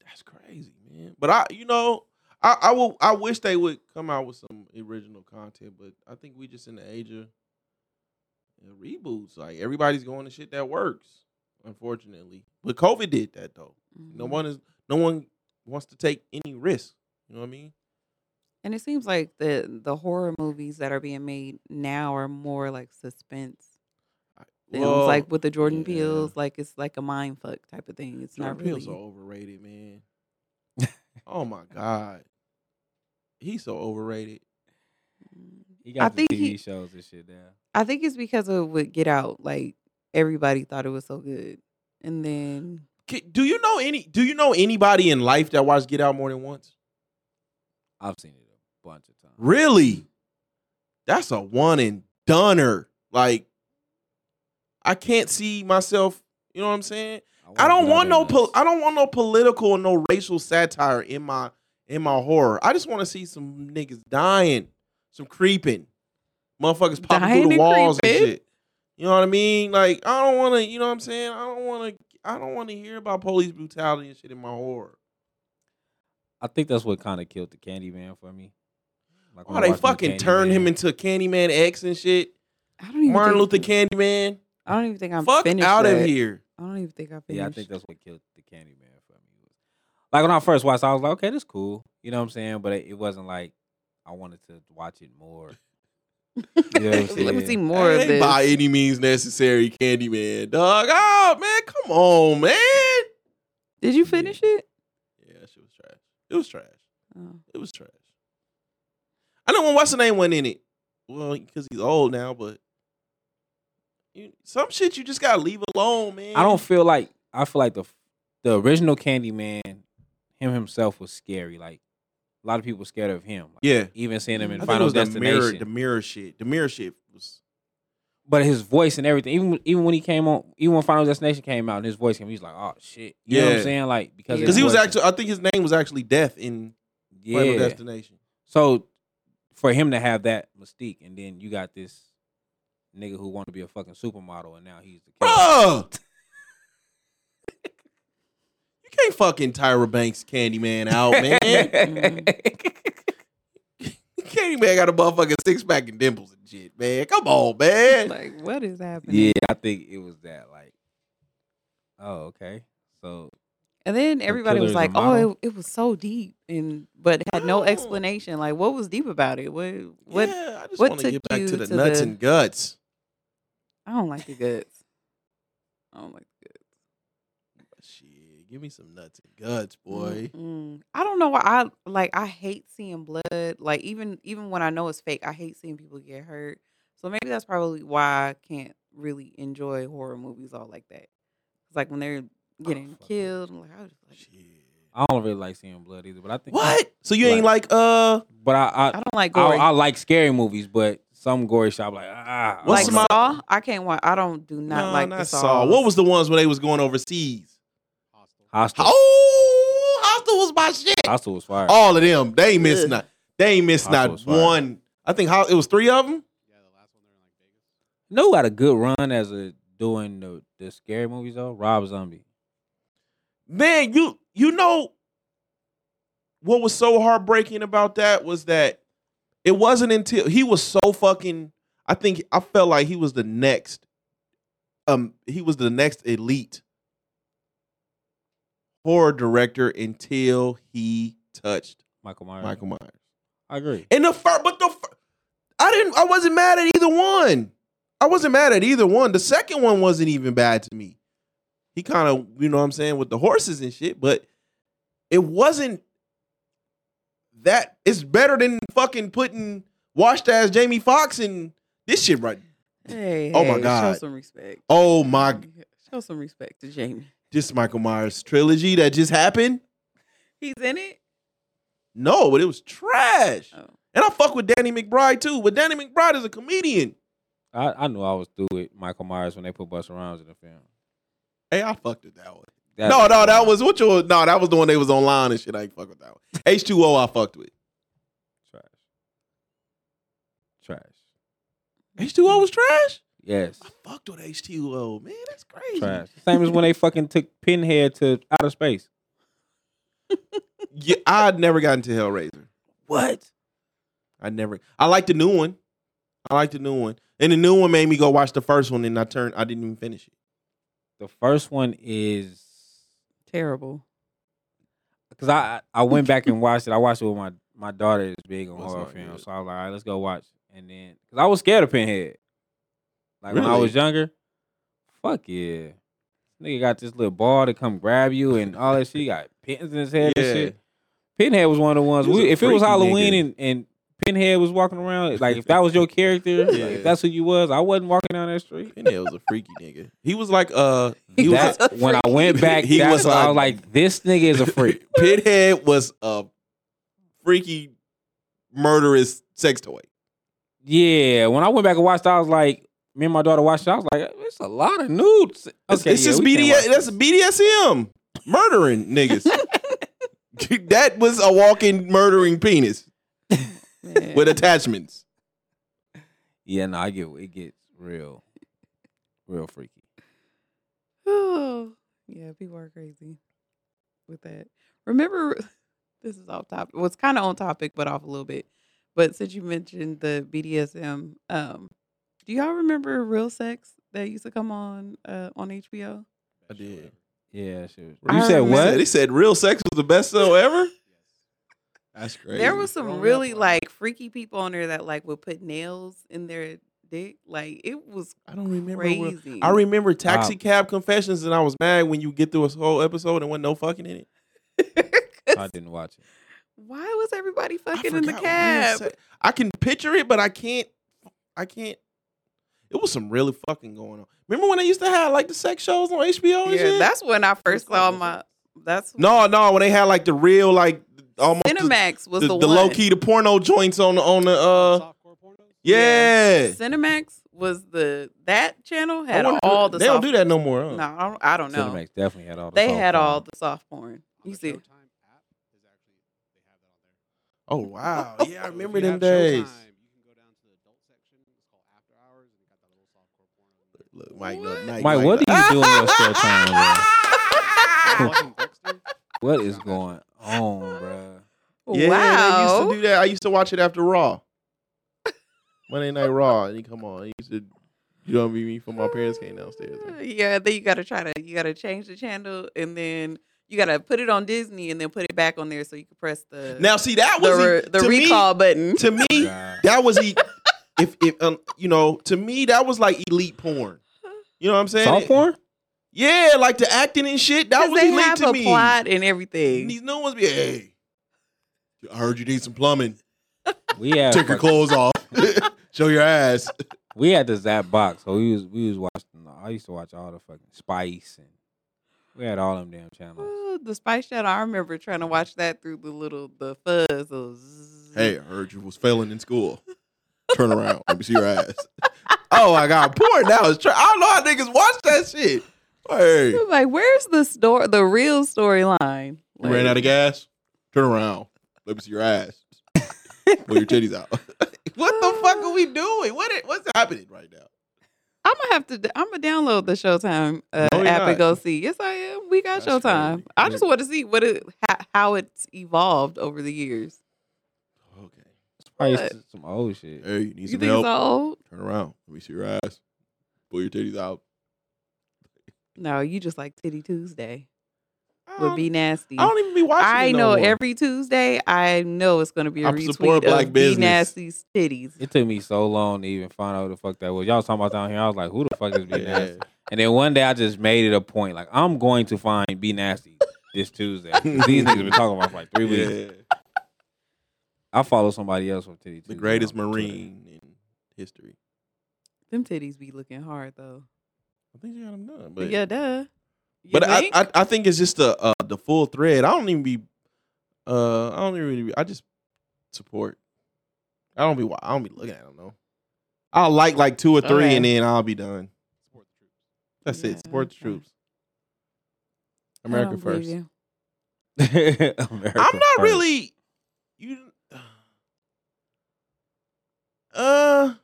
S1: That's crazy, man. But I, you know, I, I will. I wish they would come out with some original content, but I think we just in the age of uh, reboots. Like everybody's going to shit that works, unfortunately. But COVID did that though. No
S2: Mm-hmm.
S3: Mhm.
S1: one is. No one wants to take any risk. You know what I mean?
S3: And it seems like the the horror movies that are being made now are more like suspense films,
S1: Well,
S3: like with the Jordan
S1: yeah.
S3: Peele's, like it's like a mind fuck type of thing. It's
S1: Jordan
S3: not really.
S1: Peele's so overrated, man. oh my god, he's so overrated.
S3: Mm.
S2: He
S3: I
S2: got the
S3: think
S2: TV
S3: he-
S2: shows and shit now.
S3: I think it's because of what Get Out. Like everybody thought it was so good, and then
S1: Ki- Do you know any? Do you know anybody in life that watched Get Out more than once?
S2: I've seen it a bunch of times.
S1: Really? That's a one and doneer. Like, I can't see myself. You know what I'm saying? I don't want no.
S2: pull.
S1: pol- I don't want no political and no racial satire in my in my horror. I just want to see some niggas dying, some creeping, motherfuckers popping
S3: Dying
S1: through the
S3: and
S1: walls
S3: creeping?
S1: and shit. You know what I mean? Like, I don't want to. You know what I'm saying? I don't want to. I don't want to hear about police brutality and shit in my horror.
S2: I think that's what kind of killed the Candyman for me. Like
S1: Oh,
S2: when I
S1: they
S2: watched the
S1: fucking turned him
S2: Candyman,
S1: into Candyman X and shit.
S3: I don't even
S1: Martin
S3: think,
S1: Luther Candyman.
S3: I don't even think I'm
S1: Fuck
S3: finished
S1: out of
S3: yet.
S1: here.
S3: I don't even think I finished.
S2: Yeah, I think that's what killed the Candyman for me. Like when I first watched, I was like, okay, this cool. You know what I'm saying? But it, it wasn't like I wanted to watch it more. You know what I'm
S3: Let
S2: saying?
S3: me see more
S1: That
S3: of
S1: ain't
S3: this.
S1: by any means necessary, Candyman, dog. Oh man, come on, man.
S3: Did you
S2: Yeah.
S3: finish it?
S1: Yeah, that shit was trash. It was trash.
S3: Oh.
S1: It was trash. I know when what's the name went in it. Well, because he's old now, but you, some shit you just gotta leave alone, man.
S2: I don't feel like I feel like the the original Candyman, him himself was scary. Like a lot of people were scared of him. Like,
S1: Yeah,
S2: Even seeing him
S3: I
S2: in
S1: I think it
S2: Final
S1: was the mirror,
S2: Destination,
S1: the mirror shit. The mirror shit was.
S2: but his voice and everything. Even even when he came on, even when Final Destination came out and his voice came, he was like, "Oh shit!" You know what
S1: Yeah.
S2: I'm saying? Like because
S1: Because
S2: his
S1: he was
S2: voice-
S1: actually, I think his name was actually Death in
S2: yeah.
S1: Final Destination.
S2: So for him to have that mystique, and then you got this nigga who wanted to be a fucking supermodel, and now he's the killer.
S1: Bruh! you can't fucking Tyra Banks Candyman out, man. Candyman got a motherfucking six pack and dimples and shit, man. Come on, man.
S3: Like what is happening?
S2: yeah, I think it was that. Like, oh okay, so
S3: And then everybody
S2: killer
S3: was
S2: is a
S3: like, "Oh,
S2: model?
S3: it, it was so deep," and but had no
S1: No.
S3: explanation. Like, what was deep about it? What? What?
S1: yeah, I just
S3: what
S1: want to
S3: took
S1: get back
S3: you
S1: to the
S3: to
S1: nuts
S3: the-
S1: and guts.
S3: I don't like the goods. I don't like the goods,
S1: Shit, give me some nuts and guts, boy.
S3: Mm-mm. I don't know why I like. I hate seeing blood. Like even even when I know it's fake, I hate seeing people get hurt. So maybe that's probably why I can't really enjoy horror movies all like that. It's like when they're getting
S2: fuck with
S3: killed. I'm like, I was just Mm. like,
S1: Oh, Shit.
S2: I don't really like seeing blood either. But I think
S1: What? So you ain't like uh
S2: But I
S3: I
S2: I
S3: don't like
S2: I,
S3: gory.
S2: I like scary movies, but some gory shit. I'm like ah. I
S1: What's
S3: like
S2: don't know.
S1: my-
S3: Saw, I can't watch. I don't do not
S1: nah,
S3: like the
S1: not
S3: Saw.
S1: Saw. What was the ones when they was going overseas?
S4: Hostel.
S2: Hostel?
S1: Oh, Hostel was my shit.
S2: Hostel was fire.
S1: All of them, they missed
S3: Ugh.
S1: not. They missed
S2: Hostel
S1: not
S2: was fire.
S1: one. I think how it was three of them.
S4: Yeah, the last one they're in like Vegas.
S2: You know who had a good run as a doing the, the scary movies though? Rob Zombie.
S1: man, you you know what was so heartbreaking about that was that it wasn't until he was so fucking I think I felt like he was the next um he was the next elite horror director until he touched
S2: Michael Myers.
S1: Michael Myers.
S2: I agree.
S1: And the first, but the fir- I didn't. I wasn't mad at either one. I wasn't mad at either one. The second one wasn't even bad to me. He kind of, you know, what I'm saying with the horses and shit, but it wasn't that. It's better than fucking putting washed ass Jamie Foxx and this shit right.
S3: Hey,
S1: Oh my
S3: hey,
S1: God.
S3: Show some respect.
S1: Oh my,
S3: Show some respect to Jamie.
S1: this Michael Myers trilogy that just happened.
S3: He's in it.
S1: No, but it was trash.
S3: Oh.
S1: And I fuck with Danny McBride too, but Danny McBride is a comedian.
S2: I, I knew I was through with Michael Myers when they put Buster Rhymes in the film.
S1: Hey, I fucked with that one.
S2: That-
S1: no, no, that was what your no, that was the one they was online and shit. I ain't fuck with that one. H two O, I fucked with.
S2: trash. Trash.
S1: H two O was trash.
S2: Yes.
S1: I fucked with H two O, man. That's crazy.
S2: Trash. Same as when they fucking took Pinhead to outer space.
S1: Yeah, I'd never gotten to Hellraiser.
S2: What?
S1: I never. I like the new one. I like the new one, and the new one made me go watch the first one, and I turned. I didn't even finish it.
S2: The first one is
S3: Terrible.
S2: because I I went back and watched it. I watched it with my my daughter is big on
S1: That's
S2: horror
S1: not
S2: films,
S1: good.
S2: so I was like, all right, let's go watch. And then because I was scared of Pinhead, like when I
S1: Really?
S2: was younger. Fuck yeah, nigga got this little ball to come grab you and all that shit. He got pins in his head
S1: Yeah.
S2: and shit. Pinhead was one of the ones.
S1: He was
S2: We,
S1: a
S2: if it was
S1: freaky
S2: Halloween
S1: nigga.
S2: and, and Pinhead was walking around, like if that was your character, like,
S1: Yeah.
S2: if that's who you was, I wasn't walking down that street.
S1: Pinhead was a freaky nigga. He was like, uh, he was.
S2: That- when I went back,
S1: He
S2: he
S1: was
S2: was I
S1: a-
S2: was like, this nigga is a freak.
S1: Pinhead was a freaky, murderous sex toy.
S2: Yeah, when I went back and watched, I was like, me and my daughter watched. it, I was like, it's a lot of nudes.
S1: Okay, it's
S2: yeah,
S1: just
S2: we can't
S1: BDS.
S2: watch
S1: That's
S2: this.
S1: BDSM murdering niggas. that was a walking murdering penis
S3: Man.
S1: with attachments.
S2: yeah. No, I get it gets real, real freaky.
S3: yeah, people are crazy with that. Remember, this is off topic. Well, it's kind of on topic, but off a little bit. But since you mentioned the BDSM, um, do y'all remember Real Sex that used to come on uh, on HBO?
S1: I did.
S2: Yeah, that shit. was-
S3: I
S2: You said
S3: remember-
S1: He said,
S2: what?
S1: he said real sex was the best show ever. That's crazy.
S3: There was some
S4: Growing up
S3: really
S4: on it.
S3: like freaky people on there that like would put nails in their dick. Like it was
S1: I don't remember. Real-
S3: crazy.
S1: I remember Taxi
S2: Wow.
S1: Cab Confessions, and I was mad when you get through a whole episode and wasn't no fucking in it.
S3: 'Cause
S2: I didn't watch it.
S3: why was everybody
S1: I
S3: fucking in the
S1: forgot real
S3: cab?
S1: sex- I can picture it, but I can't. I can't. It was some really fucking going on. Remember when they used to have like the sex shows on HBO? And
S3: Yeah,
S1: shit?
S3: that's when I first saw
S1: called
S3: my. That's
S1: No, no, when they had like the real like almost the-
S3: Cinemax was
S1: the,
S3: the,
S1: the
S3: one.
S1: low key the porno joints on the on the uh
S4: Softcore pornos?
S1: yeah.
S3: Cinemax was the that channel
S1: I
S3: had
S1: wonder-
S3: all the.
S1: they
S3: soft,
S1: don't do that no more. Huh?
S3: No, I don't, I don't know.
S2: Cinemax definitely had all. The
S3: they
S2: soft
S3: had
S2: porn.
S3: all the soft porn.
S4: On
S3: You
S4: the
S3: see,
S4: Showtime app is actually they have that on there.
S1: Oh wow, yeah, I
S4: So if
S1: remember
S4: you
S1: them
S4: have
S1: days.
S4: Showtime, you can go down to the adult section. It's called After Hours, and they got that little softcore porn. on there.
S1: Look, Mike,
S3: What?
S1: no, Mike,
S2: Mike, what
S1: no.
S2: do you do in your spare time? Bro?
S4: You're watching Dexter?
S2: What is going on, bro?
S1: Yeah, they used
S3: wow.
S1: to do that. I used to watch it after Raw, Monday Night Raw, and he come on. He used to, you know, what I mean, before my parents came downstairs.
S3: Uh, Yeah, then you gotta try to you gotta change the channel and then you gotta put it on Disney and then put it back on there so you can press the
S1: Now, see, that was
S3: the,
S1: e-
S3: the
S1: to me-
S3: recall button.
S1: to me,
S2: God.
S1: that was e- if if um, you know, to me, that was like elite porn. You know what I'm saying?
S2: Soft porn?
S1: Yeah, like the acting and shit. That
S3: 'Cause
S1: was
S3: they
S1: elite
S3: have
S1: to
S3: a
S1: me.
S3: plot and
S1: And
S3: everything.
S1: These new ones be hey. I heard you need some plumbing.
S2: We had
S1: Take your
S2: fucking-
S1: clothes off. Show your ass.
S2: we had the Zap box, so we was we was watching. I used to watch all the fucking Spice and we had all them damn channels.
S3: Oh, the Spice Channel. I remember trying to watch that through the little the fuzz. the zzz.
S1: Hey, I heard you was failing in school. Turn around. Let me see your ass. oh my god, porn now is tra- I don't know how niggas watch that shit. Hey.
S3: I'm like, where's the story? The real storyline.
S1: You ran
S3: Like,
S1: out of gas? Turn around. Let me see your ass. Pull your titties out. what the fuck are we doing? What is, what's happening right now?
S3: I'm gonna have to. I'm gonna download the Showtime uh,
S1: No, you're
S3: app
S1: not.
S3: and go see. Yes, I am. We got
S2: That's
S3: Showtime.
S2: crazy.
S3: I
S2: We-
S3: just want to see what it, how, how it's evolved over the years.
S1: Okay.
S2: Probably
S3: What?
S2: s- some old shit.
S1: Hey, you need
S3: You
S1: some
S3: think
S1: help?
S3: it's old?
S1: Turn around. Let me see your ass. Pull your titties out.
S3: No, you just like Titty Tuesday
S1: I
S3: would be nasty.
S1: Um, don't even be watching.
S3: I
S1: it
S3: know
S1: no more.
S3: every Tuesday. I know it's gonna be a
S1: I'm
S3: retweet
S1: support black
S3: of B
S1: business.
S3: Nasty's titties.
S2: It took me so long to even find out who the fuck that was. Y'all was talking about down here. I was like, who the fuck is B
S1: Yeah.
S2: Nasty? And then one day I just made it a point. Like, I'm going to find B Nasty this Tuesday. 'Cause These niggas been talking about it for like three weeks.
S1: yeah.
S2: I follow somebody else from Titty
S1: The
S2: Tuesday
S1: greatest
S2: on Twitter.
S1: Marine in history.
S3: Them titties be looking hard though.
S1: I think she got them done. But,
S3: yeah, duh. You
S1: but I,
S3: think?
S1: I I think it's just the uh, the full thread. I don't even be uh I don't even really be, I just support. I don't be wa- I don't be looking at them though. I'll like like two or three and
S3: Okay.
S1: then I'll be done.
S4: Support the troops.
S1: That's
S3: Yeah,
S1: it. Support the
S3: okay.
S1: troops.
S3: I
S1: America
S3: don't believe
S1: first.
S3: you.
S2: America
S1: I'm not
S2: first.
S1: really you uh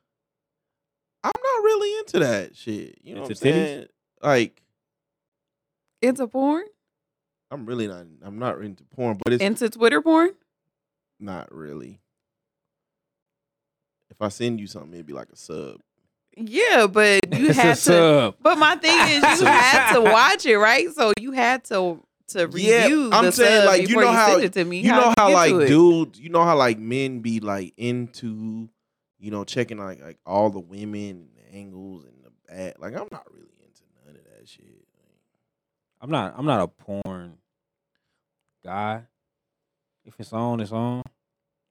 S1: I'm not really into that shit. You know what
S2: Into
S1: I'm saying? Like
S3: Into porn?
S1: I'm really not I'm not into porn, but it's
S3: Into Twitter porn?
S1: not really. If I send you something, it'd be like a sub.
S3: Yeah, but you
S2: It's a
S3: had to.
S2: sub.
S3: But my thing is, you had to watch it, right? So you had to to
S1: Yeah,
S3: review
S1: I'm
S3: the
S1: saying,
S3: sub
S1: like, you
S3: before
S1: know
S3: you
S1: how-
S3: send it to me.
S1: You know
S3: did
S1: how
S3: get
S1: like
S3: to it?
S1: dudes, you know how like men be like into, you know, checking like like all the women and the angles and the back. Like I'm not really into none of that shit.
S2: I'm not. I'm not a porn guy. If it's on, it's on.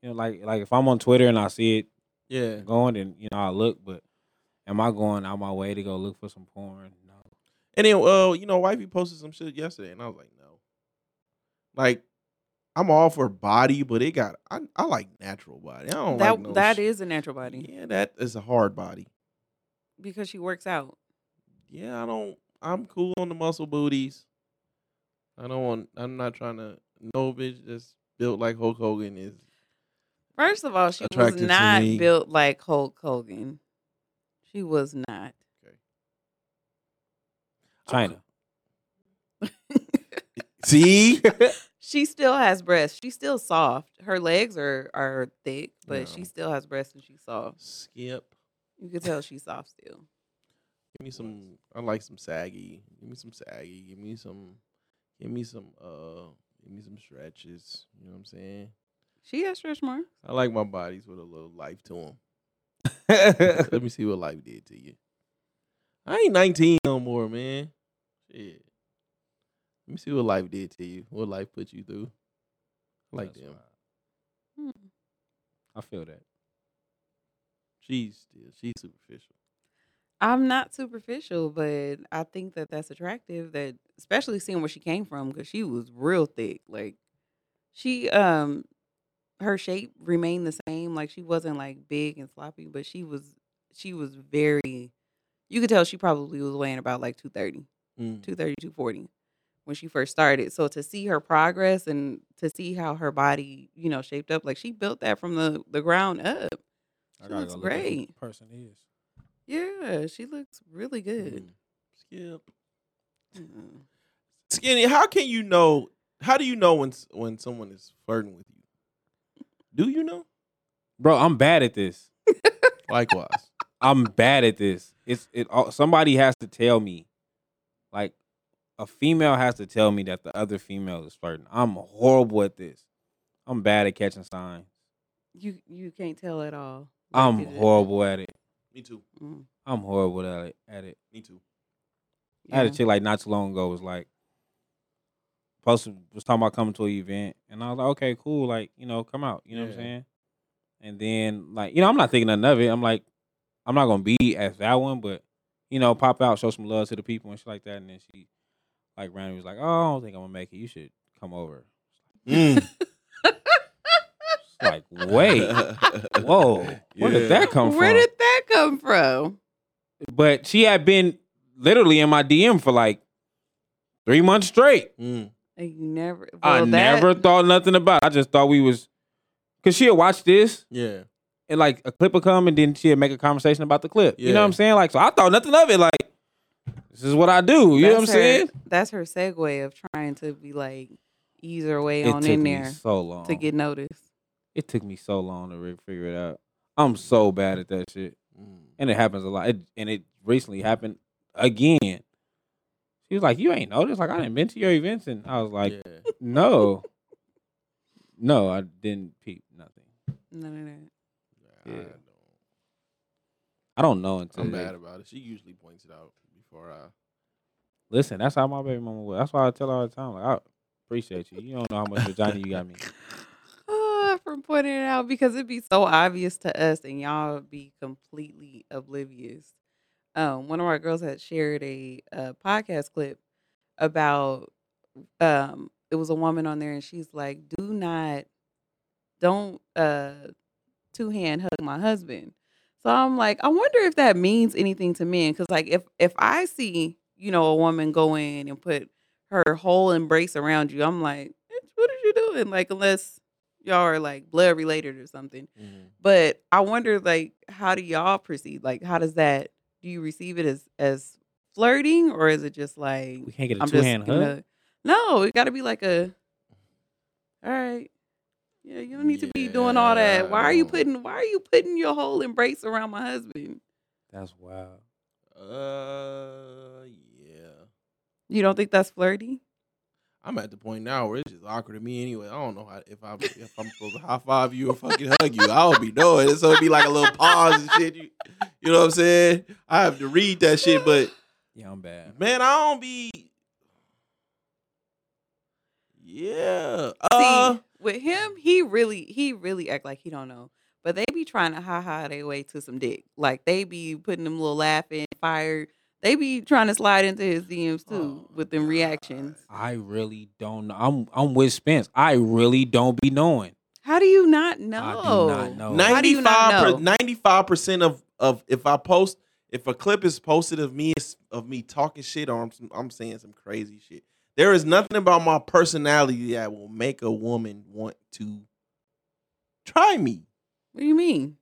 S2: You know, like like if I'm on Twitter and I see it
S1: Yeah.
S2: going, then you know I look. But am I going out my way to go look for some porn? No.
S1: And then uh, you know, wifey posted some shit yesterday and I was like, no. Like, I'm all for body, but it got I, I like natural body. I don't
S3: that
S1: like no
S3: that
S1: sh-
S3: is a natural body
S1: Yeah, that is a hard body.
S3: because she works out.
S1: yeah, I don't. I'm cool on the muscle booties. I don't want. I'm not trying to. No bitch that's built like Hulk Hogan is.
S3: First of all, she
S1: Attractive
S3: was
S1: to
S3: not
S1: me.
S3: built like Hulk Hogan. She was not.
S2: China.
S1: See,
S3: She still has breasts. She's still soft. Her legs are are thick, but
S1: Yeah.
S3: she still has breasts and she's soft.
S1: skip.
S3: You can tell she's soft still.
S1: Give me some. I like some saggy. Give me some saggy. Give me some. Give me some. Uh. Give me some stretches. You know what I'm saying?
S3: She has stretch marks.
S1: I like my bodies with a little life to them.
S2: China.
S1: Let me see what life did to you. I ain't 19 no more, man. Shit. Let me see what life did to you. What life put you through. I Like
S2: That's
S1: them.
S2: wild.
S3: Hmm.
S2: I feel that.
S1: She's still, she's superficial.
S3: I'm not superficial, but I think that that's attractive. That especially seeing where she came from, because she was real thick. Like she, um, her shape remained the same. Like she wasn't like big and sloppy, but she was she was very. You could tell she probably was weighing about like 230,
S1: Mm.
S3: 230, 240 when she first started. So to see her progress and to see how her body, you know, shaped up, like she built that from the the ground up.
S2: I
S3: She
S2: gotta
S3: looks
S2: go look at who
S3: great.
S2: the Person is.
S3: Yeah, she looks really good.
S1: Mm. Skip.
S3: Mm.
S1: Skinny, how can you know? How do you know when s- when someone is flirting with you? Do you know?
S2: Bro, I'm bad at this.
S1: Likewise.
S2: I'm bad at this. It's it. all- Somebody has to tell me, like, a female has to tell me that the other female is flirting. I'm horrible at this. I'm bad at catching signs.
S3: You you can't tell at all. Like,
S2: I'm
S3: it is-
S2: horrible at it.
S1: Me too.
S3: Mm,
S2: I'm horrible at it. At it.
S1: Me too.
S2: I had a
S3: yeah.
S2: chick like not too long ago was like, posted was talking about coming to an event, and I was like, okay, cool, like you know, come out, you know what I'm
S1: Yeah.
S2: saying? And then like you know, I'm not thinking nothing of it. I'm like, I'm not gonna be at that one, but you know, pop out, show some love to the people and shit like that. And then she like randomly was like, oh, I don't think I'm gonna make it. You should come over.
S1: Mm.
S2: It's like, wait, whoa, where did that come from?
S3: Where did that come from?
S2: but she had been literally in my DM for like three months straight.
S1: Mm.
S3: And you never.
S2: I
S3: well, that-
S2: never thought nothing about. it. I just thought we was, cause she'll watch this
S1: Yeah.
S2: and like a clip would come and then she'd make a conversation about the clip. You know
S1: Yeah.
S2: what I'm saying? Like so I thought nothing of it. Like this is what I do. You know what I'm
S3: That's her-
S2: saying?
S3: That's her segue of trying to be like ease her way
S2: It
S3: on
S2: took
S3: in
S2: me
S3: there
S2: so long.
S3: to get noticed.
S2: it took me so long to re- figure it out. I'm so bad at that shit.
S1: Mm.
S2: and it happens a lot. It, and it recently happened again. She was like, "You ain't noticed? Like I didn't been to your events?" And I was like,
S1: yeah.
S2: "No, no, I didn't peep nothing.
S3: None of that.
S2: Yeah. I don't know until
S1: I'm
S2: they-
S1: mad about it. She usually points it out before I.
S2: listen. That's how my baby mama was. That's why I tell her all the time. Like I appreciate you. You don't know how much vagina you got me.
S3: Ah, from pointing it out because it'd be so obvious to us and y'all would be completely oblivious. Um, one of our girls had shared a, uh podcast clip about um, it was a woman on there and she's like, "Do not, don't uh, two hand hug my husband." So I'm like, I wonder if that means anything to men because like if if I see you know a woman go in and put her whole embrace around you, I'm like, "Bitch, what are you doing? Like unless y'all are like blood related or something. But I wonder like how do y'all perceive? Like how does that do you receive it as as flirting or is it just like
S2: We can't get a
S3: I'm
S2: two
S3: just
S2: hand hug.
S3: gonna- No, it gotta be like a all right. Yeah, you don't need to be doing all
S1: Yeah,
S3: that. Why are you
S1: no.
S3: putting why are you putting your whole embrace around my husband?
S2: That's wild.
S1: Uh, yeah.
S3: You don't think that's flirty?
S1: I'm at the point now where it's just awkward to me anyway. I don't know how, if I'm if I'm supposed to high five you or fucking hug you. I don't be knowing. It's gonna be like a little pause and shit. You, you know what I'm saying? I have to read that shit, but
S2: Yeah, I'm bad.
S1: man, I don't be. Yeah.
S3: See,
S1: Uh,
S3: with him, he really, he really act like he don't know. But they be trying to ha ha their way to some dick. Like they be putting them little laughing fire. They be trying to slide into his DMs too
S1: Oh,
S3: with them
S1: God.
S3: reactions.
S2: I really don't know. I'm I'm with Spence. I really don't be knowing.
S3: How do you not know?
S2: not know.
S3: How do you not
S1: 95
S3: know?
S1: percent of of if I post if a clip is posted of me it's of me talking shit or I'm I'm saying some crazy shit. There is nothing about my personality that will make a woman want to try me.
S3: What do you mean?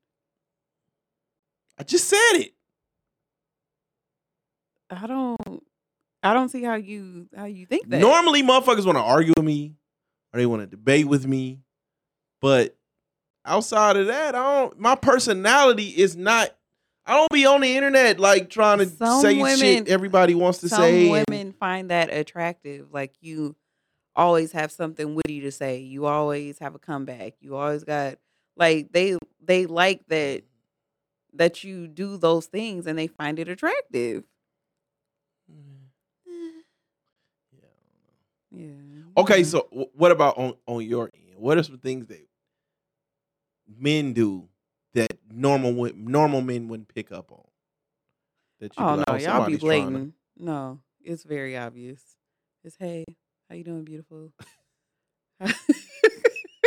S1: I just said it.
S3: I don't. I don't see how you how you think that.
S1: Normally motherfuckers want to argue with me or they want to debate with me. But outside of that, I don't my personality is not I don't be on the internet like trying to
S3: Some
S1: say
S3: women-
S1: shit everybody wants to
S3: some
S1: say. and-
S3: women find that attractive like you always have something witty to say you always have a comeback you always got like they they like that that you do those things and they find it attractive
S1: Yeah.
S3: yeah
S1: Okay, so wh- what about on on your end? What are some things that men do that normal wo- normal men wouldn't pick up on? That be
S3: oh no
S1: like,
S3: y'all be
S1: somebody's trying to-
S3: blatant no it's very obvious it's hey how you doing beautiful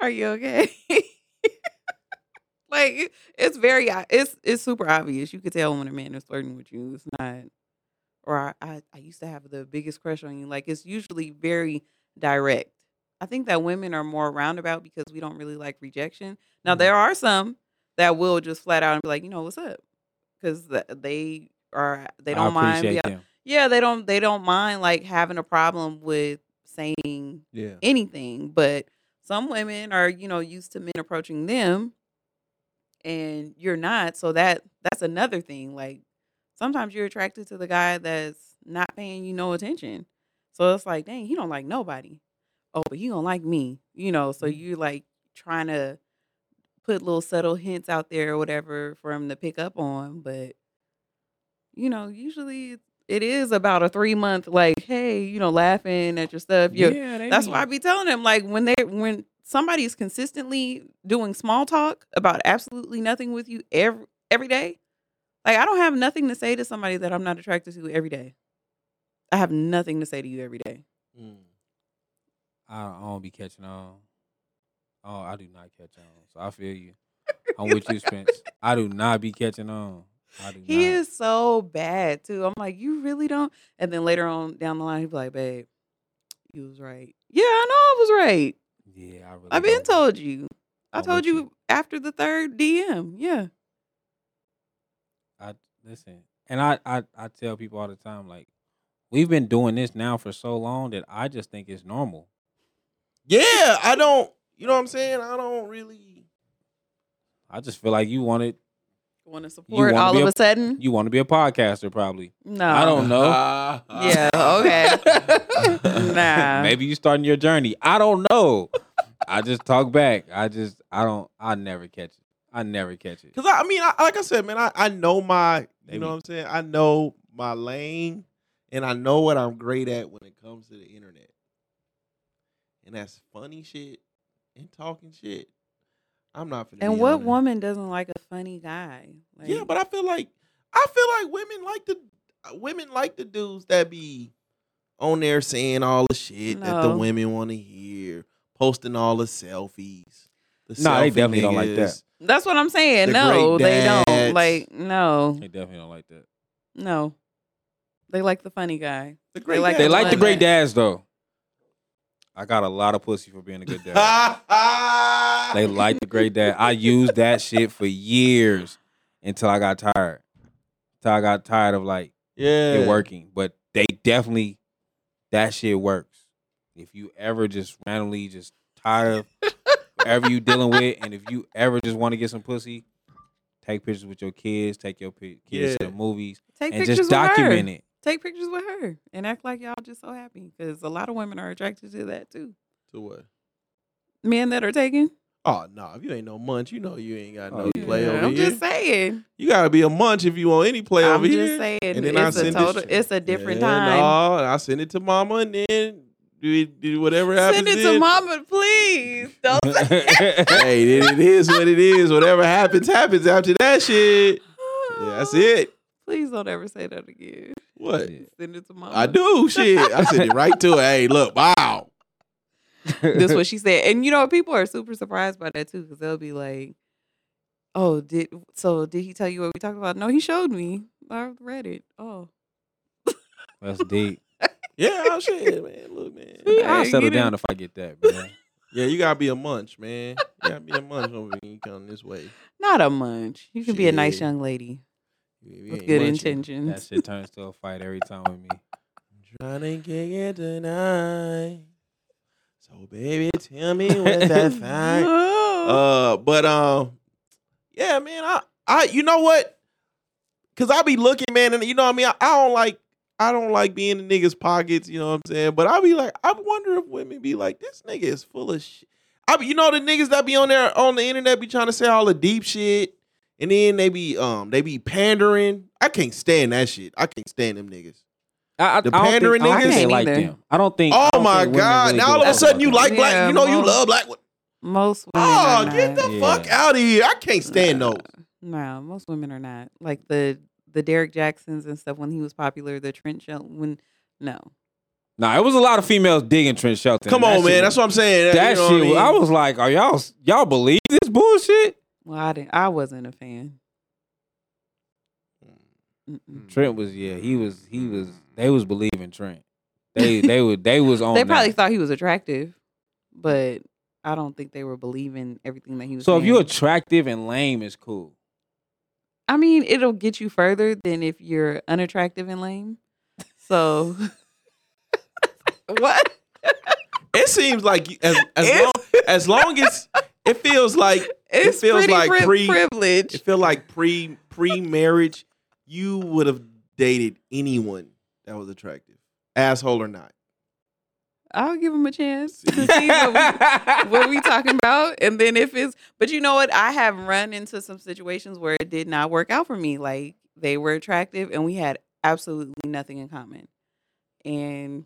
S3: are you okay like it- it's very o- it's it's super obvious you could tell when a man is flirting with you it's not or I, I i used to have the biggest crush on you like it's usually very direct i think that women are more roundabout because we don't really like rejection now
S2: Mm-hmm.
S1: Mhm.
S3: there are some that will just flat out and be like you know what's up because they are they don't
S2: I
S3: mind
S2: appreciate
S3: yeah,
S2: them.
S3: yeah they don't they don't mind like having a problem with saying
S1: Yeah.
S3: anything, but some women are, you know, used to men approaching them and you're not. So that that's another thing. Like sometimes you're attracted to the guy that's not paying you no attention. So it's like, dang, he don't like nobody. Oh, but he don't like me. You know, so you're like trying to put little subtle hints out there or whatever for him to pick up on, but you know, usually it is about a three month like, hey, you know, laughing at your stuff. You're,
S2: yeah they
S3: that's
S2: be-
S3: why I be telling them like when they when somebody's consistently doing small talk about absolutely nothing with you every every day, like I don't have nothing to say to somebody that I'm not attracted to every day. I have nothing to say to you every day.
S1: Mm.
S2: I I don't be catching on. Oh, I do not catch on. So I feel you. I'm with you, Spence. I do not be catching on. I do
S3: He
S2: not.
S3: is so bad too. I'm like, you really don't. And then later on down the line, he'd be like, babe, you was right. Yeah, I know I was right.
S2: Yeah, I really.
S3: I've been
S2: don't.
S3: told you. I
S2: I'm
S3: told
S2: with
S3: you,
S2: you.
S3: after the third DM. Yeah.
S2: I listen, and I, I I tell people all the time like we've been doing this now for so long that I just think it's normal.
S1: Yeah, I don't. You know what I'm saying? I don't really.
S2: I just feel like you wanted
S3: Want to support
S2: wanna
S3: all
S2: be
S3: of
S2: a-
S3: a sudden?
S2: you want to be a podcaster probably.
S3: No.
S2: I don't know.
S3: Oh,
S1: Ah, Uh,
S3: Yeah, okay. Nah.
S2: Maybe you starting your journey. I don't know. I just talk back. I just I don't I never catch it. I never catch it.
S1: Cause I, I mean, I, like I said, man, I, I know my, you
S2: Maybe.
S1: know what I'm saying. I know my lane, and I know what I'm great at when it comes to the internet, and that's funny shit and talking shit. I'm not. finna
S3: And
S1: be
S3: what
S1: on there.
S3: woman doesn't like a funny guy? Like,
S1: Yeah, but I feel like I feel like women like the women like the dudes that be on there saying all the shit that the
S3: No.
S1: women want to hear, posting all the selfies. The
S2: Nah, they
S1: selfie
S2: definitely don't like that.
S1: niggas.
S3: that's what I'm saying.
S1: The
S3: no,
S1: great
S3: they
S1: dads.
S3: don't. Like, no,
S2: They definitely don't like that.
S3: no. They like the funny guy.
S1: The great dads
S3: like
S2: They
S3: Yeah,
S2: like the
S3: why
S2: great
S3: not?
S2: dads though. I got a lot of pussy for being a good dad. They like the great dad. I used that shit for years until I got tired. Until I got tired of like
S1: yeah,
S2: it working. But they definitely that shit works. If you ever just randomly just tired of whatever you dealing with, and if you ever just want to get some pussy, take pictures with your kids, take your pi- kids to
S1: Yeah.
S2: the movies,
S3: Take
S2: and
S3: pictures
S2: just document
S3: with her.
S2: it.
S3: Take pictures with her and act like y'all just so happy because a lot of women are attracted to that too.
S1: To what?
S3: Men that are taken.
S1: Oh no! If you ain't no munch, you know you ain't got no
S2: Oh, yeah.
S1: play over
S3: I'm
S1: here.
S3: just saying.
S1: you gotta be a munch if you want any play
S3: I'm
S1: over
S3: just
S1: here.
S3: saying.
S1: And then I
S3: It's a
S1: send this
S3: total.
S1: shit.
S3: It's a different
S1: Yeah,
S3: time.
S1: No, and I send it to mama, and then do, do whatever happens.
S3: Send it to
S1: then.
S3: mama, please. Don't.
S1: hey, then it is what it is. Whatever happens, happens after that shit. Yeah, that's it.
S3: Please don't ever say that again.
S1: What?
S3: Send it to mama.
S1: I do shit. I send it right to her. Hey, look, wow.
S3: That's what she said. And you know, people are super surprised by that too, because they'll be like, "Oh, did so? Did he tell you what we talked about? No, he showed me. I read it. Oh,
S2: That's deep.
S1: Yeah, oh shit, man. Look, man.
S3: See?
S2: I'll
S3: you
S2: settle
S3: didn't-
S2: down if I get that, man.
S1: Yeah, you gotta be a munch, man. You gotta be a munch over when you come this way.
S3: not a munch. You can be a nice
S1: Shit.
S3: young lady
S1: You- you
S3: with
S1: ain't
S3: good
S1: munching.
S3: intentions.
S2: That shit turns to a fight every time with me.
S1: Trying to get it tonight. So baby, tell me what's that fine.
S3: Oh.
S1: Uh, but um, yeah, man, I, I, you know what? Cause I be looking, man, and you know what I mean. I, I don't like, I don't like being in niggas' pockets. You know what I'm saying? But I be like, I wonder if women be like, this nigga is full of shit. I, be, you know, the niggas that be on there on the internet be trying to say all the deep shit, and then they be um, they be pandering. I can't stand that shit. I can't stand them niggas.
S2: I, I,
S1: The
S2: I don't
S1: pandering
S2: think, I don't think
S3: niggas?
S2: they like
S3: I can't
S2: them. I don't think. I
S1: Oh
S2: don't
S1: my
S2: think women
S1: god!
S2: really
S1: now
S2: give
S1: all of a
S2: fuck
S1: sudden
S2: about
S1: you
S2: that.
S1: like black.
S3: Yeah,
S1: you know you
S3: most-
S1: love black. wo-
S3: Most women.
S1: Oh,
S3: are
S1: get
S3: not.
S1: the fuck out of here! I can't stand
S3: Nah.
S1: those.
S3: No, most women are not like the the Derek Jacksons and stuff when he was popular. The Trent Shel- when no,
S2: Nah, it was a lot of females digging Trent Shelton.
S1: Come
S2: That
S1: on,
S2: shit
S1: man.
S2: was-
S1: That's what I'm saying.
S2: that
S1: You know
S2: shit.
S1: what I mean?
S2: I was like, are y'all y'all believe this bullshit?
S3: well I didn't. I wasn't a fan. Mm-mm.
S2: Trent was yeah. He was he was. They was believing Trent. They they were they was on.
S3: they probably
S2: that.
S3: thought he was attractive, but I don't think they were believing everything that he was.
S2: So if
S3: saying.
S2: you attractive and lame, it's cool.
S3: I mean, it'll get you further than if you're unattractive and lame. So what?
S1: It seems like you- as as long as long as it feels like
S3: It's
S1: feels
S3: pretty
S1: like
S3: pri-
S1: pre-
S3: privilege.
S1: it feel like pre pre marriage, you would have dated anyone that was attractive, asshole or not.
S3: I'll give him a chance to see what we what we talking about and then if it's but you know what i have run into some situations where it did not work out for me like they were attractive and we had absolutely nothing in common and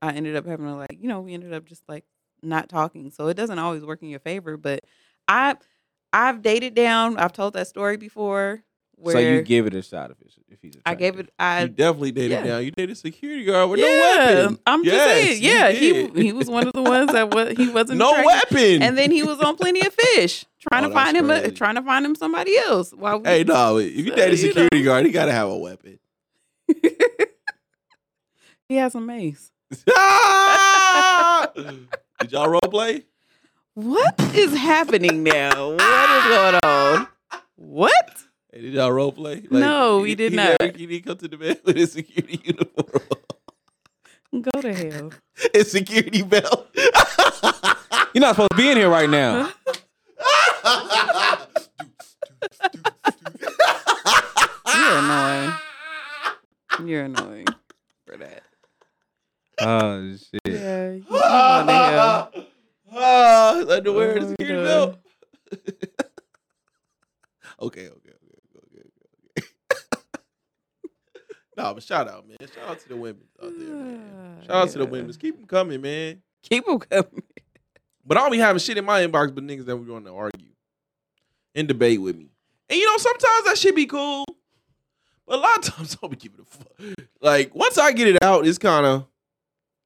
S3: i ended up having to like you know we ended up just like not talking so it doesn't always work in your favor but i i've dated down i've told that story before where
S2: so you give it a shot if it's if he's. Attractive.
S3: i gave it
S1: You
S3: i
S1: definitely dated
S3: yeah.
S1: now. You dated security guard with
S3: yeah,
S1: no weapon.
S3: I'm just
S1: Yes,
S3: saying.
S1: you
S3: Yeah, he
S1: did.
S3: he was one of the ones that was he wasn't
S1: No
S3: attracted-
S1: weapon.
S3: and then he was on plenty of fish trying
S1: Oh,
S3: to
S1: that's
S3: find him a,
S1: crazy.
S3: trying to find him somebody else while we,
S1: hey, no, if you
S3: So,
S1: dated
S3: you know.
S1: security guard, he gotta have a weapon.
S3: he has a mace
S1: Did y'all role play?
S3: what is happening now? What is going on? What?
S1: Hey, did y'all role play?
S3: No, we
S1: he-
S3: did
S1: he
S3: not.
S1: Never, he didn't come to the bed with his security uniform,
S3: Go to hell.
S1: his security belt.
S2: You're not supposed to be in here right now.
S3: You're annoying. You're annoying for that.
S2: oh shit.
S3: Yeah. you can go to hell.
S1: Ah, his underwear and his
S3: Oh,
S1: security
S3: God.
S1: belt. okay, okay, okay, okay, okay, okay. nah, but shout out, man. Shout out to the women out there, man. Shout out to the
S3: Yeah.
S1: women. Keep them coming, man.
S3: Keep them coming.
S1: But I don't be having shit in my inbox but niggas that were going to argue and debate with me. And you know, sometimes that shit be cool. But a lot of times I don't be giving a fuck. Like, once I get it out, it's kind of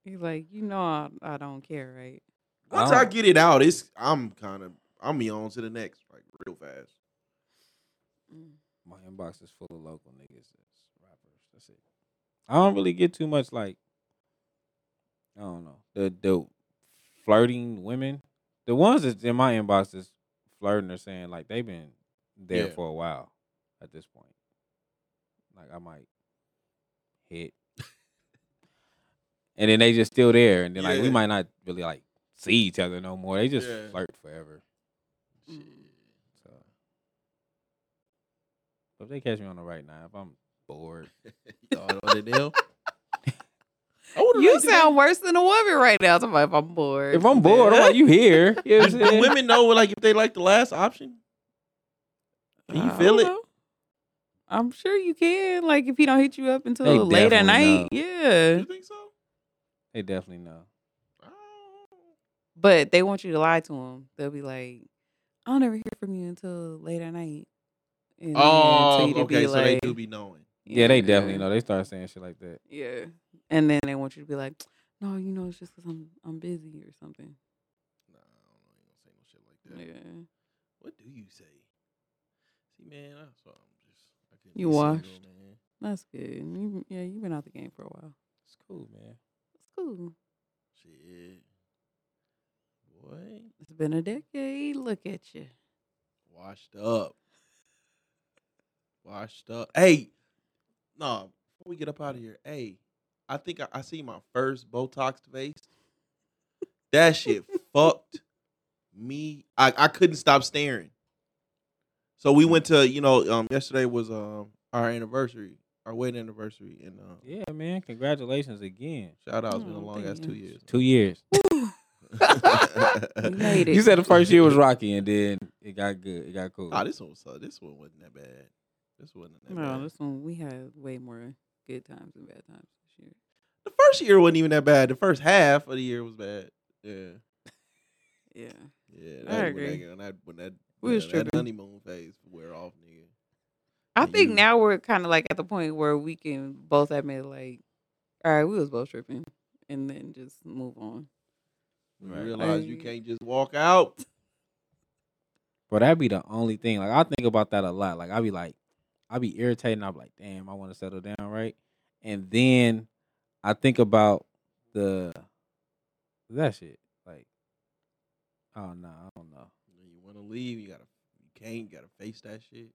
S3: He's like, you know, I, I don't care, right?
S1: once
S2: Oh.
S1: I get it out, it's I'm kind of I'm be on to the next, like real fast.
S2: My inbox is full of local niggas. That's rappers. That's it. I don't really get too much like. I don't know the the flirting women. The ones that's in my inbox is flirting or saying like they've been there
S1: Yeah.
S2: for a while at this point. Like I might hit, and then they just still there, and then like we
S1: Yeah.
S2: might not really like see each other no more. They just
S1: Yeah.
S2: flirt forever.
S3: Mm.
S2: So but if they catch me on the right now, if I'm bored,
S1: Y'all know the deal. I would've
S3: You
S1: liked to
S3: sound worse than a woman right now. Somebody, if I'm bored.
S2: if I'm bored, I'm like, you here? You
S1: know-
S2: know what I'm
S1: Do
S2: saying?
S1: women know like if they like the last option? Can you
S3: I
S1: feel
S3: don't
S1: it?
S3: know. I'm sure you can. Like if he don't hit you up until
S2: They
S3: late at
S2: definitely
S3: night,
S2: know.
S3: yeah.
S1: You think so?
S2: They definitely know.
S1: I don't
S3: But they want you to lie to him. They'll be like, "I'll never hear from you until late at night." And
S1: know.
S3: then- so you to
S1: Oh, okay.
S3: be
S1: so they
S3: like-
S1: do be knowing.
S2: Yeah, they definitely know. They start saying shit like that.
S3: Yeah, and then they want you to be like, "No, you know, it's just because I'm I'm busy or something."
S1: Nah, I don't know. You don't say no shit like
S3: Yeah,
S1: that. What do you say? See, man, I saw him just. I couldn't
S3: You
S1: be single,
S3: washed.
S1: man.
S3: that's good. You, yeah, you've been out the game for a while.
S2: It's cool, man.
S3: It's cool.
S1: Shit. Boy,
S3: It's been a decade. Look at you.
S1: washed up. Washed up. Hey, no, before we get up out of here, hey, I think I, I see my first Botox face. That shit fucked me. I, I couldn't stop staring. So we went to, you know, um, yesterday was um our anniversary, our wedding anniversary, and um,
S2: Yeah, man. Congratulations again.
S1: shout out, it's been a
S3: Oh,
S1: long ass
S3: thank
S1: two
S3: you.
S1: years.
S2: Two years.
S3: You made it.
S2: You said the first year was rocky, and then it got good. It got cool.
S1: Oh, this one was uh, this one wasn't that bad. This wasn't that
S3: No,
S1: bad.
S3: this one we had way more good times than bad times this year.
S1: The first year wasn't even that bad. The first half of the year was bad. Yeah,
S3: Yeah.
S1: yeah.
S3: I
S1: that-
S3: agree.
S1: When that, when that,
S3: We
S1: yeah,
S3: was
S1: that
S3: tripping.
S1: honeymoon phase wear off, nigga.
S3: I
S1: And
S3: think
S1: you-
S3: now we're kind of like at the point where we can both admit, like, all right, we was both tripping, and then just move on.
S1: When
S2: Right.
S1: You realize you
S3: Hey.
S1: can't just walk out.
S2: But that'd be the only thing. Like I think about that a lot. Like I'd be like, I'd be irritated. I'm like, damn, I want to settle down, right? And then I think about the that shit. Like, oh no, I don't know.
S1: When you want to leave, you gotta, you can't, you gotta face that shit.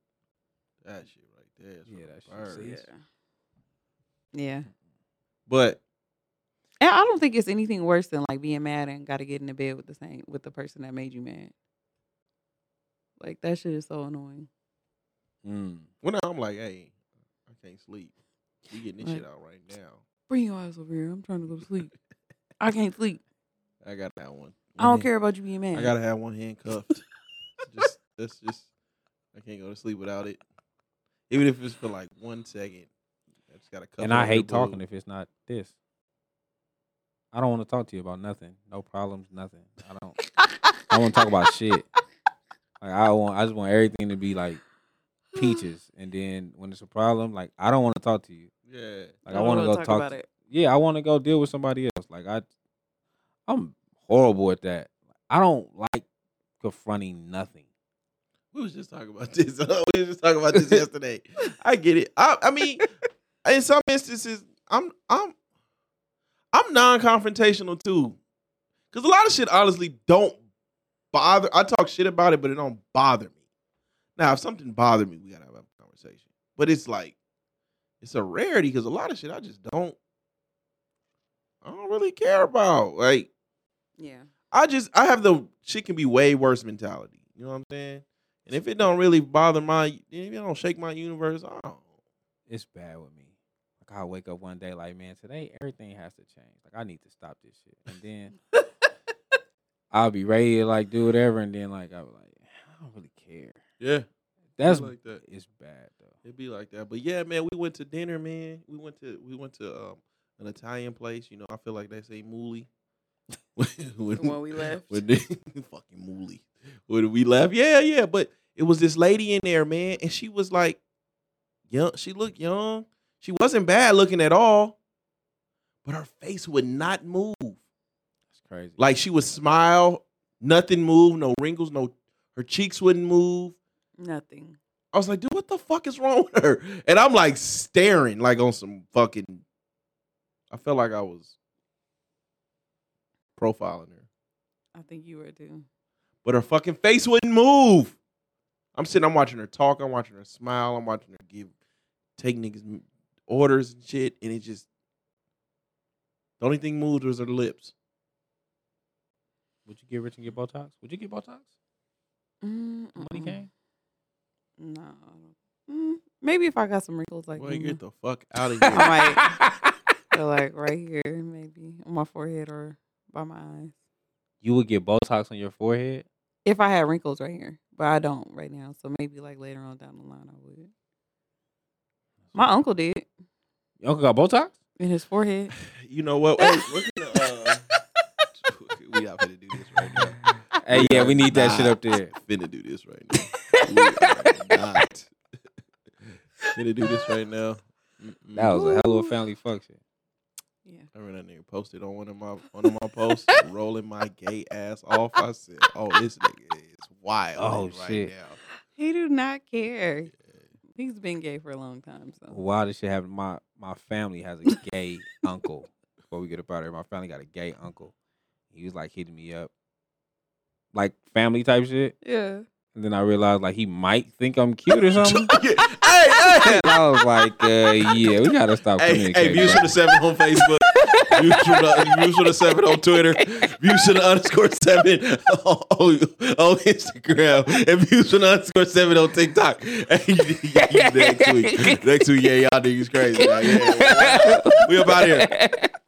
S1: That shit right there. is
S2: Yeah,
S1: from
S2: that shit
S1: the first.
S2: Please.
S3: Yeah. Yeah.
S1: But
S3: And I don't think it's anything worse than like being mad and got to get into bed with the same with the person that made you mad. Like that shit is so annoying.
S2: Mm.
S1: when I'm like, hey, I can't sleep. We getting this
S3: Right.
S1: shit out right now.
S3: Bring your ass over here. I'm trying to go to sleep. I can't sleep.
S1: I got that one.
S3: I don't
S1: Mhm.
S3: care about you being mad.
S1: I gotta have one hand cuffed. just that's just I can't go to sleep without it. Even if it's for like one second. I just gotta cuff.
S2: And
S1: it
S2: I
S1: under
S2: hate
S1: the blue.
S2: talking if it's not this. I don't want to talk to you about nothing. No problems, nothing. I don't. I want to talk about shit. Like I want. I just want everything to be like peaches. And then when it's a problem, like I don't want to talk to you.
S1: Yeah.
S2: Like I, want to go talk.
S3: about
S2: to,
S3: it.
S2: Yeah, I want to go deal with somebody else. Like I, I'm horrible at that. I don't like confronting nothing.
S1: We was just talking about this. we was just talking about this yesterday. I get it. I I mean in some instances I'm I'm I'm non confrontational too. Cause a lot of shit honestly don't bother. I talk shit about it, but it don't bother me. Now, if something bothered me, we gotta have a conversation. But it's like, it's a rarity because a lot of shit I just don't, I don't really care about. Like,
S3: Yeah.
S1: I just I have the shit can be way worse mentality. You know what I'm saying? And if it don't really bother my, if it don't shake my universe, I don't.
S2: It's bad with me. Like I wake up one day like, man, today everything has to change. Like I need to stop this shit. And then I'll be ready to like do whatever and then like I'll be like, I don't really care.
S1: Yeah,
S2: That's
S1: like that.
S2: it's bad though.
S1: It'd be like that. But yeah, man, we went to dinner, man. We went to we went to um, an Italian place. You know, I feel like they say mooly. when,
S3: When we left?
S1: when they- fucking mooly. When we left, yeah, yeah. But it was this lady in there, man, and she was like, young. She looked young. She wasn't bad looking at all, but her face would not move.
S2: It's crazy.
S1: Like she would smile, nothing moved, no wrinkles, no. Her cheeks wouldn't move.
S3: Nothing.
S1: I was like, dude, what the fuck is wrong with her? And I'm like staring, like on some fucking. I felt like I was profiling her,
S3: I think you were too.
S1: but her fucking face wouldn't move. I'm sitting, I'm watching her talk, I'm watching her smile, I'm watching her give, take niggas m- orders and shit, and it just. The only thing moved was her lips.
S2: Would you get rich and get Botox? Would you get Botox?
S3: Mm,
S2: Money
S3: mm-mm.
S2: came?
S3: No. I don't- Mm, maybe if I got some wrinkles like
S1: Boy,
S3: you know,
S1: get the fuck out of
S3: I
S1: here.
S3: might- but, like right here, maybe on my forehead or by my eyes.
S2: You would get Botox on your forehead?
S3: If I had wrinkles right here, but I don't right now, so maybe like later on down the line I would. My uncle did
S2: Your uncle got Botox?
S3: in his forehead.
S1: you know what? Wait, we're gonna, uh, we not finna do this right now.
S2: Hey, yeah, we need that shit up there.
S1: finna do this right now. We are not finna do this right now. Mm-mm.
S2: That was a hell of a
S3: Ooh.
S2: family function.
S3: Yeah.
S1: I remember that nigga posted on one of my one of my posts, rolling my gay ass off. I said, "Oh, this nigga is wild
S2: Oh,
S1: right
S2: shit.
S1: now."
S3: He do not care. He's been gay for a long time, so
S2: Why this shit happened? My my family has a gay uncle. Before we get up out of here, my family got a gay uncle. He was like hitting me up, like family type shit.
S3: yeah.
S2: And then I realized like he might think I'm cute or something.
S1: hey, hey,
S2: And I was like, uh, yeah, we gotta stop
S1: hey, hey!
S2: communicating.
S1: Views
S2: bro.
S1: from the seven on Facebook. Views from the, views from the seven on Twitter. Views from the underscore seven on, on, on Instagram. And views from the underscore seven on TikTok. next week, next week, yeah, y'all niggas crazy. man. Yeah, yeah, yeah. we up out here.